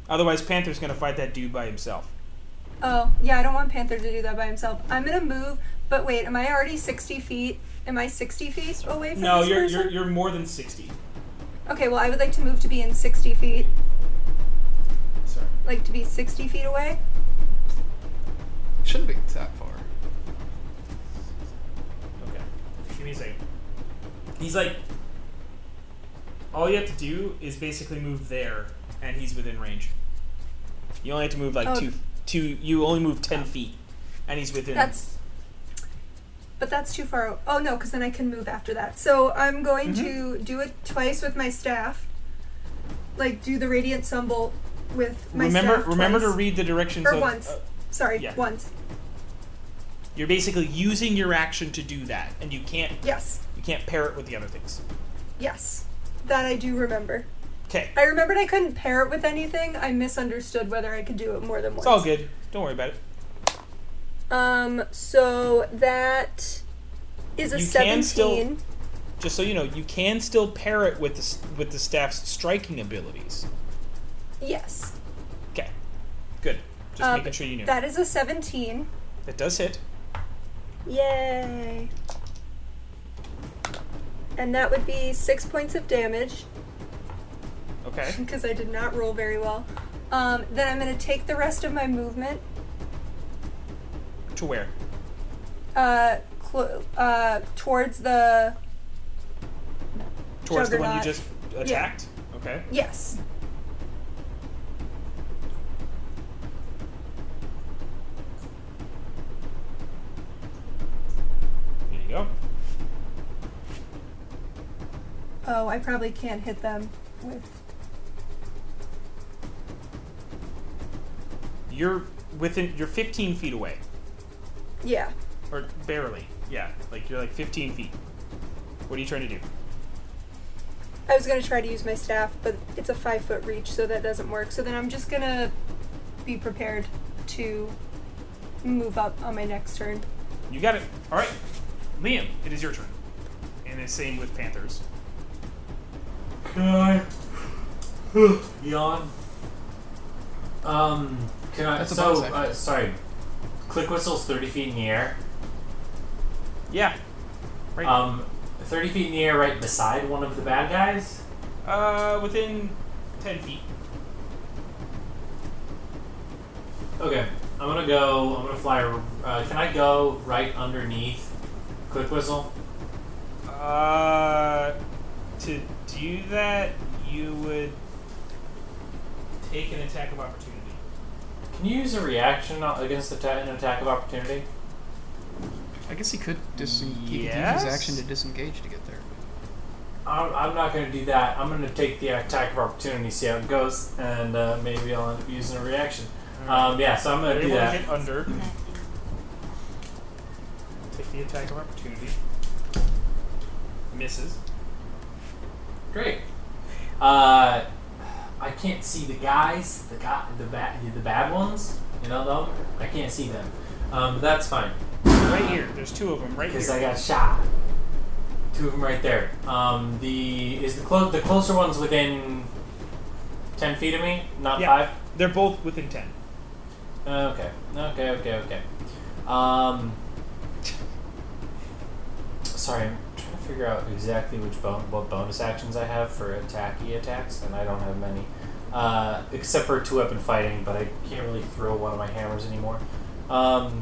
Otherwise, Panther's gonna fight that dude by himself.
Oh yeah, I don't want Panther to do that by himself. I'm gonna move. But wait, am I already 60 feet? Am I 60 feet away from
No,
this
you're,
person?
you're you're more than sixty.
Okay, well, I would like to move to be in 60 feet.
Sorry.
Like to be 60 feet away.
Shouldn't be that far.
Okay. Give me a second. He's like, all you have to do is basically move there, and he's within range. You only have to move like
Oh.
two two. You only move ten feet, and he's within.
That's. But that's too far. Oh no, because then I can move after that. So I'm going
Mm-hmm.
to do it twice with my staff. Like do the radiant symbol with my
remember
staff.
remember to
twice.
read the directions.
Or
of,
once.
uh,
Sorry,
yeah.
once.
You're basically using your action to do that, and you can't
Yes,
you can't pair it with the other things.
yes, that I do remember.
Okay,
I remembered I couldn't pair it with anything. I misunderstood whether I could do it more than once.
it's all good. Don't worry about it.
Um, so that is a
You can
seventeen.
still- Just so you know, you can still pair it with the s- with the staff's striking abilities.
Yes,
Okay, good. Just
Um,
making sure you knew
that is a seventeen.
that does hit.
Yay! And that would be six points of damage
Okay.
because I did not roll very well. Um, then I'm going to take the rest of my movement
to where?
uh, cl- uh, towards the
Towards the one you
Juggernaut.
just attacked? Okay.
yes. Oh, I probably can't hit them with.
You're within. You're 15 feet away,
Yeah.
or barely. Yeah, like you're like 15 feet. What are you trying to do?
I was gonna try to use my staff, but it's a five foot reach, so that doesn't work. So then I'm just gonna be prepared to move up on my next turn.
You got it. All right, Liam, it is your turn. And the same with panthers.
Can I yawn? Um, can I?
That's a
so
bonus action.
uh, sorry. Click whistle's thirty feet in the air.
Yeah. Right.
Um, thirty feet in the air, right beside one of the bad guys.
uh, within 10 feet.
Okay, I'm gonna go. I'm gonna fly. Uh, can I go right underneath Click Whistle?
Uh, to do that, you would take an attack of opportunity.
Can you use a reaction o- against the ta- an attack of opportunity?
I guess he could disengage. He could use his action
Yes?
to disengage to get there.
I'm, I'm not gonna do that. I'm gonna take the attack of opportunity, see how it goes, and uh, maybe I'll end up using a reaction. Um, yeah, so I'm
You're
gonna do
able to
that.
hit under. Take the attack of opportunity. Misses.
Great. Uh, I can't see the guys, the guy, the bad, the bad ones. You know though, I can't see them. Um, that's fine.
Right here. There's two of them right
Because
here.
I got shot. Two of them right there. Um, the is the clo- the closer ones within ten feet of me, not
Yeah.
five.
They're both within 10.
Uh, Okay. Okay. Okay. Okay. Um. Sorry, I'm trying to figure out exactly which bon- what bonus actions I have for attacky attacks, and I don't have many, uh, except for two weapon fighting. But I can't really throw one of my hammers anymore. Um.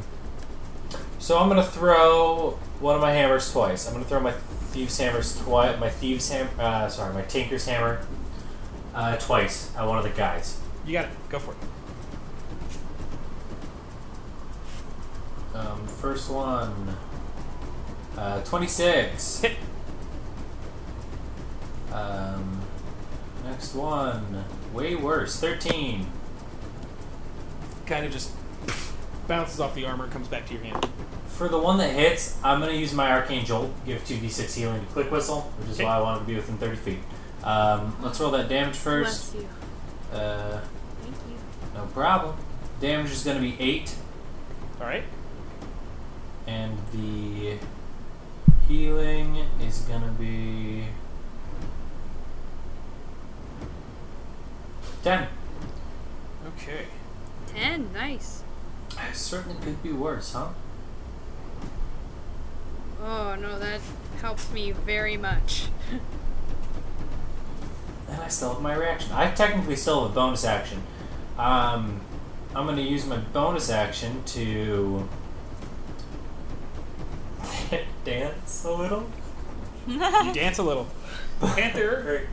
So I'm gonna throw one of my hammers twice. I'm gonna throw my thieves hammers twice. My thieves ham. Uh, sorry, my tinker's hammer. Uh, twice at one of the guys.
You got it. Go for it.
Um, first one. Uh, 26.
Hit.
Um, next one. Way worse. 13.
Kind of just bounces off the armor, comes back to your hand.
For the one that hits, I'm going to use my Arcane Jolt, give 2d6 healing to Click Whistle, which is
Okay.
why I wanted to be within 30 feet. Um, let's roll that damage first.
Bless you.
Uh,
Thank you.
no problem. Damage is going to be 8,
All right.
and the healing is going to be 10.
Okay.
Ten. Nice.
Certainly could be worse, huh?
Oh no, that helps me very much.
And I still have my reaction. I technically still have a bonus action. Um, I'm going to use my bonus action to dance a little.
You dance a little. Panther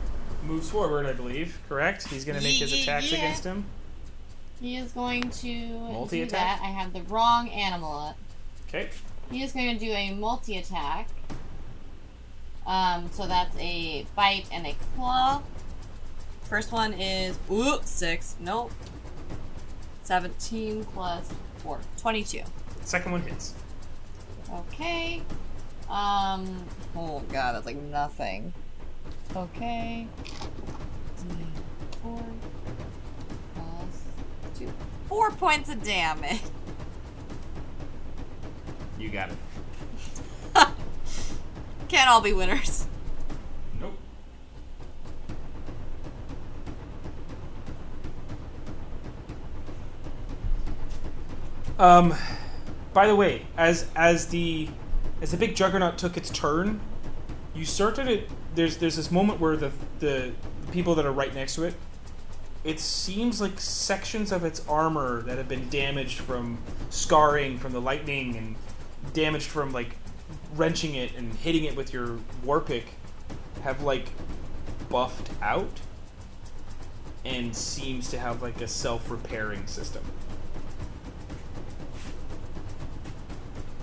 moves forward, I believe. Correct. He's going to make his
Yeah,
attacks
yeah.
against him.
He is going to do
Multi-attack?
that. I have the wrong animal up.
Okay.
He is going to do a multi attack. Um, so that's a bite and a claw. First one is ooh, six. Nope. 17 plus 4. 22.
Second one hits.
Okay. Um. Oh god, that's like nothing. Okay. Four plus two. Four points of damage.
You got it.
Can't all be winners.
Nope. Um, by the way, as as the as the big juggernaut took its turn, you started it. There's there's this moment where the the people that are right next to it, it seems like sections of its armor that have been damaged from scarring from the lightning and damaged from like wrenching it and hitting it with your war pick have like buffed out and seems to have like a self-repairing system.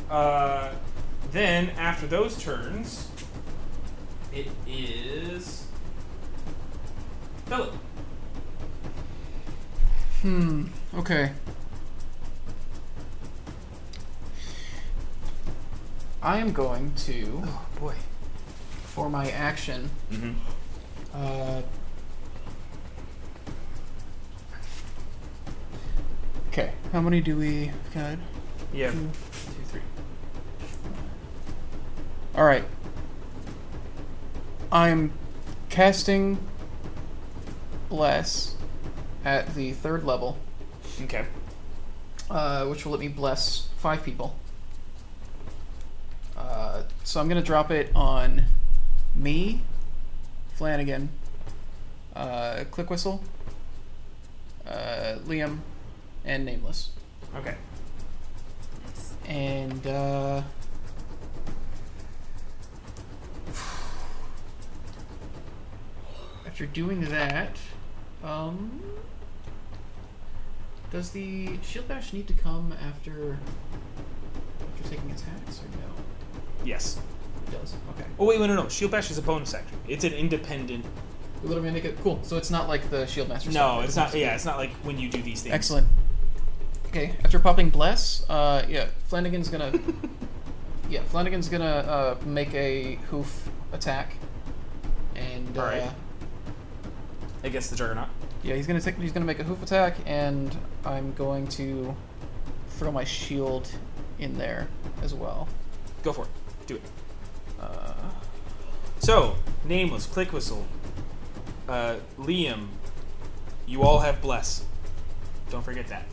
Uh, then after those turns,
It is. Philip.
Hmm. Okay. I am going to,
Oh boy.
for my action,
Mm-hmm.
Uh, okay, how many do we got?
Yeah.
Two, two, three. All right. I'm casting bless at the third level,
Okay.
uh, which will let me bless five people. Uh, so I'm gonna drop it on me, Flanagan, uh, Click Whistle, uh, Liam, and Nameless.
Okay.
And uh, after doing that, um, does the shield bash need to come after after taking attacks or no?
Yes.
It does. Okay.
Oh wait, wait, no, no. Shield bash is a bonus action. It's an independent.
We literally make it cool. So it's not like the shield master. stuff.
No,
It
it's
doesn't
not.
have to be-
Yeah, it's not like when you do these things.
Excellent. Okay, after popping bless, uh, yeah, Flanagan's gonna, yeah, Flanagan's gonna uh, make a hoof attack, and uh,
All right. Against the juggernaut.
yeah, he's gonna take, he's gonna make a hoof attack, and I'm going to throw my shield in there as well.
Go for it. Do it.
Uh,
So, nameless, click whistle, uh, Liam. You all have bless. Don't forget that.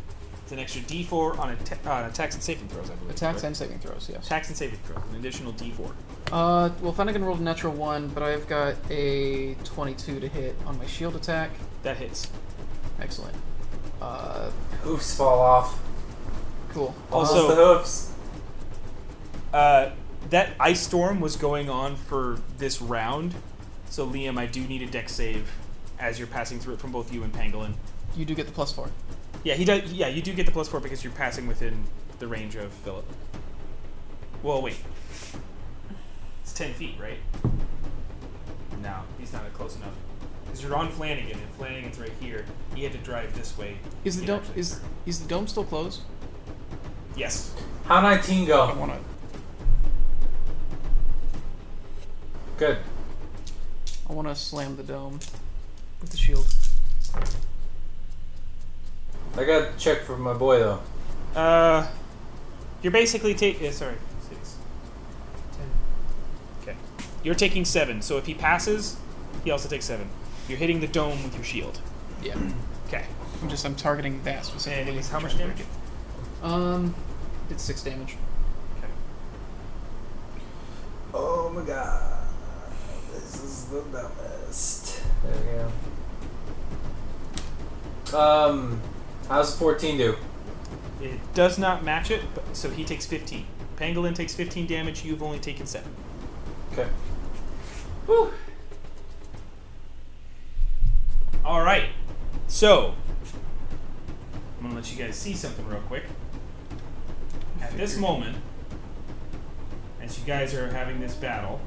It's an extra D4 on, atta- on attacks and saving throws, I believe.
attacks
correct?
and saving throws, yes.
attacks and saving throws. An additional D4.
Uh, well, Flanagan rolled a natural one, but I've got a 22 to hit on my shield attack.
That hits.
Excellent. Uh,
Hoofs fall off.
cool.
Also,
the hoofs.
Uh, that ice storm was going on for this round, so Liam, I do need a deck save as you're passing through it from both you and Pangolin.
You do get the plus four.
Yeah, he does. Yeah, you do get the plus four because you're passing within the range of Philip. Well, wait, it's ten feet, right? No, he's not close enough because you're on Flanagan, and Flanagan's right here. He had to drive this way.
Is the
He
dome
actually-
is is the dome still closed?
yes.
How 19 go?
want to.
Good.
I want to slam the dome with the shield.
I gotta check for my boy though.
Uh, you're basically taking. Uh, sorry, six, ten. Okay, you're taking seven. So if he passes, he also takes seven. You're hitting the dome with your shield.
Yeah,
Okay.
I'm just I'm targeting that
And
specifically.
it was how
I'm
much
trying to
damage?
break it. Um, did six damage.
Okay.
Oh my god. This is the dumbest. There we go. Um, how's 14 do?
It does not match it, but, so he takes 15. Pangolin takes 15 damage. You've only taken seven.
Okay.
All right. So I'm gonna let you guys see something real quick. At this moment, as you guys are having this battle,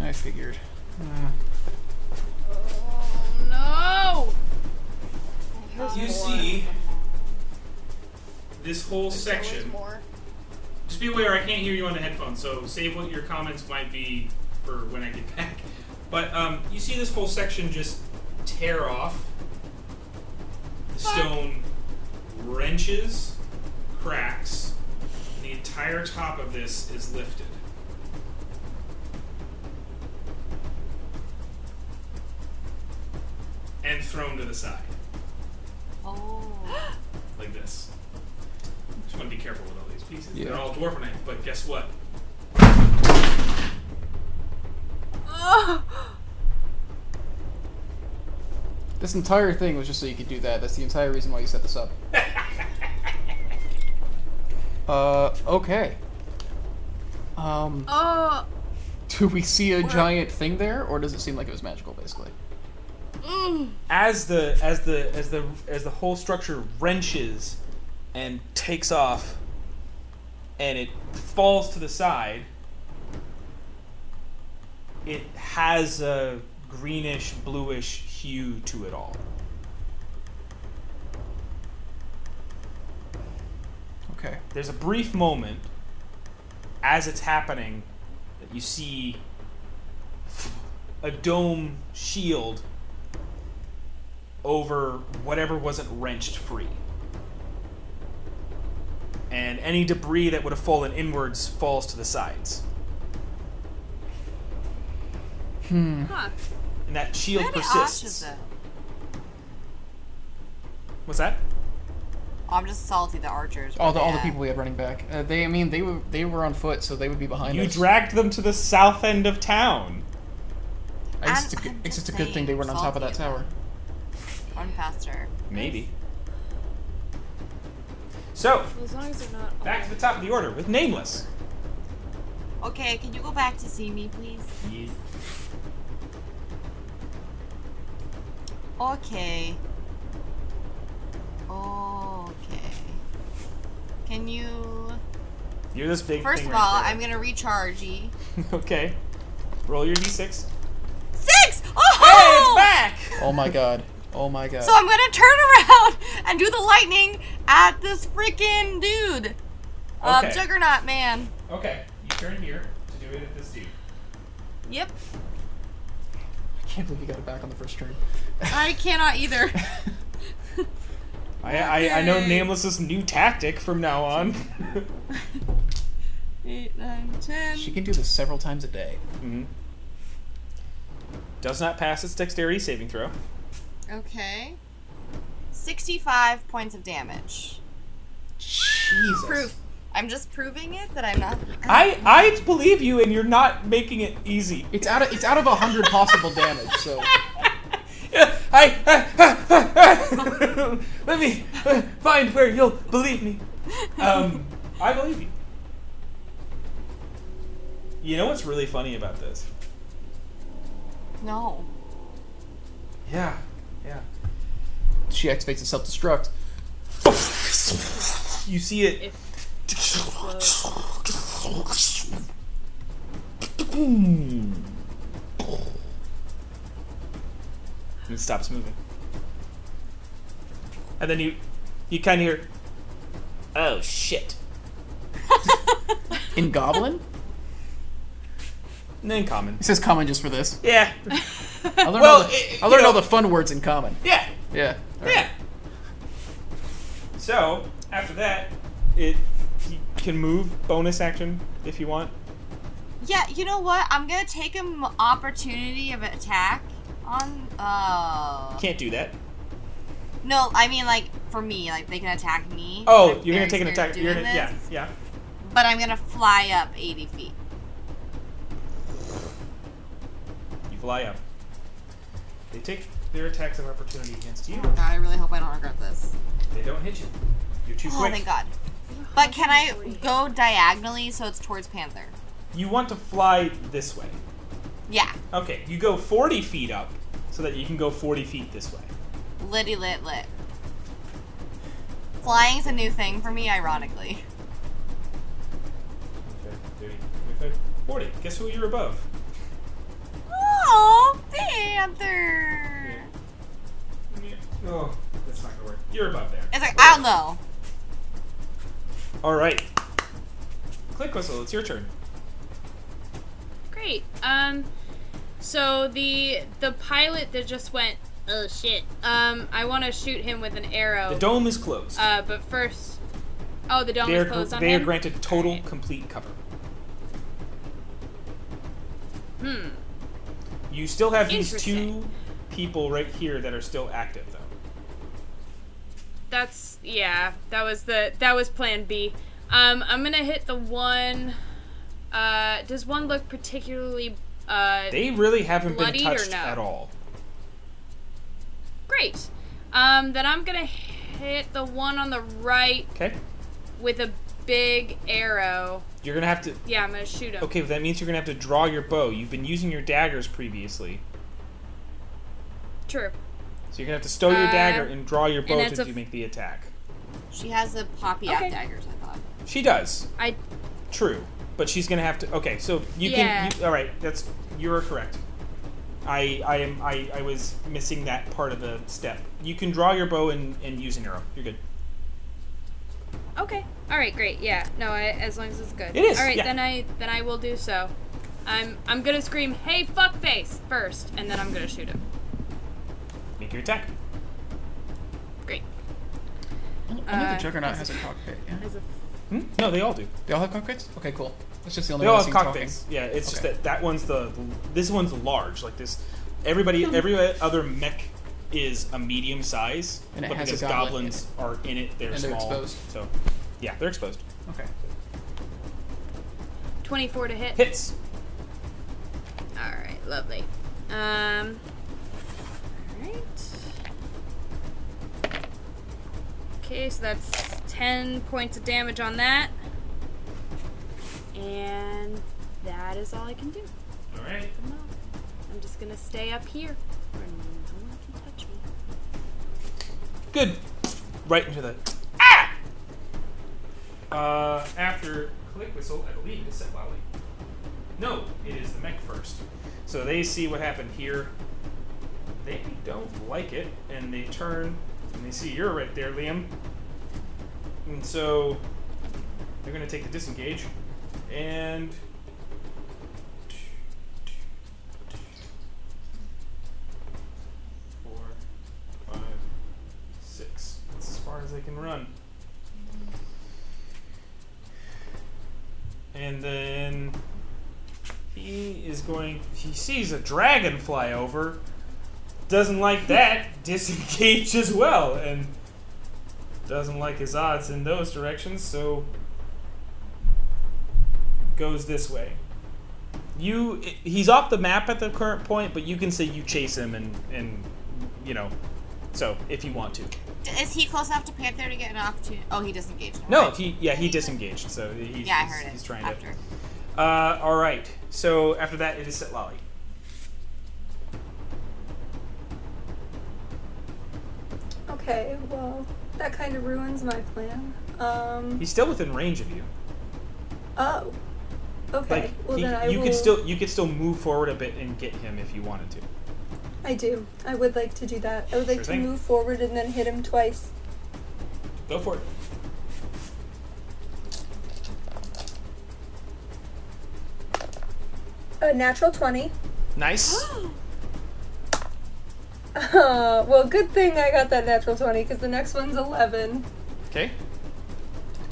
I figured.
Oh
you see this whole section. Just be aware, I can't hear you on the headphones, so save what your comments might be for when I get back. But um, you see this whole section just tear off. The stone wrenches, cracks, and the entire top of this is lifted. And thrown to the side,
Oh.
like this. Just want to be careful with all these pieces. They're
Yeah.
all dwarvenite, but guess what?
This entire thing was just so you could do that. That's the entire reason why you set this up. uh, okay. Um,
Oh.
do we see a giant thing there, or does it seem like it was magical, basically?
as the as the as the as the whole structure wrenches and takes off and it falls to the side, it has a greenish, bluish hue to it all.
Okay.
There's a brief moment as it's happening that you see a dome shield over whatever wasn't wrenched free. And any debris that would have fallen inwards falls to the sides.
Hmm.
Huh.
And that
Where
shield
are the ashes
persists.
though?
What's that?
Oh, I'm just salty the archers.
All the all the
Yeah.
people we had running back. Uh, they, I mean, they were they were on foot, so they would be behind
You
us.
dragged them to the south end of town.
I just,
I'm- I'm
it's
just
just a good thing
saying,
they weren't on top of that
salty.
tower.
Run faster.
Maybe. So,
Well, as long as they're not.
back to the top of the order with Nameless.
Okay, can you go back to see me, please? Okay. Okay. Can you?
You're this big
First
thing
of
right
all,
there.
I'm gonna recharge E. ye.
okay. Roll your d6.
Six! Oh!
Oh my god. Oh my god.
So I'm gonna turn around and do the lightning at this freaking dude. Um,
Okay.
Juggernaut man.
Okay, you turn here to do it at this dude.
Yep.
I can't believe you got it back on the first turn.
I cannot either.
I, I, I know
Okay.
Nameless's new tactic from now on.
Eight, nine, ten.
She can do this several times a day.
Mhm. Does not pass its dexterity saving throw.
Okay. 65 points of damage.
Jesus.
Proof. I'm just proving it that I'm not.
I I believe you, and you're not making it easy.
It's out of it's out of hundred possible damage. So
I, let me uh, find where you'll believe me. Um, I believe you. You know what's really funny about this?
No.
Yeah, yeah.
she activates a self destruct.
You see it.
If Whoa.
Boom. And it stops moving. And then you, you kind of hear, oh shit.
In Goblin?
And then common.
It says common just for this.
Yeah,
I learned,
Well,
all, the,
it-
I learned
you know-
all the fun words in common.
yeah.
Yeah. All right.
Yeah. So after that, it you can move bonus action if you want.
Yeah, you know what? I'm gonna take an opportunity of attack on. Uh.
Can't do that.
No, I mean, like, for me. Like, they can attack me.
Oh,
I'm
you're gonna
very
take an
scared
attack.
of
You're
doing
gonna, yeah,
this,
yeah.
But I'm gonna fly up 80 feet.
You fly up. They take their attacks of opportunity against
Oh
you.
my god, I really hope I don't regret this.
They don't hit you. You're too
Oh,
quick.
thank god. But can I go diagonally so it's towards Panther?
You want to fly this way.
Yeah.
Okay, you go 40 feet up so that you can go 40 feet this way.
Litty lit lit. Flying's a new thing for me, ironically.
Okay, 30, 35, 40. Guess who you're above?
Oh, Panther!
Oh, that's not gonna work. You're above there.
It's like, I don't know.
All right. Click whistle. It's your turn.
Great. Um, so the the pilot that just went, oh shit. Um, I want to shoot him with an arrow.
The
Oh.
dome is closed.
Uh, but first, oh, the dome
they are,
is closed on
they are
him?
granted total
Alright.
complete cover.
Hmm.
You still have these two
Interesting.
people right here that are still active, though.
That's yeah. That was the that was Plan B. Um, I'm gonna hit the one. Uh, does one look particularly? Uh,
They really haven't
Bloodied
been
or
touched
no?
at all.
great. Um, then I'm gonna hit the one on the right
Okay.
with a big arrow.
You're gonna have to.
Yeah, I'm gonna shoot him.
Okay, that means you're gonna have to draw your bow. You've been using your daggers previously,
True.
so you're gonna have to stow your
Uh,
dagger and draw your bow
and
to
that's a
do-
f-
make the attack.
She has the poppy out
Okay.
daggers, I thought.
She does.
I
True, but she's gonna have to. Okay, so you
Yeah.
can. You, all right, that's you are correct. I I am I, I was missing that part of the step. You can draw your bow and, and use an arrow. You're good.
Okay. All right. Great. Yeah. No. I, as long as it's good.
It is,
All right.
yeah.
Then I then I will do so. I'm I'm gonna scream, "Hey, fuckface!" first, and then I'm gonna shoot him.
Make your attack.
Great.
Only
Uh,
the Juggernaut
that's-
has a cockpit. Yeah.
As a
Hmm? No, they all do.
They all have cockpits. Okay, cool. That's just the only
They all
one I've
have
seen
cockpits. Yeah, it's just
Okay.
that that one's the this one's large. Like this, everybody every other mech is a medium size,
And it
but
has a
because
goblet in
goblins are in it, they're
And they're
small.
exposed.
So, yeah, they're exposed.
talking. Okay.
24 to hit.
Hits.
All right. Lovely. Um. All right. Okay. So that's 10 points of damage on that. And that is all I can do.
All right.
I'm not. I'm just gonna stay up here. where no one can touch me.
Good. Right into the. Ah! Uh, after click whistle, I believe it's set loudly. No, it is the mech first. So they see what happened here. They don't like it, and they turn, and they see you're right there, Liam. And so they're gonna take the disengage, and four, five, Six. That's as far as I can run. And then he is going. He sees a dragon fly over. Doesn't like that. disengage as well, and doesn't like his odds in those directions. So goes this way. You. He's off the map at the current point, but you can say you chase him and and you know. So if you want to.
Is he close enough to Panther to get an opportunity? Oh, he disengaged. never
No,
mind.
he yeah he disengaged, so he's
Yeah, I
he's,
heard it.
he's trying
after.
to. Uh, all right. So after that, it is Sit Lolly.
Okay, well, that kind of ruins my plan. Um.
He's still within range of you.
Oh. Okay.
Like
well,
he,
then I
you
will.
could still you could still move forward a bit and get him if you wanted to.
I do. I would like to do that. I would like
Sure
to
thing.
move forward and then hit him twice.
Go for it.
A natural twenty.
Nice.
Uh, well, good thing I got that natural twenty because the next one's eleven.
okay.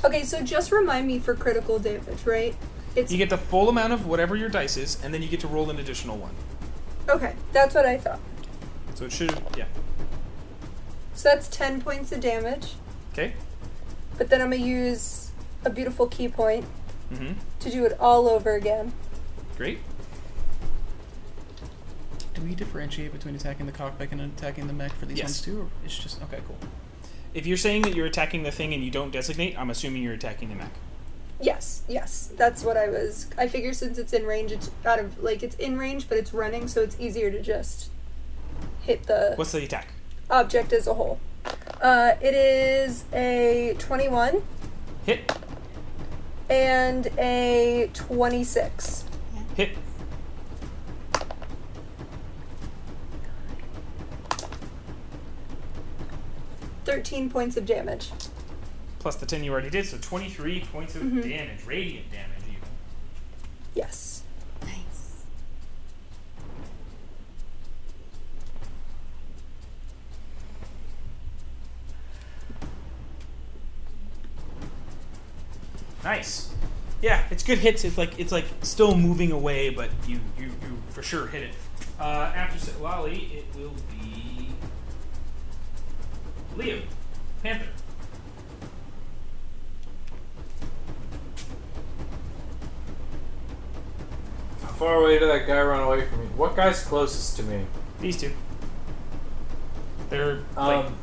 Okay, so just remind me for critical damage, right? It's
You get the full amount of whatever your dice is, and then you get to roll an additional one.
okay. That's what I thought.
So it should yeah.
So that's ten points of damage.
Okay.
But then I'm gonna use a beautiful key point
Mm-hmm.
to do it all over again.
Great.
Do we differentiate between attacking the cockpit and attacking the mech for these
Yes.
ones too? Or it's just okay, cool.
If you're saying that you're attacking the thing and you don't designate, I'm assuming you're attacking the mech.
Yes, yes, that's what I was. I figure since it's in range, it's out of like it's in range, but it's running, so it's easier to just hit the
What's the attack?
object as a whole. Uh, it is a 21
Hit.
and a 26.
Hit.
Thirteen points of damage.
plus the 10 you already did, so 23 points of
Mm-hmm.
damage, radiant damage even.
Yes.
Nice.
Nice. Yeah, it's good hits. It's like it's like still moving away, but you you, you for sure hit it. Uh, after Sit Lolly, it will be Leo, Panther.
How far away did that guy run away from me? What guy's closest to me?
These two. They're like
Um,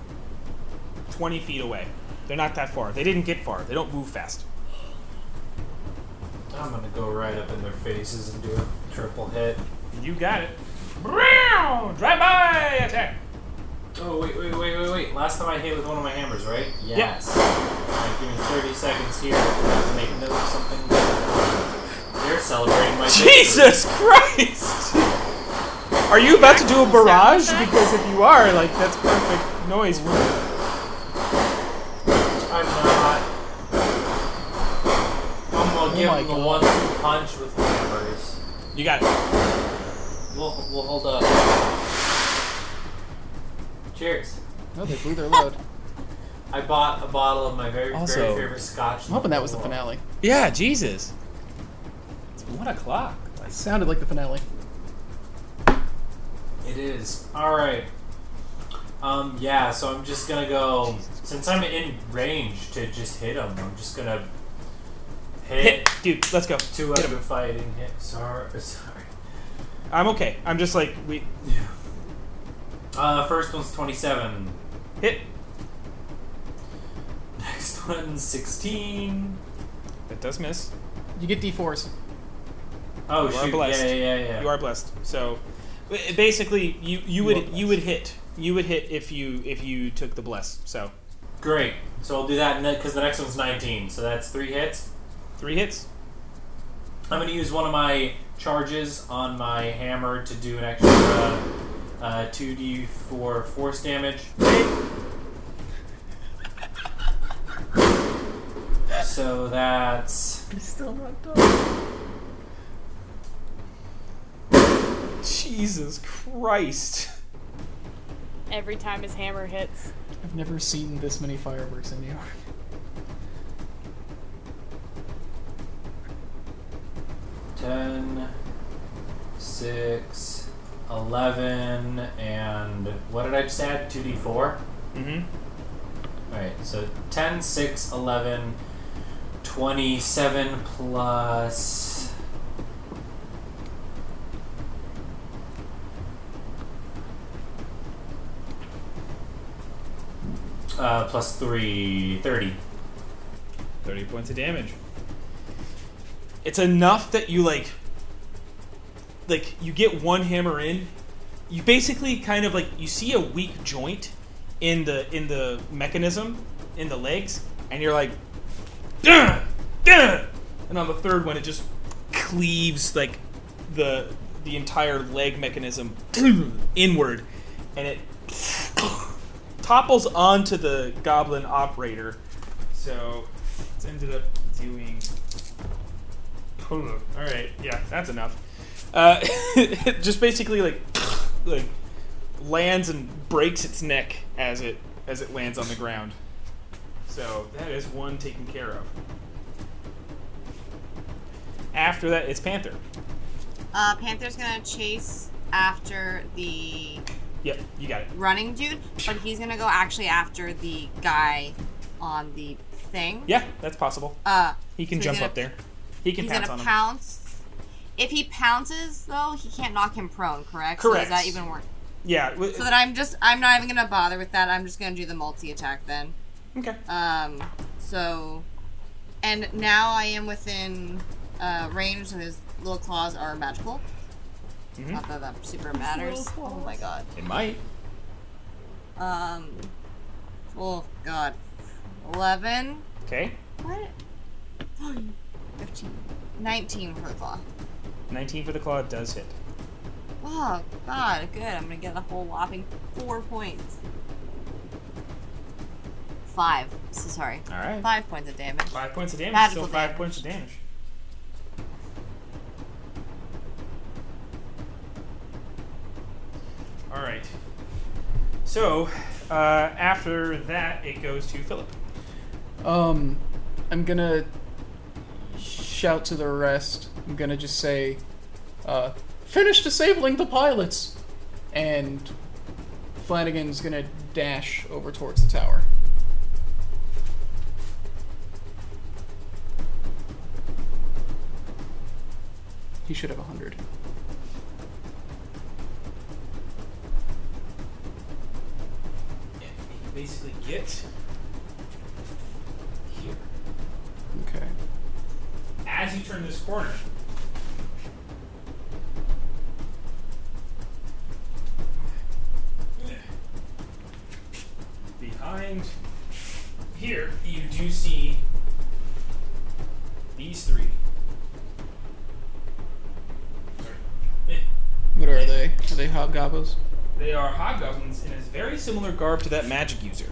20 feet away. They're not that far. They didn't get far. They don't move fast.
I'm gonna go right up in their faces and do a triple hit.
You got it. Drive by attack.
Oh wait, wait, wait, wait, wait! Last time I hit with one of my hammers, right?
Yeah.
Yes. I Give me 30 seconds here. I have to make a note of something. You're celebrating my victory.
Jesus Christ! Are you about to do a barrage?
Sound effects?
Because if you are, like, that's perfect noise for it.
I'm not. I'm gonna
Oh
give
my
him
God.
a one two punch with the hammers.
You got it.
We'll, we'll hold up. Cheers.
No, they blew their load.
I bought a bottle of my very,
Also-
very favorite scotch.
I'm hoping that was the finale.
Yeah, Jesus. It's one o'clock. Like,
It sounded like the finale.
It is. Alright. Um, yeah, so I'm just gonna go. Since I'm in range to just hit him, I'm just gonna hit
hit, dude. Let's go.
two
Hit
out
him.
of fighting hit. Sorry. Sorry.
I'm okay. I'm just like we
Yeah. Uh, first one's 27.
hit.
Next one's 16.
That does miss.
You get D4s.
Oh,
You are
shoot.
blessed.
Yeah, yeah, yeah.
You are blessed. So b- basically, you you
are
would
blessed.
you would hit you would hit if you if you took the bless. So
Great. So I'll do that because the next one's 19. So that's three hits.
three hits.
I'm going to use one of my charges on my hammer to do an extra uh, uh, 2d4 force damage. So that's
He's still not done.
Jesus Christ.
Every time his hammer hits.
I've never seen this many fireworks in New York.
Ten, six, eleven, and what did I just add? 2d4?
Mm-hmm.
Alright, so 10, 6, 11, 27 plus. Uh, plus 3, 30.
Thirty points of damage. It's enough that you like like you get one hammer in. You basically kind of like you see a weak joint in the in the mechanism in the legs, and you're like, "Dun! Dun!" and on the third one it just cleaves like the the entire leg mechanism inward, and it topples onto the goblin operator. So it's ended up doing. All right, yeah, that's enough. Uh, it just basically like like lands and breaks its neck as it as it lands on the ground. So that is one taken care of. After that, it's Panther.
Uh, Panther's gonna chase after the
Yep, you got it.
running dude, but he's gonna go actually after the guy on the thing.
Yeah, that's possible.
Uh,
He can
so
jump
he's gonna-
up there. He can
He's
pounce on
gonna
him.
pounce. If he pounces, though, he can't knock him prone, correct? So
Correct.
does that even work?
Yeah. w-
So then I'm just, I'm not even gonna bother with that. I'm just gonna do the multi attack then.
okay.
Um, so, and now I am within uh, range, so his little claws are magical.
Mhm.
Not that that super matters. Oh my god.
It might.
Um, oh god. 11.
Okay.
What? 15. 19 for the claw.
19 for the claw does hit.
Oh god, good. I'm gonna get a whole whopping four points. Five. So sorry.
All right.
Five points of damage.
Five points of damage.
Magical
Still five
damage.
points of damage. All right. So uh, after that, it goes to Philip.
Um, I'm gonna shout to the rest. I'm gonna just say, uh, finish disabling the pilots! And Flanagan's gonna dash over towards the tower. He should have 100.
Yeah, you basically get here
Okay.
as you turn this corner. Behind here you do see these three. Sorry. Eh.
What are they? Are they hobgoblins?
They are hobgoblins in a very similar garb to that magic user.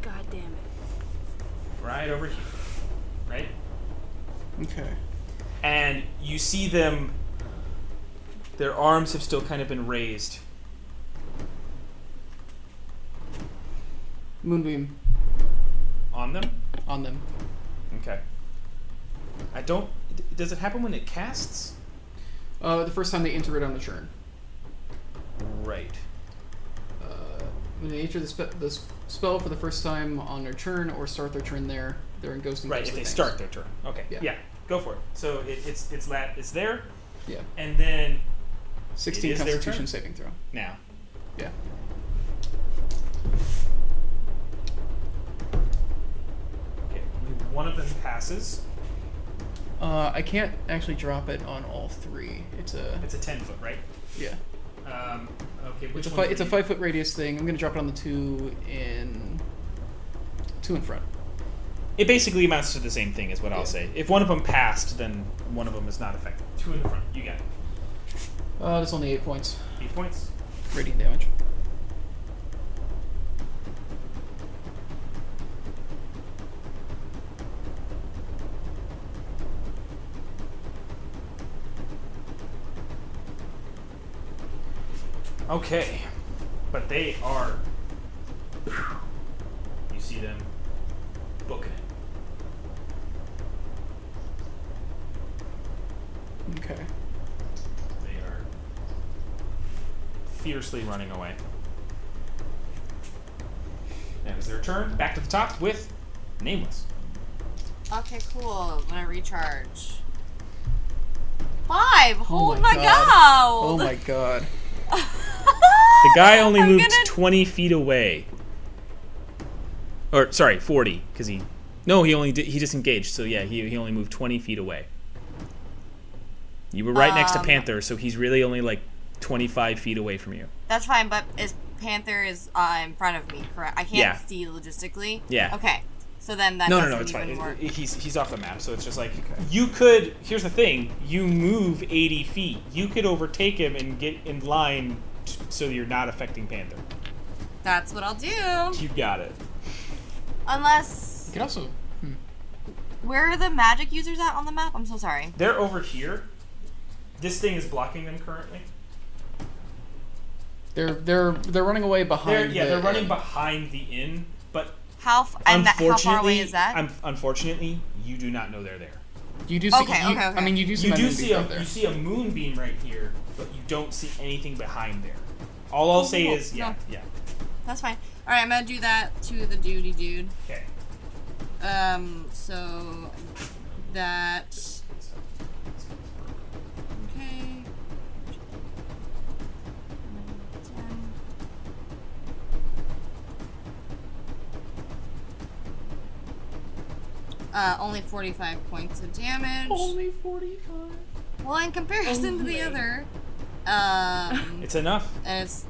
God damn it.
Right over here. Right?
Okay.
And you see them, their arms have still kind of been raised.
Moonbeam
On them?
on them.
Okay. I don't. d- Does it happen when it casts?
Uh, the first time they enter it on the turn.
Right.
Uh, when they enter the, spe- the s- spell for the first time on their turn or start their turn there, they're in ghostly.
Right, if
ghostly
they
things.
start their turn. Okay.
Yeah.
Go for it. So it, it's it's la- it's there,
Yeah.
and then
16
is their
Constitution
turn.
saving throw.
now.
Yeah.
Okay. only One of them passes.
Uh, I can't actually drop it on all three. It's a
It's a ten foot, right?
yeah.
Um, okay. Which
It's a
ones
fi- it's
are
a
you-
five foot radius thing. I'm gonna drop it on the two in two in front.
It basically amounts to the same thing, is what
Yeah.
I'll say. If one of them passed, then one of them is not affected. Two in the front. You got it.
Uh, that's only eight points
eight points.
radiant damage.
Okay, but they are. You see them booking it.
Okay.
They are fiercely running away. That is their turn. Back to the top with nameless.
Okay, cool. I'm gonna recharge. Five. Hold
my
my,
God. Oh
god.
my god.
Oh The guy only
I'm
moved
gonna-
20 feet away. Or sorry, 40 cuz he No, he only did, he disengaged. So yeah, he he only moved 20 feet away. You were right next to
Um,
Panther, so he's really only like 25 feet away from you.
That's fine, but is Panther is uh, in front of me, correct? I can't
Yeah.
see logistically.
Yeah.
Okay. So then that
No, no,
doesn't
no, it's
even
fine.
work.
It- it- he's he's off the map, so it's just like you could. Here's the thing: you move 80 feet, you could overtake him and get in line, t- so you're not affecting Panther.
That's what I'll do.
You got it.
You
Unless
can also. Hmm.
where are the magic users at on the map? I'm so sorry.
They're over here. This thing is blocking them currently.
They're they're they're running away behind.
They're yeah,
the-
they're running behind the inn, but
How f- and that, how
unfortunately,
far away is that?
un- unfortunately, you do not know they're there.
You do see.
Okay,
you-
okay, okay.
I mean, you do see.
you
my
do
moonbeam
see
right
a
there.
you see a moonbeam right here, but you don't see anything behind there. All I'll say
Cool.
is yeah, yeah,
That's fine. All right, I'm gonna do that to the duty dude.
okay.
Um, so that okay. Ten. Uh, only 45 points of damage.
Only 45.
Well, in comparison to the other, um,
It's enough.
and it's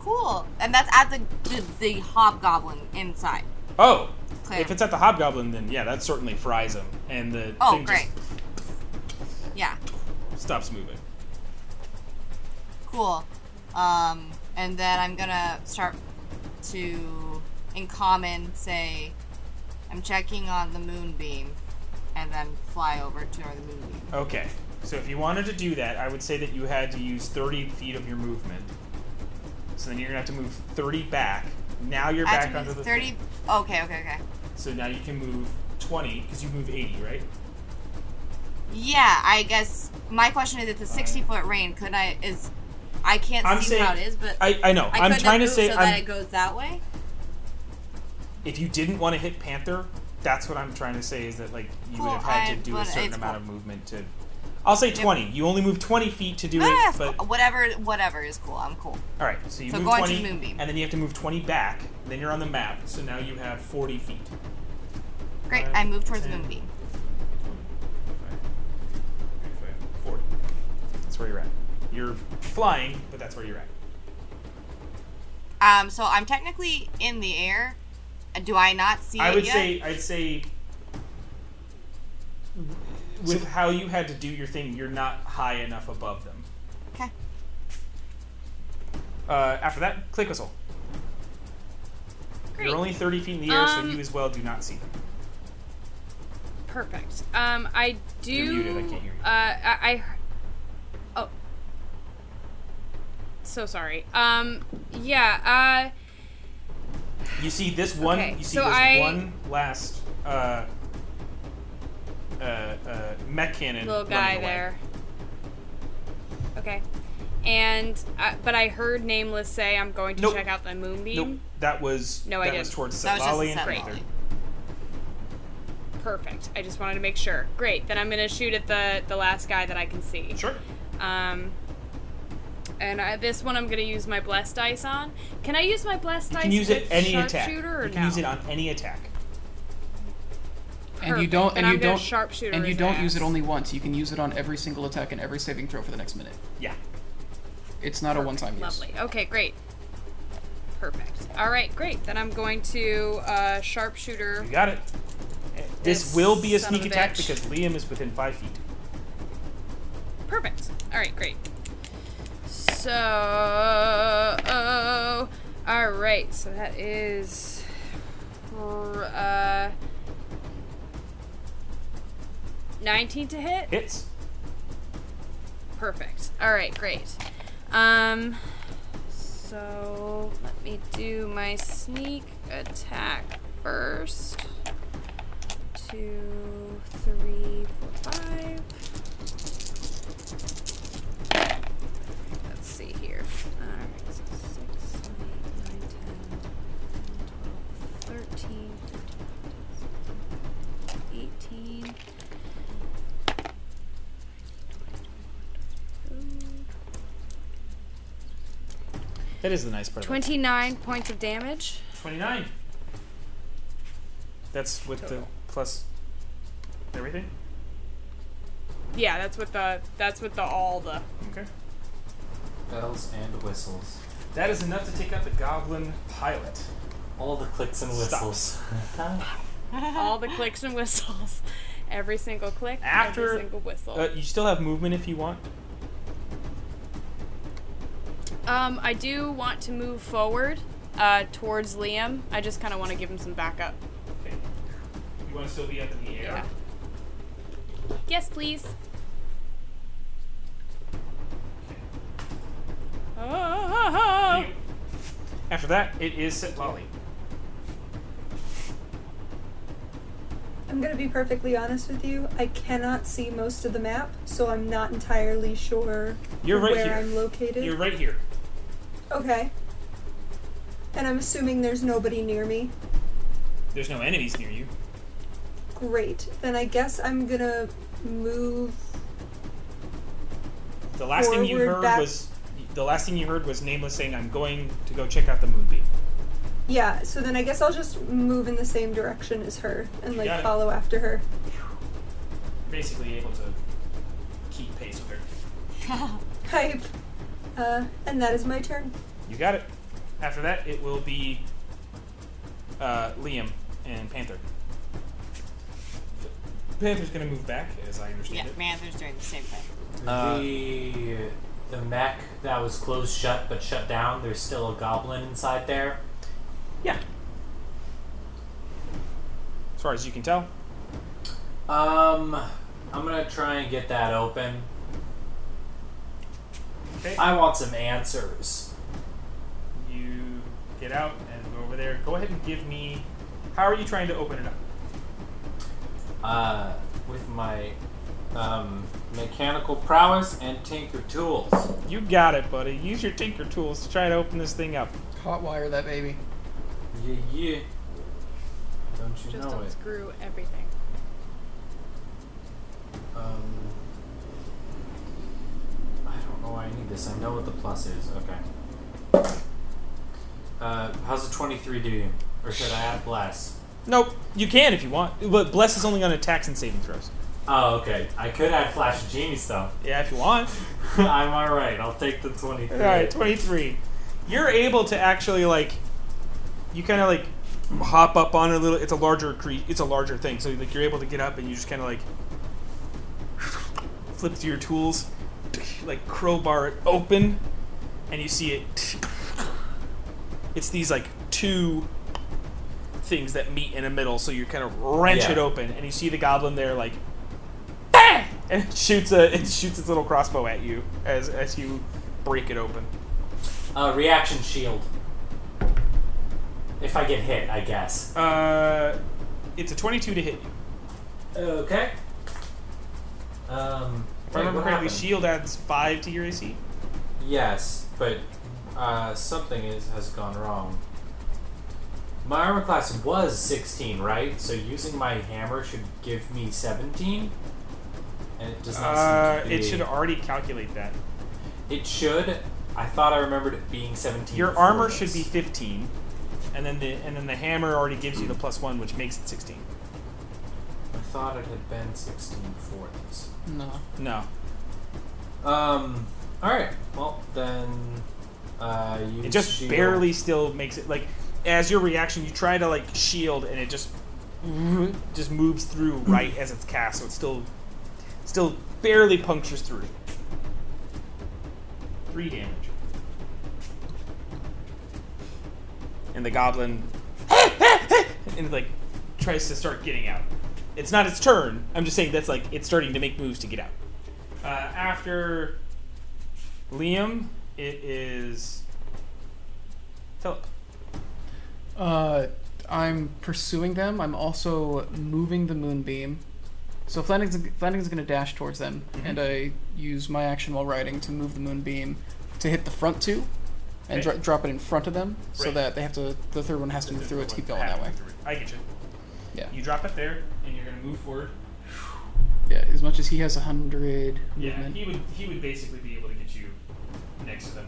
cool. And that's at the the, the hobgoblin inside.
Oh,
Clam.
if it's at the Hobgoblin, then yeah, that certainly fries him, and the
Oh,
thing
great. Yeah,
just stops moving.
cool. Um, and then I'm gonna start to, in common, say, I'm checking on the moonbeam, and then fly over to the moonbeam.
Okay, so if you wanted to do that, I would say that you had to use 30 feet of your movement. So then you're gonna have to move 30 back. Now you're
I have
back
to
under
move
the
30.
thing.
Okay, okay, okay.
So now you can move 20 because you move 80, right?
Yeah, I guess my question is, it's a 60 foot range. Could I is I can't
I'm
see
saying-
how it is, but
I, I know.
I
am
couldn't
trying to
move
say
so that
I'm,
it goes that way.
if you didn't want to hit Panther, that's what I'm trying to say is that like you
Cool,
would have had
I-
to do a
but
certain
it's
amount
cool.
of movement to. I'll say 20. You only move 20 feet to do
No, no,
it,
it's
but
cool. Ah, whatever, whatever is cool. I'm cool.
All right, so you
oh. So
move
go into
twenty,
Moonbeam.
and then you have to move twenty back. Then you're on the map, so now you have forty feet.
Great.
Five,
I move towards the
ten.
moonbeam.
Forty. That's where you're at. You're flying, but that's where you're at.
Um, so I'm technically in the air, Do I not see
I
it
would
yet?
say I'd say with how you had to do your thing, you're not high enough above them.
'Kay.
Uh, after that, click whistle.
Great.
You're only 30 feet in the air, so
Um,
you as well do not see them.
Perfect. Um, I do.
You're muted, I can't hear you.
Uh, I, I. Oh. So sorry. Um, yeah. Uh,
You see this one.
Okay,
you see
so
this
I-
one last uh, uh, uh, mech cannon
little
running
guy
away.
there. Okay. And uh, but I heard Nameless say I'm going to
Nope.
check out the moonbeam.
Nope, that was
No, I
that was
didn't.
towards
That was just
Setlali
a
and
set
Prather.
volley.
Perfect. I just wanted to make sure. Great. Then I'm gonna shoot at the the last guy that I can see.
Sure.
Um, and I, this one I'm gonna use my blessed dice on. Can I use my blessed
You
dice?
can use it
with
any attack. You
Sharpshooter or
can
no?
use it on any attack.
And you
Perfect.
don't.
Then
And you
I'm gonna
don't.
sharpshooter
And you
his
don't
ass.
use it only once. You can use it on every single attack and every saving throw for the next minute.
Yeah.
It's not a one-time use.
Lovely. Okay, great. Perfect. All right, great. Then I'm going to uh, sharpshooter.
You got it. This,
This
will be a
son of
sneak
a
attack
bitch.
because Liam is within five feet.
Perfect. All right, great. So, oh, all right. So that is uh, 19 to hit.
Hits.
Perfect. All right, great. Um, so let me do my sneak attack first. Two, three, four, five. Let's see here. All right, so six, eight, nine, 10, 11, 12, 13, 14, 15, 18.
That is the nice part.
29 points of damage.
Twenty-nine. That's with
Total.
the plus everything.
Yeah, that's with the that's with the all the
Okay.
Bells and whistles.
That is enough to take out the goblin pilot.
All the clicks and whistles.
all the clicks and whistles. Every single click,
After-
every single whistle.
Uh, you still have movement if you want.
um, I do want to move forward uh, towards Liam. I just kind of want to give him some backup.
Okay. You want to still be up in the air?
Yeah. Yes, please. Oh,
After that, it is set lolly.
I'm gonna be perfectly honest with you. I cannot see most of the map, so I'm not entirely sure
You're right
where
here.
I'm located.
You're right here.
Okay. And I'm assuming there's nobody near me.
There's no enemies near you.
Great. Then I guess I'm gonna move.
The last thing you
Forward,
heard
back-
was the last thing you heard was nameless saying, "I'm going to go check out the moonbeam."
Yeah, so then I guess I'll just move in the same direction as her and like
Got it.
follow after her.
You're basically able to keep pace with her.
Hype. Uh, and that is my turn.
You got it. After that, it will be uh, Liam and Panther. Panther's gonna move back, as I
Yeah,
understand
Manther's doing the same thing.
Uh,
the the mech that was closed shut but shut down. There's still a goblin inside there.
it. Yeah. As far as you can tell,
Um, I'm gonna try and get that open.
okay.
I want some answers.
You get out and go over there. Go ahead and give me. How are you trying to open it up?
Uh, with my um, mechanical prowess and tinker tools.
You got it, buddy. Use your tinker tools to try to open this thing up.
Hotwire that baby.
Yeah, yeah. Don't you
just
know it?
unscrew everything.
Um, I don't know why I need this. I know what the plus is. Okay. Uh, how's the 23 do you? Or should I add bless?
Nope. You can if you want, but bless is only on attacks and saving throws.
Oh, okay. I could add flash of genius though.
Yeah, if you want.
I'm all right. I'll take the 23.
All right, 23. You're able to actually like you kind of like hop up on a little. It's a larger cre- It's a larger thing, so like you're able to get up and you just kind of like flip through your tools, like crowbar it open, and you see it. It's these like two things that meet in the middle, so you kind of wrench
Yeah.
it open, and you see the goblin there like. "Ah!" And it shoots a it shoots its little crossbow at you as as you break it open.
Uh, reaction shield. If I get hit, I guess.
Uh, it's a 22 to hit you.
Okay. Um.
If I
wait,
remember
what
correctly,
happened?
shield adds 5 to your AC.
Yes, but uh, something is has gone wrong. My armor class was 16, right? So using my hammer should give me 17, and it does not
Uh,
seem to be.
it should already calculate that.
It should. I thought I remembered it being 17.
Your
before
armor
this.
should be 15, and then the and then the hammer already gives you the plus one, which makes it 16.
I thought it had been 16 before this.
No.
No,
Um. All right. Well then. Uh, you
it just
shield.
barely still makes it. Like as your reaction, you try to like shield, and it just just moves through right as it's cast, so it still still barely punctures through. Three damage. And the goblin and like tries to start getting out. It's not its turn. I'm just saying that's like it's starting to make moves to get out. Uh, after Liam, it is Philip.
Uh, I'm pursuing them. I'm also moving the moonbeam. So Flanagan's, Flanagan's going to dash towards them,
Mm-hmm.
and I use my action while riding to move the moonbeam to hit the front two, and
Okay.
dro- drop it in front of them, so
Right.
that they have to. The third one has to move through it to keep going that way.
I get you.
Yeah.
You drop it there, and you're gonna move forward.
Yeah, as much as he has a hundred
Yeah,
movement.
he would he would basically be able to get you next to them.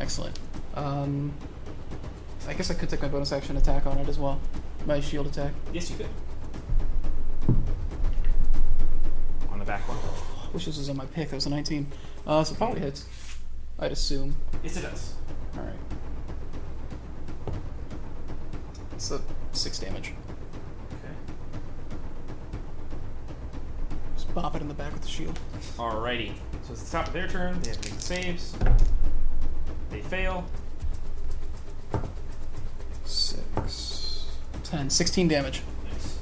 Excellent. Um, I guess I could take my bonus action attack on it as well, my shield attack.
Yes, you could. On the back one.
Wish this was on my pick. That was a 19. Uh, so probably hits. I'd assume.
Yes, it does.
All right. It's a six damage.
Okay.
Just bop it in the back with the shield.
Alrighty. So it's the top of their turn. They have to make saves. They fail.
Six. Ten. Sixteen damage.
Nice.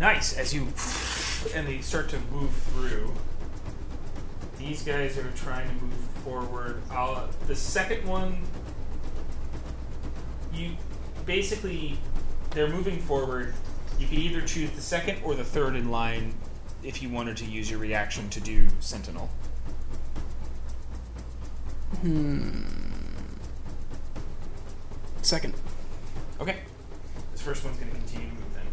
Nice. As you and they start to move through. These guys are trying to move forward. I'll, the second one, you basically they're moving forward. You can either choose the second or the third in line if you wanted to use your reaction to do Sentinel.
Second.
Okay. This first one's going to continue to move then.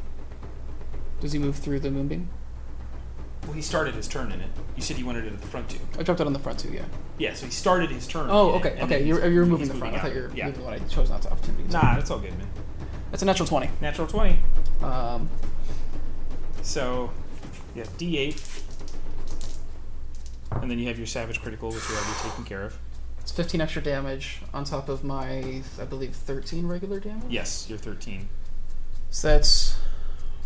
Does he move through the moonbeam?
Well, he started his turn in it. You said you wanted it at the front two.
I dropped it on the front too. Yeah.
Yeah, so he started his turn.
Oh,
in it,
okay.
and
Okay.
then
You're
he's-
you're moving
he's
the front. I
out.
thought you were
Yeah.
moving what I chose not to opportunity. attack.
Nah, that's all good, man.
That's a natural twenty.
Natural 20.
Um,
So, yeah, D8. And then you have your Savage Critical, which you're already taking care of.
it's fifteen extra damage on top of my I believe thirteen regular damage.
Yes, you're 13.
So that's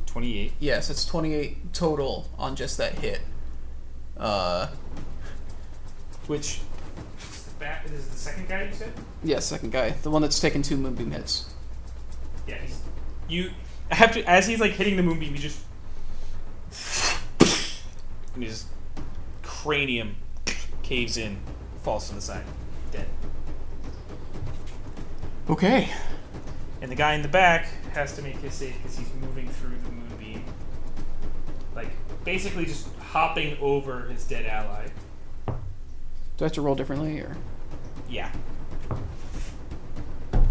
28.
Yes, it's 28 total on just that hit. Uh,
Which. That is the second guy you said?
yeah, second guy. The one that's taken two moonbeam hits.
Yeah, he's you. I have to as he's like hitting the moonbeam, you just and his cranium caves in, falls to the side, dead.
Okay.
And the guy in the back has to make his save because he's moving through the moonbeam, like basically just hopping over his dead ally.
Do I have to roll differently, or
Yeah, and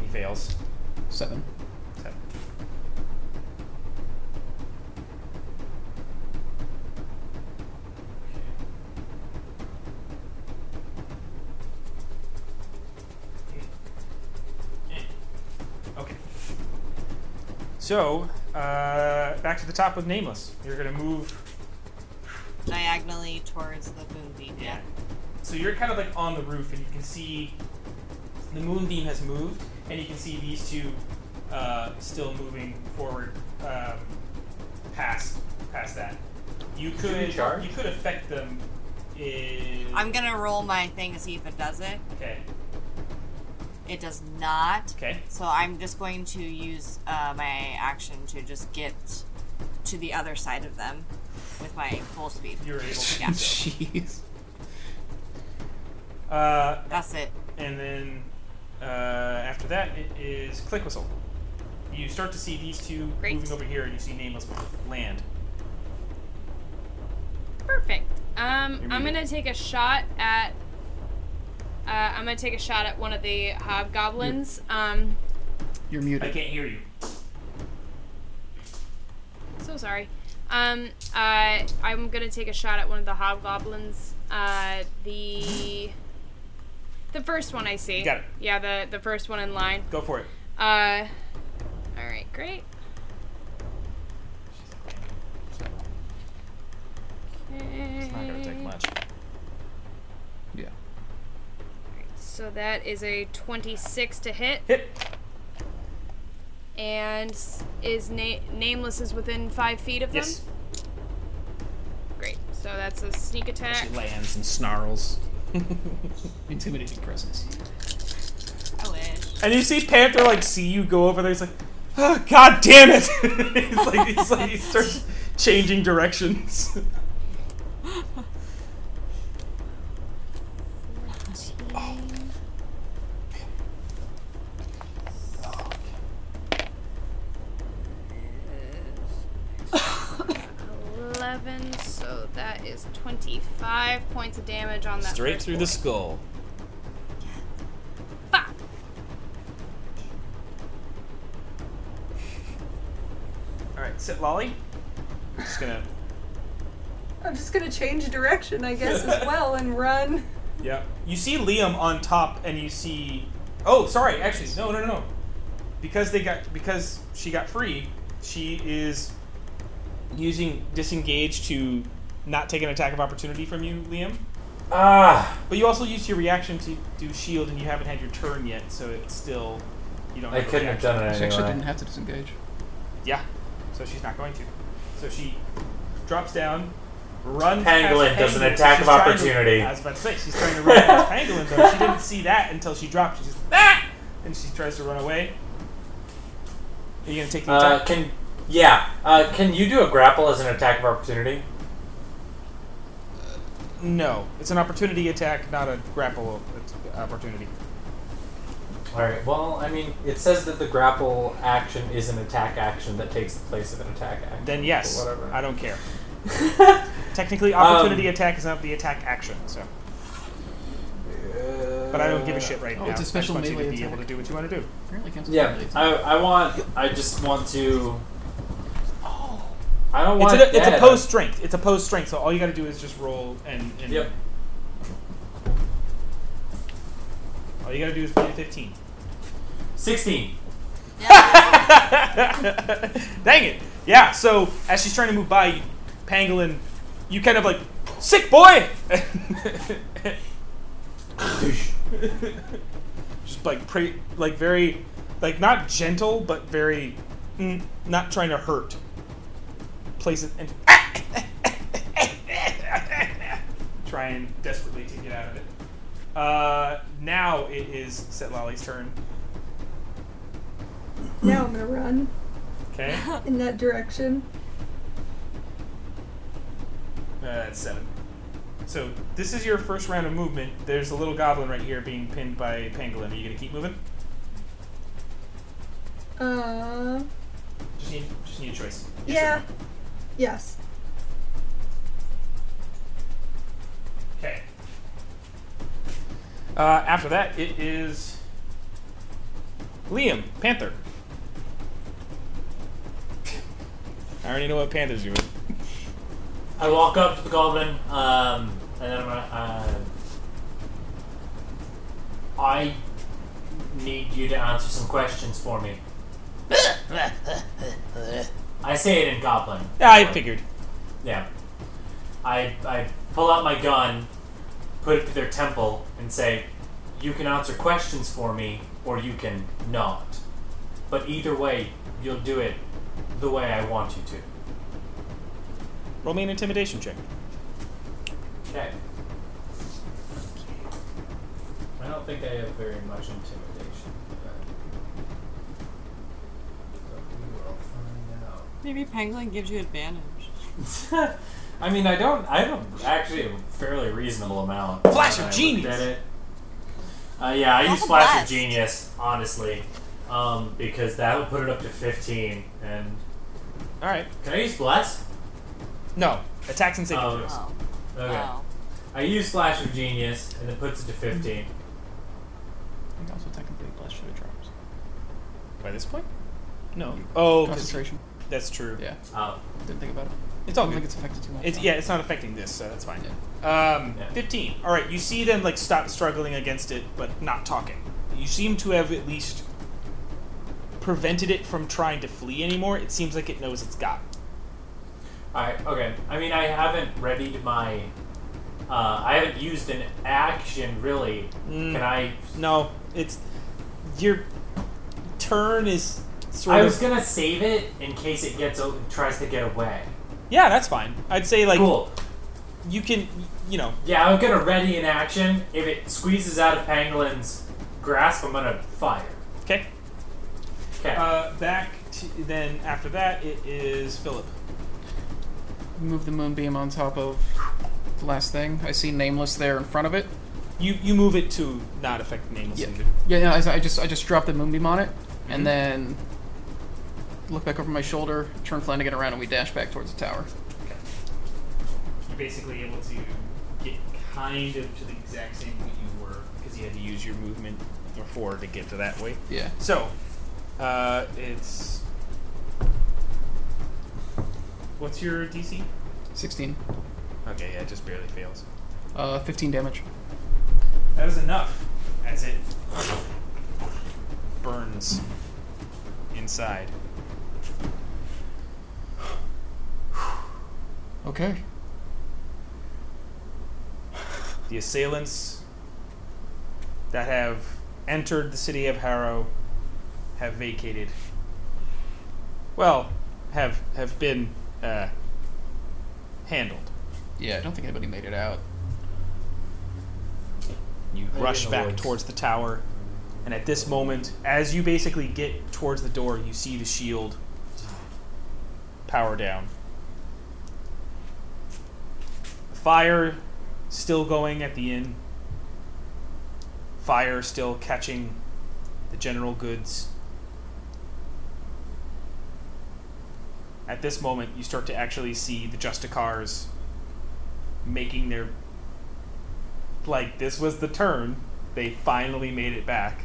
he fails.
seven?
Seven. Okay. So, uh, back to the top with Nameless. You're going to move
diagonally towards the moonbeam.
Yeah. So you're kind of like on the roof, and you can see the moonbeam has moved, and you can see these two uh, still moving forward um, past past that. You
Should we
could
charge?
you could affect them. In...
I'm gonna roll my thing to see if it does it.
okay.
It does not.
Okay.
So I'm just going to use uh, my action to just get to the other side of them with my full speed.
You're able to do so.
Jeez.
Uh,
That's it.
and then uh, after that, it is click whistle. You start to see these two
Great.
moving over here, and you see nameless land.
Perfect. Um,
You're
I'm
muted.
gonna take a shot at. Uh, I'm gonna take a shot at one of the hobgoblins. Um,
You're muted.
I can't hear you.
so sorry. Um, uh, I'm gonna take a shot at one of the hobgoblins. Uh, the the first one I see.
Got it.
Yeah, the the first one in line.
Go for it.
Uh, all right, great.
It's not gonna take
Okay.
much.
Yeah.
So that is a 26 to hit,
Hit.
and s- is na- nameless is within five feet of
Yes.
them. Great. So that's a sneak attack.
She lands and snarls.
Intimidating presence.
I wish.
And you see Panther like see you go over there. He's like, oh, "God damn it!" he's like, he's like, he starts changing directions.
Eleven. So that is 25 points of damage on that. first boy.
skull.
Fuck.
All right, sit, Lolly. Just gonna.
I'm just gonna change direction, I guess, as well, and run.
Yep. You see Liam on top, and you see. Oh, sorry. Actually, no, no, no, no. Because they got because she got free, she is using disengage to not take an attack of opportunity from you, Liam.
Ah,
But you also used your reaction to do shield, and you haven't had your turn yet, so it's still you don't.
I
a
couldn't have
reaction.
done
She
it anyway.
actually didn't have to disengage.
Yeah, so she's not going to. So she drops down, runs.
Pangolin
past
does an
Pangolin.
attack
She's
of
trying to-
opportunity.
I was about to say she's trying to run past Pangolin, though she didn't see that until she dropped. She's just ah, and she tries to run away. Are you gonna take the
Uh,
attack?
can yeah? Uh, can you do a grapple as an attack of opportunity?
No, it's an opportunity attack, not a grapple uh, opportunity.
All right. Well, I mean, it says that the grapple action is an attack action that takes the place of an attack action.
Then yes,
But whatever.
I don't care. Technically, opportunity
Um,
attack is not the attack action, so. But I don't give a shit right
Oh,
now.
it's a special
I just want you to
melee
be able to
attack.
do what you want to do.
Apparently cancels
Yeah,
melee attack.
I, I want. I just want to. I don't
It's
want.
a, it's a
dead.
post strength. It's a post strength, so all you got to do is just roll and. and
Yep.
All you got to do is play 15.
Sixteen.
Dang it! Yeah. So as she's trying to move by, you- Pangolin, you kind of like sick boy. just like pre, like very, like not gentle, but very, mm, not trying to hurt. Place it and trying desperately to get out of it. Uh, now it is Set Lolly's turn.
Now I'm gonna run
Okay, uh,
in that direction.
that's Uh, seven. So this is your first round of movement. There's a little goblin right here being pinned by Pangolin. Are you gonna keep moving?
Uh,
Just need, just need a choice.
yeah.
Yes
Yes.
or no. Okay. Uh, after that, it is Liam Panther. I already know what Panther's doing.
I walk up to the goblin, um, and then I'm gonna. Uh, I need you to answer some questions for me. I say it in goblin.
Yeah, I figured.
Yeah. I, I pull out my gun, put it to their temple, and say, You can answer questions for me, or you can not. But either way, you'll do it the way I want you to.
Roll me an intimidation check.
Okay.
I don't think I have very much intimidation. But but we will find out.
Maybe Pangolin gives you advantage.
I mean, I don't. I have a, actually a fairly reasonable amount.
Flash of
when I looked
genius.
at it. Uh, yeah, I
Roll
use
the
Flash
best.
of Genius honestly, um, because that'll put it up to fifteen. And
All right.
can I use Bless?
No attacks and saving
Um,
throws.
Oh.
Okay.
Oh.
I use Flash of Genius, and it puts it to fifteen.
I think also technically bless should have dropped.
By this point, no. Oh, 'cause-
Concentration.
that's true.
Yeah.
Oh,
Didn't think about it.
It's all
I
good.
don't think it's affected too much.
It's
though.
yeah, it's not affecting this, so that's fine. Um,
Yeah.
Fifteen. All right, you see them like stop struggling against it, but not talking. You seem to have at least prevented it from trying to flee anymore. It seems like it knows it's got.
Alright, okay. I mean, I haven't readied my. Uh, I haven't used an action, really.
Mm.
Can I.
No, it's your turn is sort
I
of
was gonna save it in case it gets o- tries to get away.
yeah, that's fine. I'd say like
cool.
you can you know
Yeah, I'm gonna ready an action. If it squeezes out of Pangolin's grasp, I'm gonna fire.
okay.
Okay.
Uh, back to, then after that it is Philip.
Move the moonbeam on top of the last thing. I see nameless there in front of it.
You you move it to not affect nameless.
Yeah.
either.
Yeah, no, I, I just I just dropped the moonbeam on it, and then look back over my shoulder, turn Flanagan around, and we dash back towards the tower.
you're basically able to get kind of to the exact same point you were because you had to use your movement before to get to that way.
Yeah.
So, uh, it's what's your DC?
16.
Okay, yeah, it just barely fails.
Uh, 15 damage.
That is enough, as it burns inside.
Okay.
the assailants that have entered the city of Harrow have vacated. Well, have have been uh, handled.
Yeah, I don't think anybody made it out.
You
Maybe
rush
in the
back
woods.
towards the tower, and at this moment, as you basically get towards the door, you see the shield power down. The fire still going at the inn. Fire still catching the general goods. At this moment, you start to actually see the Justicars making their like this was the turn. They finally made it back.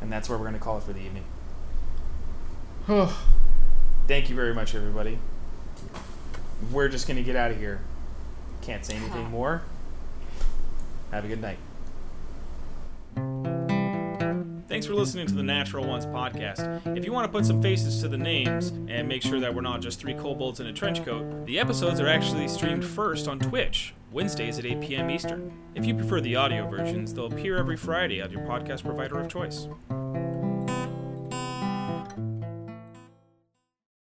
And that's where we're going to call it for the evening. Thank you very much, everybody. We're just going to get out of here. Can't say anything more. Have a good night. Thanks for listening to the Natural Ones podcast. If you want to put some faces to the names and make sure that we're not just three kobolds in a trench coat, the episodes are actually streamed first on Twitch, Wednesdays at 8 p.m. Eastern. If you prefer the audio versions, they'll appear every Friday on your podcast provider of choice.